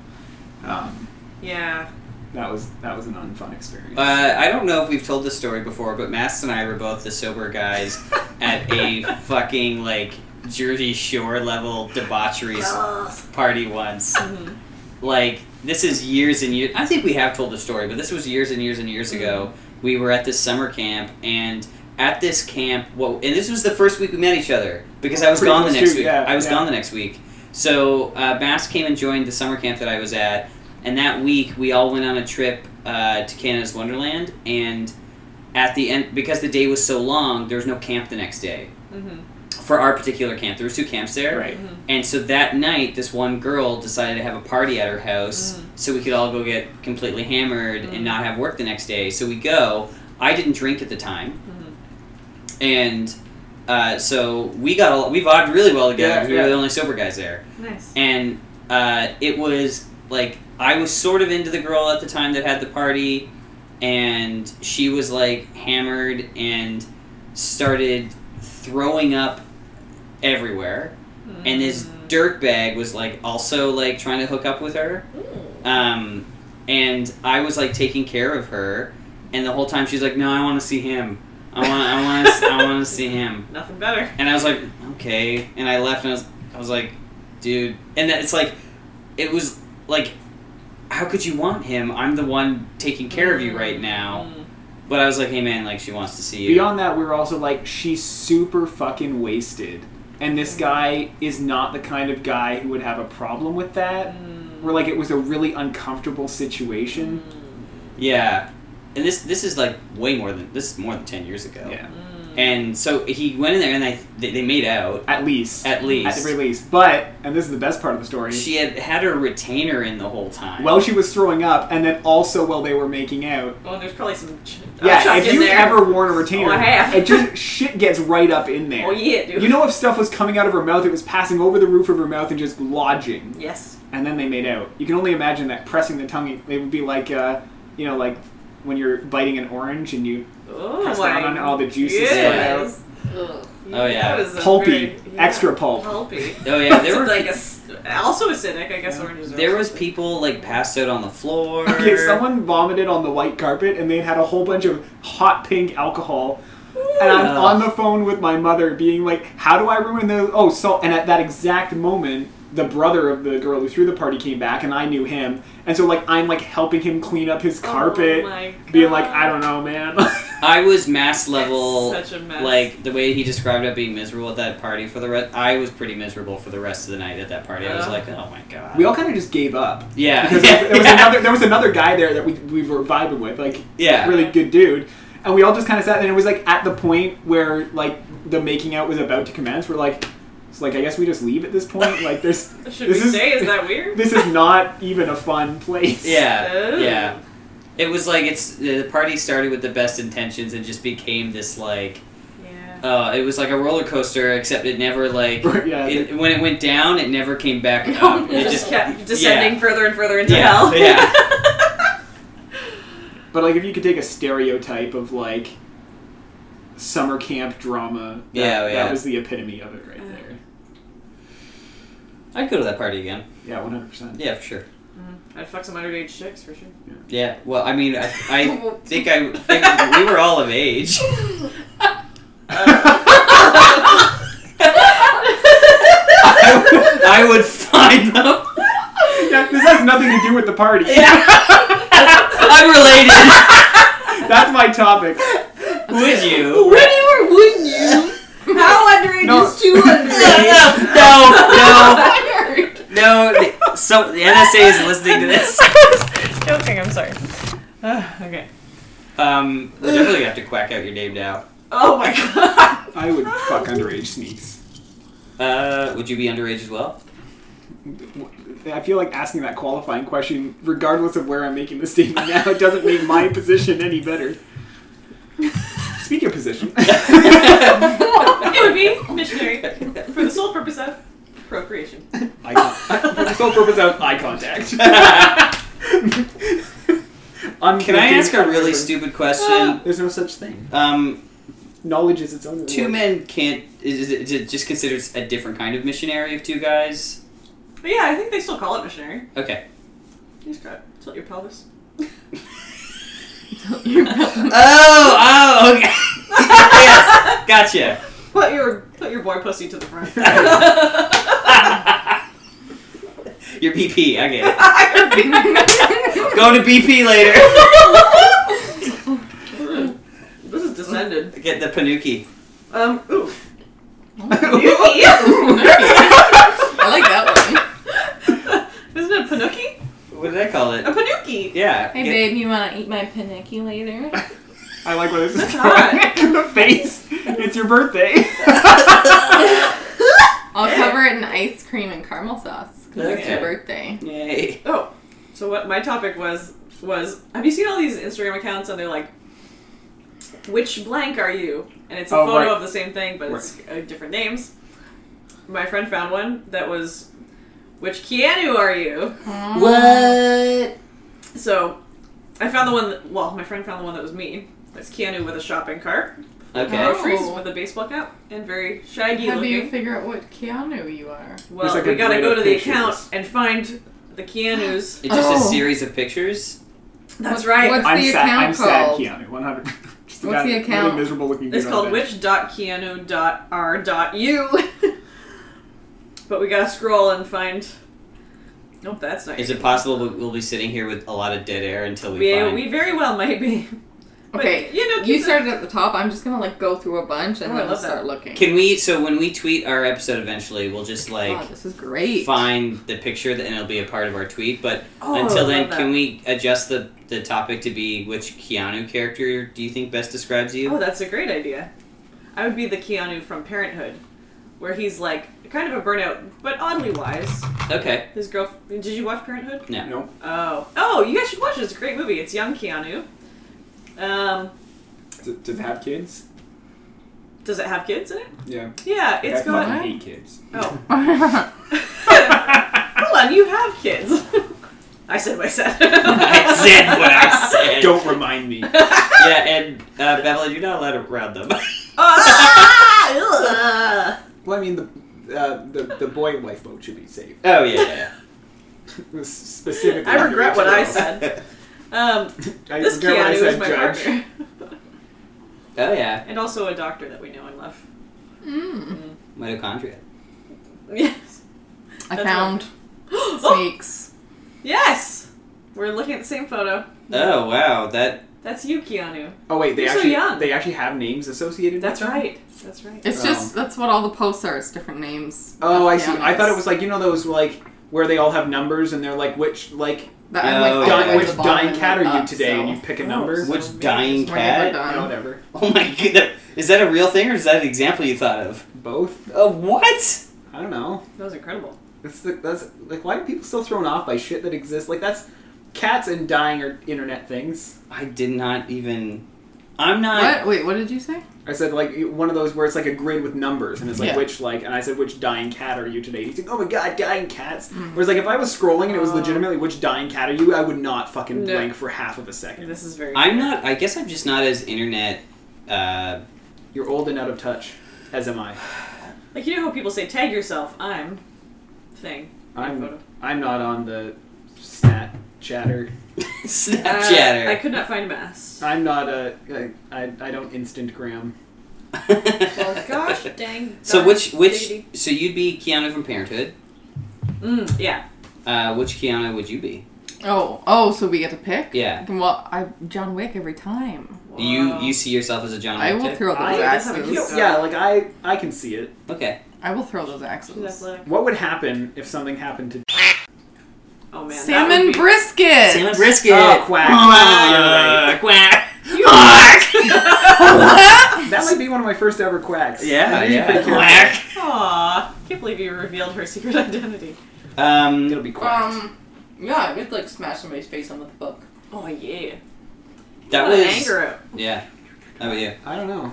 [SPEAKER 4] Um,
[SPEAKER 3] yeah.
[SPEAKER 4] that was that was an unfun experience.
[SPEAKER 1] Uh, I don't know if we've told this story before, but Mass and I were both the sober guys at a fucking like Jersey Shore level debauchery s- party once.
[SPEAKER 3] Mhm.
[SPEAKER 1] Like this is years and years. I think we have told the story, but this was years and years and years
[SPEAKER 4] Mm-hmm.
[SPEAKER 1] ago. We were at this summer camp, and at this camp, what? And this was the first week we met each other because I was
[SPEAKER 4] Pretty
[SPEAKER 1] gone the
[SPEAKER 4] close
[SPEAKER 1] next
[SPEAKER 4] to,
[SPEAKER 1] week.
[SPEAKER 4] yeah,
[SPEAKER 1] I was
[SPEAKER 4] yeah.
[SPEAKER 1] gone the next week. So uh, Mass came and joined the summer camp that I was at, and that week we all went on a trip uh, to Canada's Wonderland. And at the end, because the day was so long, there was no camp the next day
[SPEAKER 3] Mhm.
[SPEAKER 1] for our particular camp. There was two camps there,
[SPEAKER 4] right.
[SPEAKER 1] and so that night, this one girl decided to have a party at her house
[SPEAKER 3] Mm.
[SPEAKER 1] so we could all go get completely hammered
[SPEAKER 3] Mm.
[SPEAKER 1] and not have work the next day. So we go. I didn't drink at the time.
[SPEAKER 4] Mm-hmm.
[SPEAKER 1] And uh, so we got al- we vibed really well together
[SPEAKER 4] Yeah,
[SPEAKER 1] 'cause we were
[SPEAKER 4] yeah.
[SPEAKER 1] the only sober guys there.
[SPEAKER 3] Nice.
[SPEAKER 1] And uh, it was like I was sort of into the girl at the time that had the party, and she was like hammered and started throwing up everywhere and this
[SPEAKER 3] Mm-hmm. Mm.
[SPEAKER 1] dirtbag was like also like trying to hook up with her um and i was like taking care of her and the whole time she's like no i want to see him i want i want to i want to see him
[SPEAKER 3] Nothing better.
[SPEAKER 1] and i was like okay and i left and i was, I was like dude and then it's like it was like how could you want him i'm the one taking care of you right now
[SPEAKER 3] Mm.
[SPEAKER 1] but i was like hey man like she wants to see you
[SPEAKER 4] Beyond that, we were also like, she's super fucking wasted, and this guy is not the kind of guy who would have a problem with that.
[SPEAKER 3] Mm.
[SPEAKER 4] We're like, it was a really uncomfortable situation.
[SPEAKER 1] yeah and this this is like way more than this is more than 10 years ago
[SPEAKER 4] Yeah,
[SPEAKER 3] Mm.
[SPEAKER 1] And so he went in there, and I, they, they made out
[SPEAKER 4] at least
[SPEAKER 1] at least.
[SPEAKER 4] at the very least. But and this is the best part of the story.
[SPEAKER 1] she had had her retainer in the whole time.
[SPEAKER 4] while she was throwing up, and then also while they were making out.
[SPEAKER 3] Well, Oh, there's probably some. Ch-
[SPEAKER 4] Yeah,
[SPEAKER 3] chucked
[SPEAKER 4] if
[SPEAKER 3] in
[SPEAKER 4] you've
[SPEAKER 3] there.
[SPEAKER 4] ever worn a retainer,
[SPEAKER 3] Oh, I have.
[SPEAKER 4] it just shit gets right up in there.
[SPEAKER 3] Oh yeah, dude.
[SPEAKER 4] You know, if stuff was coming out of her mouth, it was passing over the roof of her mouth and just lodging.
[SPEAKER 3] Yes.
[SPEAKER 4] And then they made out. You can only imagine that pressing the tongue, it would be like, uh, you know, like when you're biting an orange and you
[SPEAKER 3] Oh
[SPEAKER 4] press
[SPEAKER 3] my.
[SPEAKER 4] down on all the juices.
[SPEAKER 3] yes.
[SPEAKER 2] Ugh.
[SPEAKER 1] Oh, yeah.
[SPEAKER 3] That was a
[SPEAKER 4] Pulpy,
[SPEAKER 3] very- yeah.
[SPEAKER 4] extra pulp.
[SPEAKER 3] Pulpy.
[SPEAKER 1] Oh yeah,
[SPEAKER 3] It's
[SPEAKER 1] there were
[SPEAKER 3] like a s- also acidic, I guess.
[SPEAKER 4] Yeah.
[SPEAKER 3] Oranges. are
[SPEAKER 1] there was
[SPEAKER 3] acidic.
[SPEAKER 1] people like passed out on the floor.
[SPEAKER 4] Okay, someone vomited on the white carpet and they had a whole bunch of hot pink alcohol. And I'm
[SPEAKER 1] Ugh.
[SPEAKER 4] on the phone with my mother being like, how do I ruin the. Oh, so. And at that exact moment, the brother of the girl who threw the party came back and I knew him. And so, like, I'm like helping him clean up his carpet.
[SPEAKER 3] Oh my
[SPEAKER 4] being like,
[SPEAKER 3] God.
[SPEAKER 4] I don't know, man.
[SPEAKER 1] I was mass level.
[SPEAKER 3] Such a mess.
[SPEAKER 1] Like the way he described it being miserable at that party for the rest, I was pretty miserable for the rest of the night at that party. I was
[SPEAKER 3] Uh.
[SPEAKER 1] like, oh my god.
[SPEAKER 4] we all kind of just gave up
[SPEAKER 1] yeah.
[SPEAKER 4] because there, there was another there was another guy there that we, we were vibing with, like
[SPEAKER 1] Yeah.
[SPEAKER 4] really good dude, and we all just kind of sat there, and it was like at the point where like the making out was about to commence. We're like, it's like I guess we just leave at this point. Like there's
[SPEAKER 3] Should
[SPEAKER 4] this
[SPEAKER 3] we
[SPEAKER 4] is-
[SPEAKER 3] say? Is that weird?
[SPEAKER 4] this is not even a fun place.
[SPEAKER 1] Yeah.
[SPEAKER 3] Oh.
[SPEAKER 1] Yeah. It was like it's the party started with the best intentions and just became this like
[SPEAKER 3] Yeah.
[SPEAKER 1] Uh, it was like a roller coaster, except it never like
[SPEAKER 4] Yeah.
[SPEAKER 1] it, when it went down, it never came back
[SPEAKER 3] No,
[SPEAKER 1] up. Uh, um, It
[SPEAKER 3] it just kept descending further and further into
[SPEAKER 1] Yeah,
[SPEAKER 3] hell.
[SPEAKER 1] yeah.
[SPEAKER 4] But like if you could take a stereotype of like summer camp drama, that,
[SPEAKER 1] Yeah, oh, yeah.
[SPEAKER 4] that was the epitome of it right there.
[SPEAKER 1] I'd go to that party again.
[SPEAKER 4] Yeah, one hundred percent.
[SPEAKER 1] Yeah, for sure.
[SPEAKER 4] Mm,
[SPEAKER 3] I'd fuck some underage chicks for sure.
[SPEAKER 1] Yeah. Well, I mean, I, I think I think we were all of age. I would, I would find them.
[SPEAKER 4] yeah, this has nothing to do with the party.
[SPEAKER 1] Unrelated.
[SPEAKER 4] That's my topic.
[SPEAKER 1] Would you?
[SPEAKER 2] Would you or wouldn't you?
[SPEAKER 3] How underage
[SPEAKER 4] No.
[SPEAKER 3] is too underage?
[SPEAKER 1] no, no, no. the- So the NSA is listening to this.
[SPEAKER 3] Joking, I'm sorry. Ah, okay.
[SPEAKER 1] Um, they're definitely gonna have to quack out your name now.
[SPEAKER 3] Oh my god.
[SPEAKER 4] I would fuck underage sneaks.
[SPEAKER 1] Uh, would you be underage as well?
[SPEAKER 4] I feel like asking that qualifying question, regardless of where I'm making the statement now, it doesn't make my position any better. Speak your position.
[SPEAKER 3] It would be missionary for the sole purpose of procreation.
[SPEAKER 4] Eye con- for the sole purpose of eye contact.
[SPEAKER 1] Can I ask a really stupid question?
[SPEAKER 4] There's no such thing.
[SPEAKER 1] Um,
[SPEAKER 4] Knowledge is its own.
[SPEAKER 1] two
[SPEAKER 4] reward.
[SPEAKER 1] men can't. Is, it- is it just considered a different kind of missionary if two guys?
[SPEAKER 3] But yeah, I think they still call it missionary.
[SPEAKER 1] Okay.
[SPEAKER 3] You just gotta tilt your pelvis.
[SPEAKER 1] Oh, oh, okay. yes, gotcha.
[SPEAKER 3] Put your put your boy pussy to the front.
[SPEAKER 1] Your BP. I get it.
[SPEAKER 2] Sorry.
[SPEAKER 1] Go to BP later.
[SPEAKER 3] this is descended.
[SPEAKER 1] Get the panuki.
[SPEAKER 3] Um, ooh.
[SPEAKER 2] I like that
[SPEAKER 3] Isn't it a panuki?
[SPEAKER 1] What did I call
[SPEAKER 3] A
[SPEAKER 1] it?
[SPEAKER 3] panuki!
[SPEAKER 1] Yeah.
[SPEAKER 2] Hey,
[SPEAKER 1] get-
[SPEAKER 2] babe, you want to eat my paniki later?
[SPEAKER 4] I like where this is
[SPEAKER 3] That's hot.
[SPEAKER 4] going. the face. It's your birthday.
[SPEAKER 2] I'll cover it in ice cream and caramel sauce because it's
[SPEAKER 1] Okay.
[SPEAKER 2] your birthday.
[SPEAKER 1] Yay.
[SPEAKER 3] Oh, so what my topic was was have you seen all these Instagram accounts and they're like, which blank are you? And it's a
[SPEAKER 4] Oh,
[SPEAKER 3] photo
[SPEAKER 4] right.
[SPEAKER 3] of the same thing, but it's uh, different names. My friend found one that was, which Keanu are you?
[SPEAKER 1] What?
[SPEAKER 3] So I found the one. That, well, my friend found the one that was me. That's Keanu with a shopping cart,
[SPEAKER 1] Okay.
[SPEAKER 2] Oh.
[SPEAKER 3] groceries with a baseball cap, and very shaggy
[SPEAKER 2] How do
[SPEAKER 3] looking.
[SPEAKER 2] you figure out what Keanu you are?
[SPEAKER 3] well,
[SPEAKER 4] like, a
[SPEAKER 3] we gotta
[SPEAKER 4] grid
[SPEAKER 3] go
[SPEAKER 4] of
[SPEAKER 3] to the
[SPEAKER 4] pictures.
[SPEAKER 3] account and find the Keanu's.
[SPEAKER 1] It's just a
[SPEAKER 2] Oh.
[SPEAKER 1] series of pictures.
[SPEAKER 3] That's
[SPEAKER 2] What-
[SPEAKER 3] right.
[SPEAKER 2] What's
[SPEAKER 4] I'm
[SPEAKER 2] the
[SPEAKER 4] sad.
[SPEAKER 2] account
[SPEAKER 4] I'm
[SPEAKER 2] called?
[SPEAKER 4] sad. Keanu. 100. Just
[SPEAKER 2] What's
[SPEAKER 4] a
[SPEAKER 2] the
[SPEAKER 4] guy-
[SPEAKER 2] account?
[SPEAKER 4] Really miserable looking.
[SPEAKER 3] It's
[SPEAKER 4] dude
[SPEAKER 3] called
[SPEAKER 4] on a bench.
[SPEAKER 3] which.keanu.r.u. but we gotta scroll and find. Nope, that's not.
[SPEAKER 1] Is it possible we- we'll be sitting here with a lot of dead air until we
[SPEAKER 3] We,
[SPEAKER 1] find?
[SPEAKER 3] we very well might be. But,
[SPEAKER 2] Okay,
[SPEAKER 3] you know,
[SPEAKER 2] you
[SPEAKER 3] keep
[SPEAKER 2] started at the top. I'm just gonna like go through a bunch and
[SPEAKER 3] Oh, I
[SPEAKER 2] then we'll
[SPEAKER 3] love that.
[SPEAKER 2] start looking.
[SPEAKER 1] Can we? So when we tweet our episode eventually, we'll just like
[SPEAKER 2] oh, this is great.
[SPEAKER 1] find the picture that, and it'll be a part of our tweet. But
[SPEAKER 3] the- Oh,
[SPEAKER 1] until
[SPEAKER 3] I
[SPEAKER 1] then,
[SPEAKER 3] love that.
[SPEAKER 1] can we adjust the the topic to be which Keanu character do you think best describes you?
[SPEAKER 3] Oh, that's a great idea. I would be the Keanu from Parenthood, where he's like kind of a burnout, but oddly wise.
[SPEAKER 1] Okay.
[SPEAKER 3] His girl. Did you watch Parenthood?
[SPEAKER 1] No.
[SPEAKER 4] No.
[SPEAKER 3] Oh, oh, you guys should watch it. It's a great movie. It's young Keanu. Um,
[SPEAKER 4] D- Does it have kids?
[SPEAKER 3] does it have kids in it?
[SPEAKER 4] Yeah.
[SPEAKER 3] Yeah, it's
[SPEAKER 4] I
[SPEAKER 3] got.
[SPEAKER 4] fucking hate kids.
[SPEAKER 3] Oh.
[SPEAKER 2] I
[SPEAKER 3] Hold on, you have kids. I said what I said.
[SPEAKER 1] I said what I said.
[SPEAKER 4] Don't remind me.
[SPEAKER 1] Yeah, and uh, Beverly, you're not allowed around them.
[SPEAKER 3] Ah, ugh.
[SPEAKER 4] Well, I mean, the uh, the, the boy lifeboat should be safe.
[SPEAKER 1] oh yeah.
[SPEAKER 4] Specifically.
[SPEAKER 3] I regret what I said.
[SPEAKER 1] yeah.
[SPEAKER 3] Um,
[SPEAKER 4] I
[SPEAKER 3] this
[SPEAKER 4] regret what I
[SPEAKER 3] Keanu is
[SPEAKER 4] said,
[SPEAKER 3] my
[SPEAKER 4] Judge.
[SPEAKER 3] partner.
[SPEAKER 1] oh yeah.
[SPEAKER 3] And also a doctor that we know and love.
[SPEAKER 1] Mitochondria.
[SPEAKER 3] Yes. That's
[SPEAKER 2] found
[SPEAKER 3] oh,
[SPEAKER 2] snakes.
[SPEAKER 3] yes! We're looking at the same photo.
[SPEAKER 1] Oh wow, that
[SPEAKER 3] That's you, Keanu.
[SPEAKER 4] Oh wait, they
[SPEAKER 3] You're so
[SPEAKER 4] actually
[SPEAKER 3] young.
[SPEAKER 4] they actually have names associated.
[SPEAKER 3] That's
[SPEAKER 4] with them?
[SPEAKER 3] right. That's right.
[SPEAKER 2] It's just that's what all the posts are. It's different names.
[SPEAKER 4] Um, Oh, I
[SPEAKER 2] of
[SPEAKER 4] see.
[SPEAKER 2] Keanu's.
[SPEAKER 4] I thought it was like you know those like where they all have numbers and they're like which like
[SPEAKER 2] That I'm, like,
[SPEAKER 1] Oh,
[SPEAKER 2] all the
[SPEAKER 1] yeah.
[SPEAKER 4] dying,
[SPEAKER 2] way to
[SPEAKER 4] which
[SPEAKER 2] the bottom
[SPEAKER 4] dying
[SPEAKER 2] and
[SPEAKER 4] cat are
[SPEAKER 2] then
[SPEAKER 4] you
[SPEAKER 2] up,
[SPEAKER 4] today
[SPEAKER 2] so-
[SPEAKER 4] and you pick a
[SPEAKER 3] Oh,
[SPEAKER 4] number.
[SPEAKER 3] so-
[SPEAKER 1] which
[SPEAKER 3] maybe
[SPEAKER 1] dying
[SPEAKER 2] it's whenever
[SPEAKER 1] cat?
[SPEAKER 2] done.
[SPEAKER 4] Yeah, whatever.
[SPEAKER 1] Oh my god, is that a real thing or is that an example you thought of?
[SPEAKER 4] Both.
[SPEAKER 1] Uh, what?
[SPEAKER 4] I don't know.
[SPEAKER 3] That was incredible.
[SPEAKER 4] That's the, that's like why are people still thrown off by shit that exists? Like that's cats and dying are internet things.
[SPEAKER 1] I did not even. I'm not.
[SPEAKER 2] What? Wait, what did you say?
[SPEAKER 4] I said like one of those where it's like a grid with numbers, and it's like
[SPEAKER 2] Yeah.
[SPEAKER 4] which like, and I said which dying cat are you today? He's like, oh my god, dying cats. Whereas like if I was scrolling and it was
[SPEAKER 3] Oh.
[SPEAKER 4] legitimately which dying cat are you, I would not fucking
[SPEAKER 3] No.
[SPEAKER 4] blink for half of a second.
[SPEAKER 3] This is very.
[SPEAKER 1] I'm not. I guess I'm just not as internet. Uh,
[SPEAKER 4] You're old and out of touch, as am I.
[SPEAKER 3] Like, you know how people say, tag yourself? I'm. Thing. in a
[SPEAKER 4] I'm
[SPEAKER 3] photo.
[SPEAKER 4] I'm not on the Snap chatter.
[SPEAKER 3] Uh, I
[SPEAKER 1] Snapchatter.
[SPEAKER 3] could not find mass.
[SPEAKER 4] I'm not a. I, I, I don't Instagram.
[SPEAKER 3] Oh gosh, dang.
[SPEAKER 1] So
[SPEAKER 3] darn
[SPEAKER 1] which which
[SPEAKER 3] diggity.
[SPEAKER 1] so you'd be Keanu from Parenthood?
[SPEAKER 3] Mm, yeah.
[SPEAKER 1] Uh, which Keanu would you be?
[SPEAKER 2] Oh, oh, so we get to pick?
[SPEAKER 1] Yeah,
[SPEAKER 2] Well, I John Wick every time.
[SPEAKER 1] you
[SPEAKER 3] Wow.
[SPEAKER 1] you see yourself as a John
[SPEAKER 2] I
[SPEAKER 1] Wick
[SPEAKER 2] will
[SPEAKER 1] too?
[SPEAKER 2] throw
[SPEAKER 4] I
[SPEAKER 2] those
[SPEAKER 3] guess I'm
[SPEAKER 2] axes.
[SPEAKER 3] cute.
[SPEAKER 4] Yeah, like I I can see it.
[SPEAKER 1] Okay,
[SPEAKER 2] I will throw those
[SPEAKER 3] She's
[SPEAKER 2] axes.
[SPEAKER 3] athletic.
[SPEAKER 4] What would happen if something happened to
[SPEAKER 3] Oh man. that
[SPEAKER 2] Salmon
[SPEAKER 3] would be-
[SPEAKER 2] brisket.
[SPEAKER 1] salmon brisket.
[SPEAKER 4] Oh, quack.
[SPEAKER 1] Ah, quack.
[SPEAKER 3] You-
[SPEAKER 4] that? Might be one of my first ever quacks.
[SPEAKER 1] Yeah,
[SPEAKER 4] I didn't
[SPEAKER 1] yeah.
[SPEAKER 4] think you're-
[SPEAKER 1] Quack.
[SPEAKER 3] Aw, can't believe you revealed her secret identity.
[SPEAKER 4] It'll
[SPEAKER 1] Um,
[SPEAKER 4] be quack.
[SPEAKER 2] Um, yeah, I would like smash somebody's face on with the book.
[SPEAKER 3] Oh yeah.
[SPEAKER 1] that was
[SPEAKER 3] Let anger out.
[SPEAKER 1] yeah. How about you?
[SPEAKER 4] I don't know.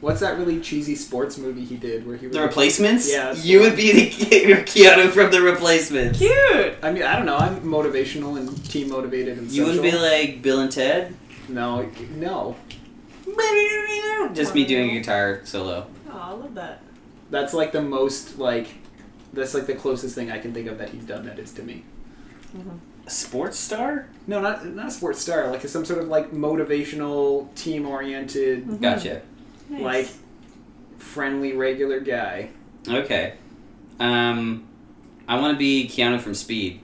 [SPEAKER 4] What's that really cheesy sports movie he did where he was?
[SPEAKER 1] The replacements.
[SPEAKER 4] Yeah, that's
[SPEAKER 1] you
[SPEAKER 4] the
[SPEAKER 1] would be the Ke- Keanu from the replacements.
[SPEAKER 3] Cute.
[SPEAKER 4] I mean, I don't know. I'm motivational and team motivated and
[SPEAKER 1] You would
[SPEAKER 4] social.
[SPEAKER 1] be like Bill and Ted.
[SPEAKER 4] no, no.
[SPEAKER 1] Just me doing a guitar solo.
[SPEAKER 3] Aw, I love that.
[SPEAKER 4] That's like the most like. That's like the closest thing I can think of that he's done that is to me.
[SPEAKER 1] A sports star?
[SPEAKER 4] No, not not a sports star. Like some sort of like motivational, team oriented,
[SPEAKER 3] Mm-hmm.
[SPEAKER 1] Gotcha.
[SPEAKER 3] Nice.
[SPEAKER 4] like
[SPEAKER 2] Mm-hmm.
[SPEAKER 4] friendly, regular guy.
[SPEAKER 1] Okay. Um, I want to be Keanu from Speed,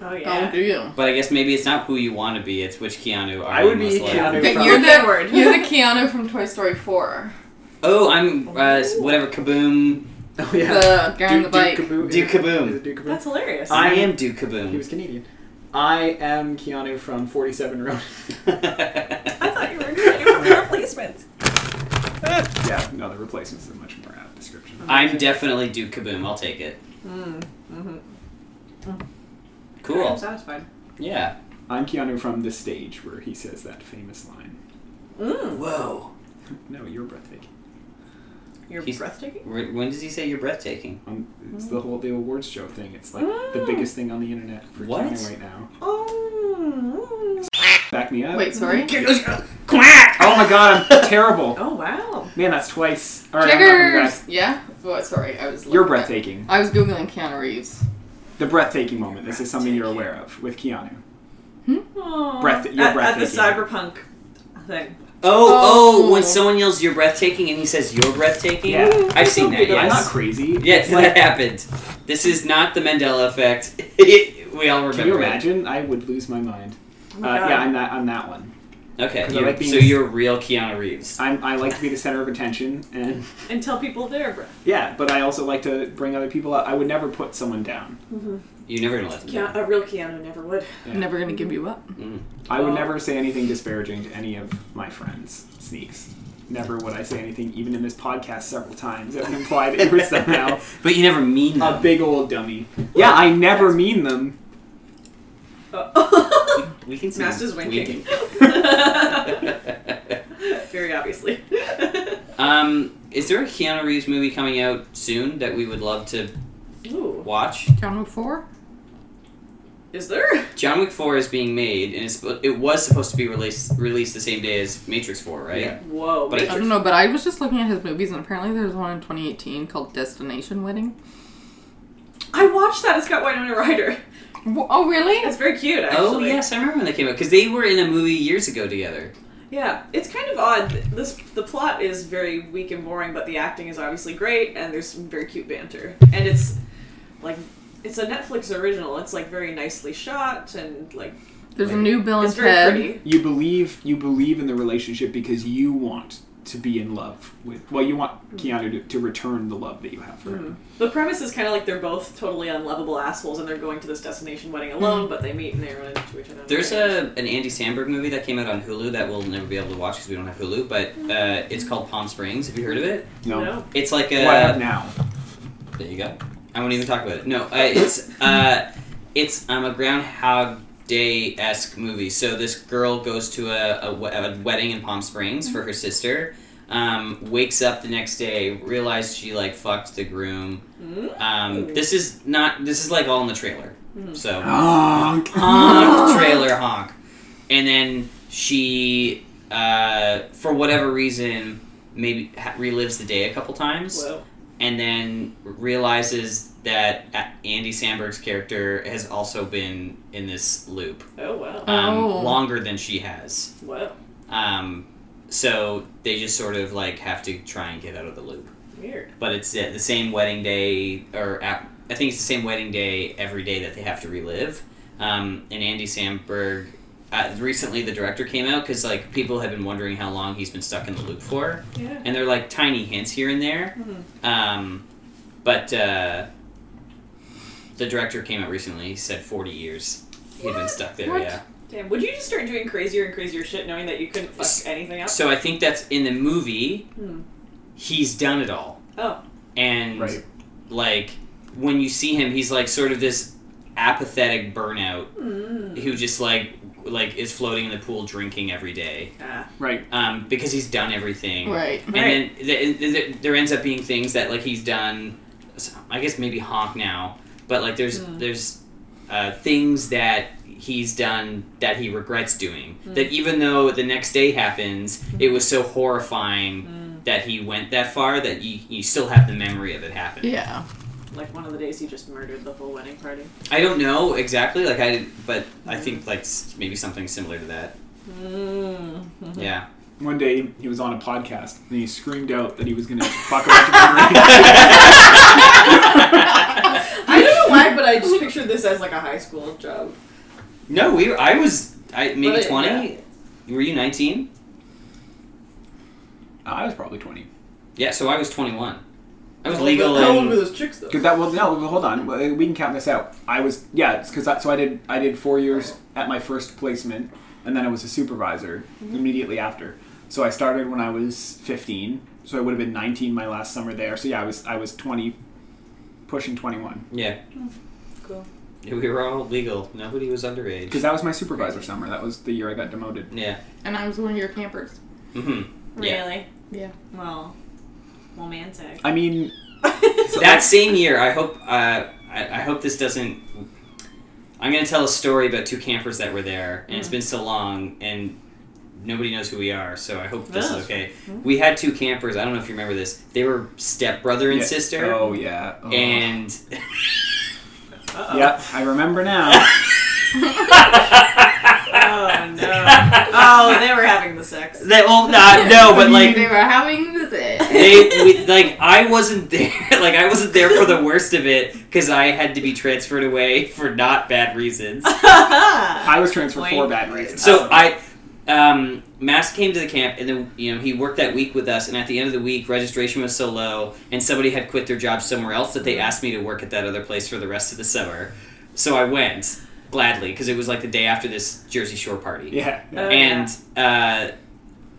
[SPEAKER 3] Oh yeah.
[SPEAKER 2] Oh, do you?
[SPEAKER 1] but I guess maybe it's not who you want to be. It's which Keanu are
[SPEAKER 4] I
[SPEAKER 1] you
[SPEAKER 4] would be
[SPEAKER 1] most like.
[SPEAKER 4] Keanu.
[SPEAKER 2] Okay,
[SPEAKER 4] from-
[SPEAKER 2] you're
[SPEAKER 3] Good
[SPEAKER 2] the
[SPEAKER 3] word.
[SPEAKER 2] you're the Keanu from Toy Story Four.
[SPEAKER 1] Oh, I'm uh, whatever. Kaboom.
[SPEAKER 4] Oh yeah.
[SPEAKER 2] The guy on the
[SPEAKER 4] Duke,
[SPEAKER 2] bike.
[SPEAKER 4] Duke Kaboom.
[SPEAKER 1] Duke Kaboom.
[SPEAKER 4] Is it Duke Kaboom?
[SPEAKER 3] That's hilarious.
[SPEAKER 1] I
[SPEAKER 4] I'm-
[SPEAKER 1] am Duke
[SPEAKER 4] He
[SPEAKER 1] Kaboom.
[SPEAKER 4] was Canadian. I am Keanu from 47 Road.
[SPEAKER 3] I thought you were you were the replacements.
[SPEAKER 4] yeah, no, the replacements is a much more apt description.
[SPEAKER 1] I'm definitely Duke Kaboom. I'll take it.
[SPEAKER 3] Mm, mm-hmm. I'm
[SPEAKER 1] Cool.
[SPEAKER 3] satisfied.
[SPEAKER 1] Yeah.
[SPEAKER 4] I'm Keanu from the stage where he says that famous line.
[SPEAKER 3] Mm.
[SPEAKER 1] Whoa.
[SPEAKER 4] No, you're breathtaking.
[SPEAKER 3] You're
[SPEAKER 1] He's-
[SPEAKER 3] breathtaking.
[SPEAKER 1] Wh- When does he say you're breathtaking?
[SPEAKER 4] Um, it's
[SPEAKER 2] Mm.
[SPEAKER 4] the whole the awards show thing. It's like the
[SPEAKER 2] Ah.
[SPEAKER 3] Mm.
[SPEAKER 4] biggest thing on the internet for
[SPEAKER 1] What?
[SPEAKER 4] Keanu right now.
[SPEAKER 3] Oh. mm.
[SPEAKER 4] Back me up.
[SPEAKER 2] Wait, sorry.
[SPEAKER 1] Quack!
[SPEAKER 4] Oh my god, I'm terrible.
[SPEAKER 3] Oh wow.
[SPEAKER 4] Man, that's twice. All right, I'm not coming back.
[SPEAKER 2] Checkers. Yeah. What? sorry, I was.
[SPEAKER 4] You're
[SPEAKER 2] looking at-
[SPEAKER 4] breathtaking.
[SPEAKER 2] I was googling Keanu Reeves.
[SPEAKER 4] The breathtaking moment. This is something you're aware of with Keanu.
[SPEAKER 3] Aw.
[SPEAKER 4] Breath- you're
[SPEAKER 3] at, at the
[SPEAKER 4] breathtaking.
[SPEAKER 3] cyberpunk thing.
[SPEAKER 1] Oh, oh,
[SPEAKER 2] Oh.
[SPEAKER 1] when someone yells, you're breathtaking, and he says, you're breathtaking?
[SPEAKER 4] Yeah.
[SPEAKER 1] I've seen that,
[SPEAKER 4] I'm
[SPEAKER 1] yes.
[SPEAKER 4] not crazy.
[SPEAKER 1] Yes,
[SPEAKER 4] Like,
[SPEAKER 1] that happened. This is not the Mandela effect. we all remember
[SPEAKER 4] Can you
[SPEAKER 1] it.
[SPEAKER 4] imagine? I would lose my mind.
[SPEAKER 3] Oh my
[SPEAKER 4] Uh,
[SPEAKER 3] God.
[SPEAKER 4] yeah, I'm that. I'm that one.
[SPEAKER 1] Okay,
[SPEAKER 4] 'Cause I
[SPEAKER 1] you're,
[SPEAKER 4] like being-
[SPEAKER 1] so you're real Keanu Reeves.
[SPEAKER 4] I'm, I like to be the center of attention, and
[SPEAKER 3] And tell people they're breath.
[SPEAKER 4] yeah, but I also like to bring other people up. I would never put someone down.
[SPEAKER 1] You're never gonna let them.
[SPEAKER 3] Keanu, a real Keanu never would.
[SPEAKER 4] Yeah.
[SPEAKER 2] Never gonna give you up.
[SPEAKER 4] I would
[SPEAKER 3] Oh.
[SPEAKER 4] never say anything disparaging to any of my friends. Sneaks. Never would I say anything, even in this podcast, several times that would imply that you were somehow
[SPEAKER 1] But you never mean
[SPEAKER 4] a
[SPEAKER 1] them.
[SPEAKER 4] big old dummy. Yeah, I never mean them.
[SPEAKER 3] Oh.
[SPEAKER 1] we can see.
[SPEAKER 3] Master's
[SPEAKER 1] them.
[SPEAKER 3] winking. Very obviously.
[SPEAKER 1] um, is there a Keanu Reeves movie coming out soon that we would love to
[SPEAKER 3] Ooh.
[SPEAKER 1] watch?
[SPEAKER 2] John Wick Four.
[SPEAKER 3] Is there?
[SPEAKER 1] John Wick Four is being made, and it's, it was supposed to be released released the same day as Matrix Four, right?
[SPEAKER 4] Yeah.
[SPEAKER 3] Whoa.
[SPEAKER 1] But I-
[SPEAKER 2] I don't know, but I was just looking at his movies, and apparently there's one in 2018 called Destination Wedding.
[SPEAKER 3] I watched that. It's got White on a Rider.
[SPEAKER 2] Wh- Oh, really?
[SPEAKER 3] It's very cute, actually.
[SPEAKER 1] Oh yes, I remember when they came out because they were in a movie years ago together.
[SPEAKER 3] Yeah, it's kind of odd. This the plot is very weak and boring, but the acting is obviously great, and there's some very cute banter. And it's like it's a Netflix original. It's like very nicely shot and like
[SPEAKER 2] There's a new Bill and
[SPEAKER 3] it's very
[SPEAKER 2] Ted.
[SPEAKER 3] pretty.
[SPEAKER 4] You believe you believe in the relationship because you want to be in love with. Well, you want Keanu to, to return the love that you have for him.
[SPEAKER 3] Hmm. The premise is kind of like they're both totally unlovable assholes, and they're going to this destination wedding alone, but they meet and they run into each other. on the
[SPEAKER 1] There's
[SPEAKER 3] way.
[SPEAKER 1] a an Andy Samberg movie that came out on Hulu that we'll never be able to watch because we don't have Hulu, but uh, it's called Palm Springs. Have you heard of it?
[SPEAKER 4] No,
[SPEAKER 3] no.
[SPEAKER 1] It's like
[SPEAKER 4] what I have
[SPEAKER 1] a.
[SPEAKER 4] now?
[SPEAKER 1] There you go. I won't even talk about it. No, uh, it's uh, it's um, a Groundhog Day esque movie. So this girl goes to a, a, we- a wedding in Palm Springs for her sister. Um, wakes up the next day, realized she like fucked the groom.
[SPEAKER 3] Mm.
[SPEAKER 1] Um, this is not. This is like all in the trailer. So
[SPEAKER 4] Oh. Honk.
[SPEAKER 1] honk trailer honk and then she uh, for whatever reason maybe ha- relives the day a couple times
[SPEAKER 3] Whoa.
[SPEAKER 1] and then realizes that A- Andy Sandberg's character has also been in this loop
[SPEAKER 3] Oh wow.
[SPEAKER 1] um,
[SPEAKER 2] Oh.
[SPEAKER 1] longer than she has.
[SPEAKER 3] Wow.
[SPEAKER 1] Um, so they just sort of like have to try and get out of the loop.
[SPEAKER 3] Weird.
[SPEAKER 1] But it's at the same wedding day, or at, I think it's the same wedding day every day that they have to relive. Um, and Andy Samberg, uh, recently the director came out because like people have been wondering how long he's been stuck in the loop for,
[SPEAKER 3] Yeah.
[SPEAKER 1] and they're like tiny hints here and there.
[SPEAKER 3] Mhm.
[SPEAKER 1] Um, but uh, the director came out recently. He said forty years he'd been
[SPEAKER 3] What?
[SPEAKER 1] stuck there.
[SPEAKER 2] What?
[SPEAKER 1] Yeah.
[SPEAKER 3] Damn. Would you just start doing crazier and crazier shit, knowing that you couldn't fuck
[SPEAKER 1] S-
[SPEAKER 3] anything up?
[SPEAKER 1] So I think that's in the movie.
[SPEAKER 3] Hmm.
[SPEAKER 1] He's done it all.
[SPEAKER 3] Oh.
[SPEAKER 1] And
[SPEAKER 4] Right.
[SPEAKER 1] like when you see him, he's like sort of this apathetic burnout
[SPEAKER 3] Mm.
[SPEAKER 1] who just like like is floating in the pool drinking every day
[SPEAKER 3] Ah.
[SPEAKER 4] Right.
[SPEAKER 1] um, because he's done everything.
[SPEAKER 2] Right.
[SPEAKER 1] And
[SPEAKER 3] Right.
[SPEAKER 1] then th- th- th- there ends up being things that like he's done. so- I guess maybe honk now, but like there's
[SPEAKER 3] Mm.
[SPEAKER 1] there's uh, things that he's done that he regrets doing.
[SPEAKER 3] Hmm.
[SPEAKER 1] That even though the next day happens, it was so horrifying
[SPEAKER 3] Mm.
[SPEAKER 1] that he went that far that you you still have the memory of it happening.
[SPEAKER 2] Yeah.
[SPEAKER 3] Like one of the days he just murdered the whole wedding party.
[SPEAKER 1] I don't know exactly, like I, but I
[SPEAKER 3] Hmm.
[SPEAKER 1] think like s- maybe something similar to that.
[SPEAKER 3] Mm.
[SPEAKER 1] Yeah.
[SPEAKER 4] One day he was on a podcast and he screamed out that he was going to fuck a bunch of
[SPEAKER 3] I don't know why, but I just pictured this as like a high school job.
[SPEAKER 1] No, we. Were, I was. I maybe
[SPEAKER 3] But,
[SPEAKER 1] twenty.
[SPEAKER 3] yeah.
[SPEAKER 1] Were you nineteen?
[SPEAKER 4] uh, I was probably 20.
[SPEAKER 1] Yeah. So I was twenty-one. I was
[SPEAKER 3] How old
[SPEAKER 1] legal.
[SPEAKER 3] were- How old
[SPEAKER 1] in-
[SPEAKER 3] were those chicks though?
[SPEAKER 4] Cause that well no well, hold on Well, we can count this out. I was yeah because that so I did I did four years at my first placement and then I was a supervisor immediately after. So I started when I was fifteen. So I would have been nineteen my last summer there. So yeah, I was I was twenty, pushing twenty one
[SPEAKER 1] Yeah.
[SPEAKER 3] Cool.
[SPEAKER 1] Yeah, We were all legal. Nobody was underage.
[SPEAKER 4] because that was my supervisor summer. That was the year I got demoted.
[SPEAKER 1] Yeah.
[SPEAKER 2] And I was one of your campers.
[SPEAKER 1] Mm-hmm. Yeah.
[SPEAKER 3] Really?
[SPEAKER 2] Yeah.
[SPEAKER 3] Well, romantic.
[SPEAKER 4] I mean so
[SPEAKER 1] That same year, I hope. Uh, I, I hope this doesn't. I'm gonna tell a story about two campers that were there, and it's been so long, and nobody knows who we are. So I hope this
[SPEAKER 3] Yes.
[SPEAKER 1] is okay. We had two campers. I don't know if you remember this. They were stepbrother and
[SPEAKER 4] yeah.
[SPEAKER 1] sister,
[SPEAKER 4] Oh yeah. Oh.
[SPEAKER 1] and
[SPEAKER 3] Uh-oh.
[SPEAKER 4] Yep, Uh, I remember now.
[SPEAKER 3] Oh no. Oh, they were having the sex.
[SPEAKER 1] They, well, not no, but like
[SPEAKER 2] they were having this.
[SPEAKER 1] they we, like I wasn't there. Like I wasn't there for the worst of it because I had to be transferred away for not bad reasons.
[SPEAKER 4] I was transferred for
[SPEAKER 3] Wait.
[SPEAKER 4] bad reasons.
[SPEAKER 1] So I, um, Mass came to the camp, and then you know he worked that week with us. And at the end of the week, registration was so low, and somebody had quit their job somewhere else that they asked me to work at that other place for the rest of the summer. So I went gladly because it was like the day after this Jersey Shore party.
[SPEAKER 4] yeah. Oh, yeah.
[SPEAKER 3] Uh,
[SPEAKER 1] and uh,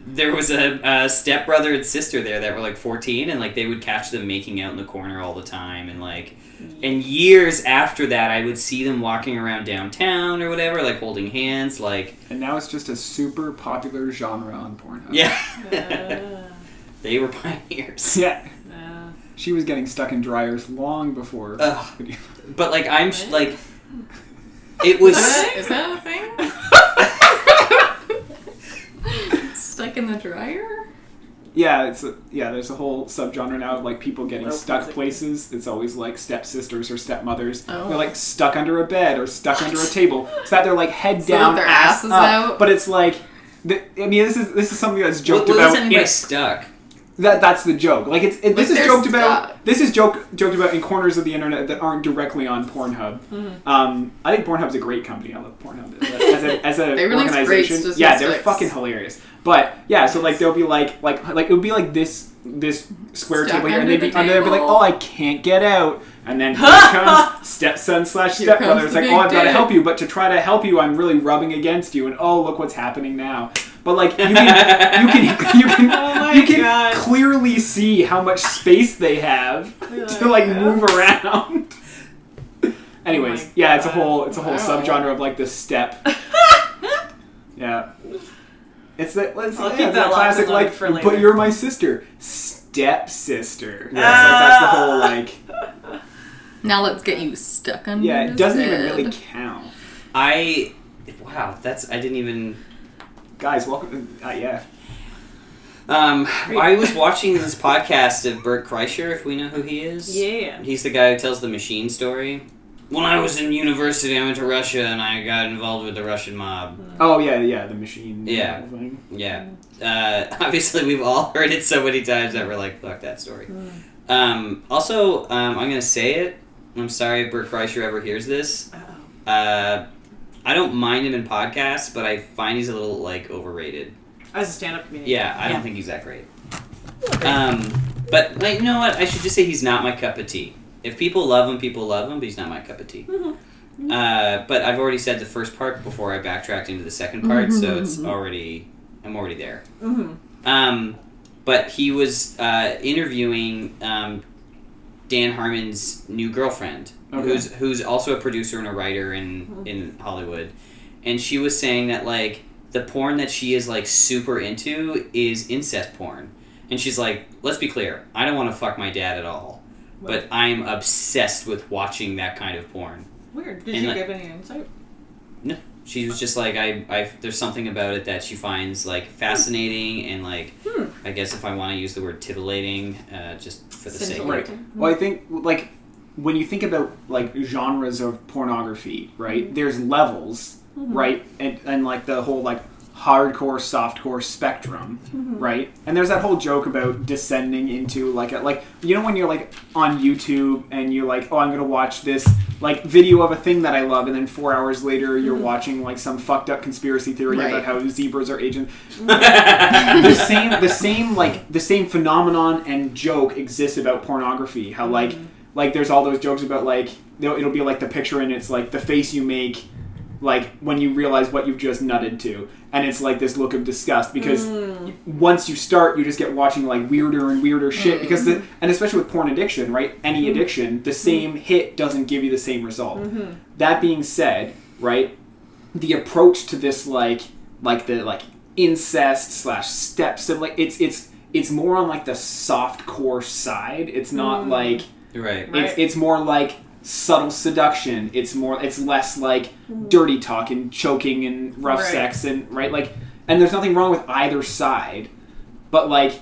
[SPEAKER 1] there was a, a stepbrother and sister there that were like 14 and like they would catch them making out in the corner all the time and like and years after that i would see them walking around downtown or whatever like holding hands like
[SPEAKER 4] And now it's just a super popular genre on Pornhub.
[SPEAKER 1] yeah they were pioneers
[SPEAKER 4] Yeah.
[SPEAKER 3] uh,
[SPEAKER 4] She was getting stuck in dryers long before.
[SPEAKER 1] Ugh. but like i'm sh- like it was
[SPEAKER 2] Is that, is that a thing? Stuck in the dryer?
[SPEAKER 4] yeah, it's a, yeah. There's a whole subgenre now of like people getting
[SPEAKER 3] Oh,
[SPEAKER 4] stuck
[SPEAKER 3] classic.
[SPEAKER 4] places. It's always like stepsisters or stepmothers.
[SPEAKER 2] Oh.
[SPEAKER 4] They're like stuck under a bed or stuck under a table, so that they're like head
[SPEAKER 2] So that
[SPEAKER 4] down,
[SPEAKER 2] their ass
[SPEAKER 4] ass
[SPEAKER 2] is
[SPEAKER 4] up.
[SPEAKER 2] out?
[SPEAKER 4] But it's like. th- I mean, this is this is something that's
[SPEAKER 1] what,
[SPEAKER 4] joked
[SPEAKER 1] what was
[SPEAKER 4] about.
[SPEAKER 1] anybody
[SPEAKER 4] in-
[SPEAKER 1] stuck
[SPEAKER 4] that that's the joke. Like it's it, this is
[SPEAKER 2] they're
[SPEAKER 4] joked about.
[SPEAKER 2] stuck.
[SPEAKER 4] This is joke joked about in corners of the internet that aren't directly on Pornhub.
[SPEAKER 2] Mm-hmm.
[SPEAKER 4] Um, I think Pornhub's a great company. I love Pornhub as a as a
[SPEAKER 2] They release greats
[SPEAKER 4] organization.
[SPEAKER 2] just
[SPEAKER 4] yeah,
[SPEAKER 2] as
[SPEAKER 4] they're
[SPEAKER 2] dicks.
[SPEAKER 4] fucking hilarious. But yeah, so like they'll be like like like it would be like this this square
[SPEAKER 2] Stuck
[SPEAKER 4] table here, and
[SPEAKER 2] under
[SPEAKER 4] they'd be
[SPEAKER 2] the
[SPEAKER 4] and they'd be like,
[SPEAKER 2] table.
[SPEAKER 4] oh, I can't get out. And then here comes stepson slash
[SPEAKER 2] Here comes
[SPEAKER 4] stepbrother. It's
[SPEAKER 2] the
[SPEAKER 4] like,
[SPEAKER 2] big
[SPEAKER 4] oh, I've got to
[SPEAKER 2] dick."
[SPEAKER 4] help you, but to try to help you, I'm really rubbing against you. And oh, look what's happening now. But like you can you
[SPEAKER 2] Oh
[SPEAKER 4] can you can
[SPEAKER 3] my
[SPEAKER 4] you can
[SPEAKER 3] God.
[SPEAKER 4] clearly see how much space they have to like
[SPEAKER 3] Yeah.
[SPEAKER 4] move around. Anyways,
[SPEAKER 3] Oh my
[SPEAKER 4] yeah, it's a
[SPEAKER 3] God.
[SPEAKER 4] whole it's a whole
[SPEAKER 2] Wow.
[SPEAKER 4] subgenre of like this step. yeah. It's that let's
[SPEAKER 3] I'll keep
[SPEAKER 4] yeah, it's
[SPEAKER 3] that
[SPEAKER 4] that
[SPEAKER 3] locked
[SPEAKER 4] classic
[SPEAKER 3] up
[SPEAKER 4] like
[SPEAKER 3] for later.
[SPEAKER 4] but you're my sister. Step sister.
[SPEAKER 3] Ah.
[SPEAKER 4] like, that's the whole like
[SPEAKER 2] Now let's get you stuck under
[SPEAKER 4] Yeah, it
[SPEAKER 2] this
[SPEAKER 4] doesn't even
[SPEAKER 2] bed.
[SPEAKER 4] really count.
[SPEAKER 1] i wow that's i didn't even
[SPEAKER 4] Guys, welcome uh, yeah.
[SPEAKER 1] Um, I was watching this podcast of Bert Kreischer, if we know who he is.
[SPEAKER 3] Yeah.
[SPEAKER 1] He's the guy who tells the machine story. When I was in university, I went to Russia and I got involved with the Russian mob.
[SPEAKER 4] Oh yeah, yeah, the machine.
[SPEAKER 1] Yeah.
[SPEAKER 4] thing.
[SPEAKER 1] Yeah. Uh, obviously, we've all heard it so many times that we're like, fuck that story. Um, also, um, I'm going to say it. I'm sorry if Bert Kreischer ever hears this.
[SPEAKER 3] Uh-oh.
[SPEAKER 1] Uh, I don't mind him in podcasts, but I find he's a little, like, overrated.
[SPEAKER 3] As a stand-up comedian.
[SPEAKER 1] Yeah, I
[SPEAKER 3] Yeah.
[SPEAKER 1] don't think he's that great. Um, but like, you know what? I should just say he's not my cup of tea. If people love him, people love him, but he's not my cup of tea.
[SPEAKER 3] Mhm.
[SPEAKER 1] Uh, but I've already said the first part before I backtracked into the second part, so it's already I'm already there.
[SPEAKER 3] Mm-hmm.
[SPEAKER 1] Um, but he was uh, interviewing um, Dan Harmon's new girlfriend,
[SPEAKER 4] Okay.
[SPEAKER 1] who's who's also a producer and a writer in in Hollywood, and she was saying that like the porn that she is like super into is incest porn, and she's like, let's be clear, I don't want to fuck my dad at all, but I'm obsessed with watching that kind of porn.
[SPEAKER 3] Weird. Did
[SPEAKER 1] And
[SPEAKER 3] you
[SPEAKER 1] like-
[SPEAKER 3] give any insight?
[SPEAKER 1] She was just like I, I. There's something about it that she finds like fascinating and like.
[SPEAKER 3] Hmm.
[SPEAKER 1] I guess if I want to use the word titillating, uh, just for the sake. of
[SPEAKER 4] Right. Well, I think like when you think about like genres of pornography, right? There's levels,
[SPEAKER 3] Mm-hmm.
[SPEAKER 4] right? And and like the whole like hardcore softcore spectrum, right? And there's that whole joke about descending into like a like you know when you're like on YouTube and you're like, "Oh, I'm going to watch this like video of a thing that I love," and then 4 hours later you're watching like some fucked up conspiracy theory
[SPEAKER 2] Right.
[SPEAKER 4] about how zebras are agents the same the same like the same phenomenon and joke exists about pornography how like like there's all those jokes about like they'll- it'll be like the picture and it's like the face you make like when you realize what you've just nutted to and it's like this look of disgust because
[SPEAKER 3] Mm-hmm.
[SPEAKER 4] once you start you just get watching like weirder and weirder shit because the, and especially with porn addiction right any addiction the same hit doesn't give you the same
[SPEAKER 3] Mm-hmm.
[SPEAKER 4] result that being said right the approach to this like like the like incest slash step sibling like it's it's it's more on like the soft core side it's not like
[SPEAKER 1] Right.
[SPEAKER 3] Right.
[SPEAKER 4] it's it's more like subtle seduction it's more it's less like dirty talk and choking and rough
[SPEAKER 3] Mm-hmm. Right.
[SPEAKER 4] sex and right like and there's nothing wrong with either side but like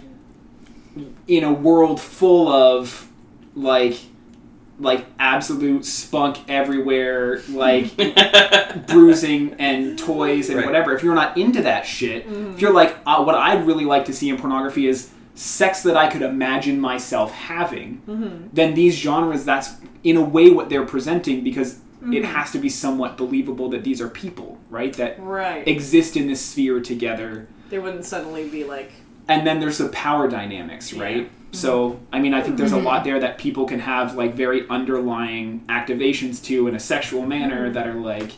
[SPEAKER 4] in a world full of like like absolute spunk everywhere like bruising and toys and
[SPEAKER 1] Right.
[SPEAKER 4] whatever. If you're not into that shit,
[SPEAKER 3] Mm-hmm.
[SPEAKER 4] if you're like, uh, what I'd really like to see in pornography is sex that I could imagine myself having,
[SPEAKER 3] Mm-hmm.
[SPEAKER 4] then these genres, that's in a way what they're presenting because
[SPEAKER 3] Mm-hmm.
[SPEAKER 4] it has to be somewhat believable that these are people, right? That
[SPEAKER 3] Right.
[SPEAKER 4] exist in this sphere together.
[SPEAKER 3] They wouldn't suddenly be like,
[SPEAKER 4] And then there's the power dynamics, right?
[SPEAKER 3] Yeah.
[SPEAKER 4] So, I mean, I think there's a lot there that people can have like very underlying activations to in a sexual manner that are like,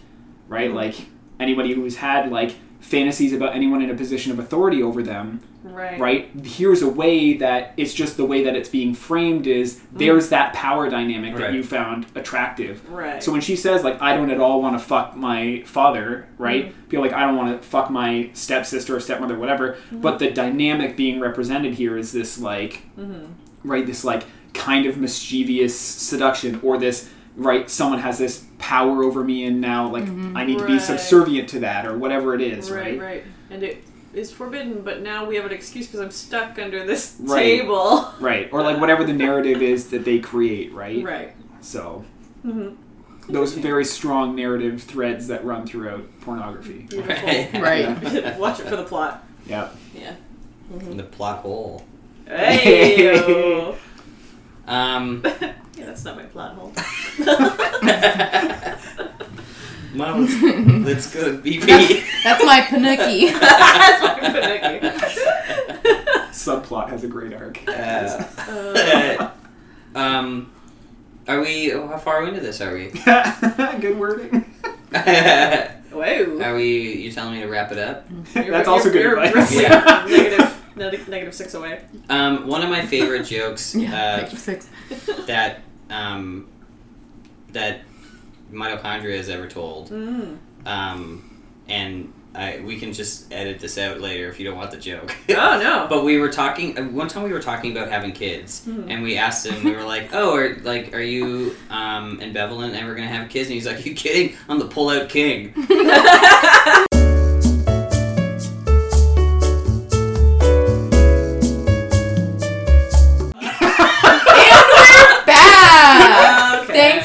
[SPEAKER 4] right? Like anybody who's had like fantasies about anyone in a position of authority over them,
[SPEAKER 3] right.
[SPEAKER 4] right? Here's a way that it's just the way that it's being framed is
[SPEAKER 3] Mm-hmm.
[SPEAKER 4] there's that power dynamic that
[SPEAKER 1] Right.
[SPEAKER 4] you found attractive.
[SPEAKER 3] Right.
[SPEAKER 4] So when she says like I don't at all want to fuck my father, right?
[SPEAKER 3] Mm-hmm.
[SPEAKER 4] People like I don't want to fuck my stepsister or stepmother, whatever.
[SPEAKER 3] Mm-hmm.
[SPEAKER 4] But the dynamic being represented here is this like,
[SPEAKER 3] Mm-hmm.
[SPEAKER 4] right? This like kind of mischievous seduction or this right someone has this power over me and now like I need to
[SPEAKER 3] Mm-hmm.
[SPEAKER 4] be
[SPEAKER 3] Right.
[SPEAKER 4] subservient to that or whatever it is,
[SPEAKER 3] right,
[SPEAKER 4] right?
[SPEAKER 3] right. And it is forbidden, but now we have an excuse because I'm stuck under this
[SPEAKER 4] Right.
[SPEAKER 3] table.
[SPEAKER 4] Right. Or like whatever the narrative is that they create, right?
[SPEAKER 3] Right. Mm-hmm.
[SPEAKER 4] So those very strong narrative threads that run throughout pornography.
[SPEAKER 3] Beautiful.
[SPEAKER 1] Right.
[SPEAKER 2] Right.
[SPEAKER 3] Watch it for the plot.
[SPEAKER 4] Yeah.
[SPEAKER 3] Yeah.
[SPEAKER 1] The plot hole.
[SPEAKER 3] Hey.
[SPEAKER 1] Um,
[SPEAKER 3] yeah, that's not my plot hole.
[SPEAKER 1] well, let's, let's go to BP.
[SPEAKER 2] That's my Panuki.
[SPEAKER 3] that's my Pinocchio.
[SPEAKER 4] Subplot has a great arc.
[SPEAKER 1] Uh,
[SPEAKER 3] Uh,
[SPEAKER 1] um, are we? oh, How far into this are we?
[SPEAKER 4] good wording.
[SPEAKER 1] are
[SPEAKER 3] wow.
[SPEAKER 1] we? You telling me to wrap it up?
[SPEAKER 4] That's also good advice.
[SPEAKER 1] Yeah.
[SPEAKER 3] negative, neg- negative six away.
[SPEAKER 1] Um, one of my favorite jokes
[SPEAKER 2] yeah,
[SPEAKER 1] uh,
[SPEAKER 2] picture six.
[SPEAKER 1] that um, that mitochondria has ever told.
[SPEAKER 3] Mm.
[SPEAKER 1] Um, and I, we can just edit this out later if you don't want the joke.
[SPEAKER 3] Oh no.
[SPEAKER 1] But we were talking uh, one time. We were talking about having kids, and we asked him. We were like, "Oh, are like, are you um, ambivalent and we're gonna have kids?" And he's like, "You kidding? I'm the pull-out king."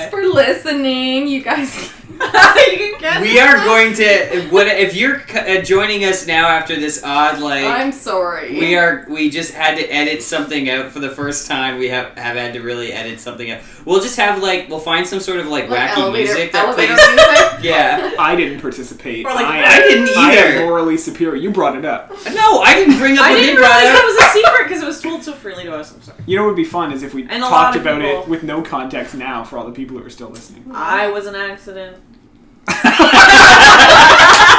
[SPEAKER 2] listening, you guys.
[SPEAKER 3] you can get
[SPEAKER 1] We are going to. What if you're c- uh, joining us now after this odd like?
[SPEAKER 2] I'm sorry.
[SPEAKER 1] we are. We just had to edit something out for the first time. We have have had to really edit something out. We'll just have like we'll find some sort of like,
[SPEAKER 2] Like
[SPEAKER 1] wacky
[SPEAKER 2] elevator,
[SPEAKER 1] music that
[SPEAKER 2] elevator
[SPEAKER 1] plays.
[SPEAKER 2] music.
[SPEAKER 1] Yeah.
[SPEAKER 4] I didn't participate.
[SPEAKER 3] Or like,
[SPEAKER 4] I,
[SPEAKER 1] I didn't
[SPEAKER 4] I am
[SPEAKER 1] either.
[SPEAKER 4] morally superior. You brought it up.
[SPEAKER 1] No, I didn't bring up
[SPEAKER 3] I
[SPEAKER 1] what
[SPEAKER 3] didn't
[SPEAKER 1] you brought
[SPEAKER 3] realize that
[SPEAKER 1] up.
[SPEAKER 3] was a secret because it was told so freely to us. I'm sorry.
[SPEAKER 4] You know what would be fun is if we
[SPEAKER 3] And a lot
[SPEAKER 4] talked
[SPEAKER 3] of
[SPEAKER 4] about
[SPEAKER 3] people.
[SPEAKER 4] it with no context now for all the people who are still listening. Uh,
[SPEAKER 3] I was an accident.
[SPEAKER 2] Um,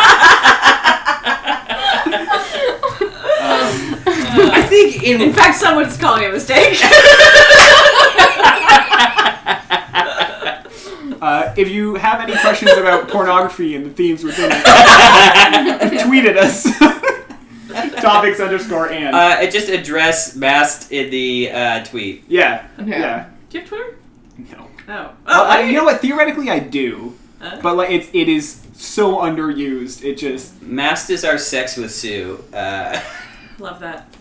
[SPEAKER 1] Um, I think in.
[SPEAKER 3] Um, In fact, someone's calling it a mistake.
[SPEAKER 4] Uh, if you have any questions about pornography and the themes within it,
[SPEAKER 2] uh,
[SPEAKER 4] tweet at us. Topics underscore and.
[SPEAKER 1] uh, it just address Bast in the uh, tweet.
[SPEAKER 4] yeah,
[SPEAKER 2] Okay.
[SPEAKER 4] yeah.
[SPEAKER 3] Do you have Twitter?
[SPEAKER 4] No.
[SPEAKER 3] No. Oh,
[SPEAKER 4] Well, I-
[SPEAKER 3] I
[SPEAKER 4] you know what? Theoretically, I do,
[SPEAKER 3] Uh.
[SPEAKER 4] but like it's it is so underused. It just
[SPEAKER 1] Mast is our sex with Sue. Uh,
[SPEAKER 3] love that.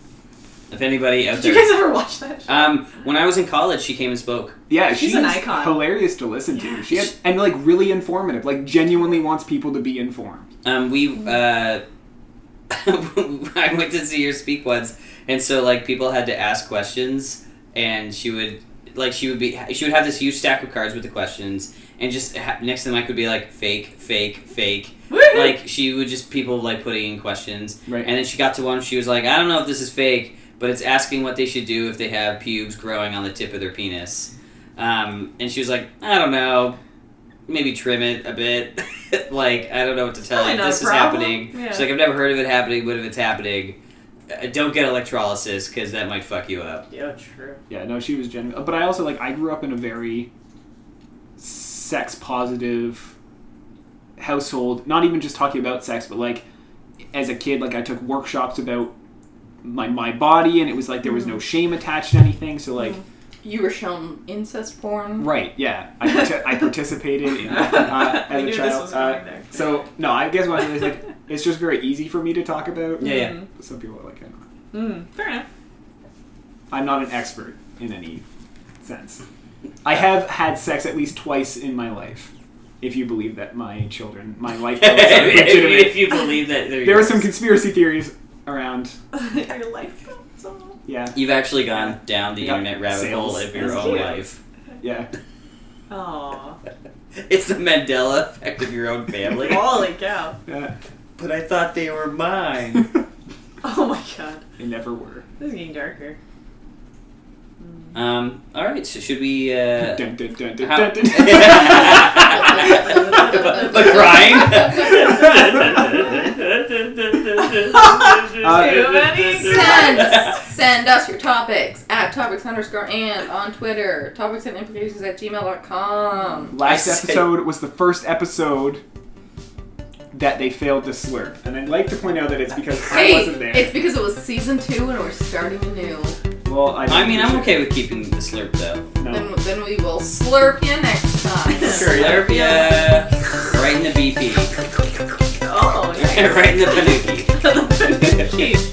[SPEAKER 1] if anybody out
[SPEAKER 3] Did you
[SPEAKER 1] there.
[SPEAKER 3] guys ever watch that? Show?
[SPEAKER 1] Um, when I was in college, she came and spoke.
[SPEAKER 4] yeah,
[SPEAKER 3] She's an icon.
[SPEAKER 4] hilarious to listen
[SPEAKER 3] Yeah.
[SPEAKER 4] to. She had, and like really informative. Like genuinely wants people to be informed.
[SPEAKER 1] Um, we uh, I went to see her speak once, and so like people had to ask questions, and she would like she would be she would have this huge stack of cards with the questions, and just ha- next to the mic would be like fake, fake, fake.
[SPEAKER 3] Woo-hoo.
[SPEAKER 1] Like she would just people like putting in questions,
[SPEAKER 4] Right.
[SPEAKER 1] and then she got to one. She was like, I don't know if this is fake, but it's asking what they should do if they have pubes growing on the tip of their penis. Um, and she was like, I don't know, maybe trim it a bit. like I don't know what to tell
[SPEAKER 3] probably
[SPEAKER 1] you.
[SPEAKER 3] not
[SPEAKER 1] uh, This
[SPEAKER 3] a
[SPEAKER 1] is
[SPEAKER 3] problem.
[SPEAKER 1] happening.
[SPEAKER 3] Yeah.
[SPEAKER 1] She's like, I've never heard of it happening, but if it's happening, uh, don't get electrolysis because that might fuck you up.
[SPEAKER 3] yeah, true.
[SPEAKER 4] Yeah, no, she was genuine. But I also like I grew up in a very sex positive household. Not even just talking about sex, but like as a kid, like I took workshops about my my body, and it was like there was no
[SPEAKER 3] Mm.
[SPEAKER 4] shame attached to anything. So like.
[SPEAKER 3] Mm-hmm.
[SPEAKER 2] You were shown incest porn.
[SPEAKER 4] Right. Yeah, I, parti- I participated in uh,
[SPEAKER 3] I
[SPEAKER 4] as
[SPEAKER 3] knew
[SPEAKER 4] a
[SPEAKER 3] this
[SPEAKER 4] child.
[SPEAKER 3] was going
[SPEAKER 4] Uh,
[SPEAKER 3] there.
[SPEAKER 4] so no, I guess what I'm saying is like it's just very easy for me to talk about.
[SPEAKER 1] Yeah, yeah.
[SPEAKER 3] Mhm.
[SPEAKER 4] Some people are like, I don't know.
[SPEAKER 3] Mm, fair enough.
[SPEAKER 4] I'm not an expert in any sense. I have had sex at least twice in my life, if you believe that my children, my life, goals are legitimate.
[SPEAKER 1] if you believe that, there,
[SPEAKER 4] There were some conspiracy theories around.
[SPEAKER 3] Your life builds on.
[SPEAKER 4] Yeah,
[SPEAKER 1] You've actually gone down the
[SPEAKER 4] Yeah.
[SPEAKER 1] internet rabbit
[SPEAKER 4] Sales.
[SPEAKER 1] hole of your
[SPEAKER 4] That's
[SPEAKER 1] own
[SPEAKER 4] cute.
[SPEAKER 1] life.
[SPEAKER 4] yeah.
[SPEAKER 3] Aw.
[SPEAKER 1] It's the Mandela effect of your own family.
[SPEAKER 3] Holy cow.
[SPEAKER 4] yeah.
[SPEAKER 1] but I thought they were mine.
[SPEAKER 4] they
[SPEAKER 3] Oh my god.
[SPEAKER 4] never were.
[SPEAKER 3] This is getting darker.
[SPEAKER 1] Um. All right. So should we? Uh,
[SPEAKER 4] Dun, dun, dun, dun,
[SPEAKER 1] how-
[SPEAKER 4] dun, dun.
[SPEAKER 1] but, but crying.
[SPEAKER 3] Too many
[SPEAKER 2] Send, send us your topics at topics underscore and on Twitter. Topics and implications at gmail.com.
[SPEAKER 4] Last
[SPEAKER 1] I say-
[SPEAKER 4] episode was the first episode that they failed to slurp, and I'd like to point out that it's because I
[SPEAKER 2] Hey,
[SPEAKER 4] wasn't there.
[SPEAKER 2] it's because it was season two and we're starting anew.
[SPEAKER 4] well, I,
[SPEAKER 1] I
[SPEAKER 4] didn't
[SPEAKER 1] mean, I'm
[SPEAKER 4] appreciate
[SPEAKER 1] okay with keeping the slurp though.
[SPEAKER 4] it.
[SPEAKER 2] Then,
[SPEAKER 4] No.
[SPEAKER 2] then we will slurp you next time.
[SPEAKER 3] Sure, yeah.
[SPEAKER 1] Slurp ya right in the BP,
[SPEAKER 3] Oh, nice.
[SPEAKER 1] right in the panuki.
[SPEAKER 3] Jeez.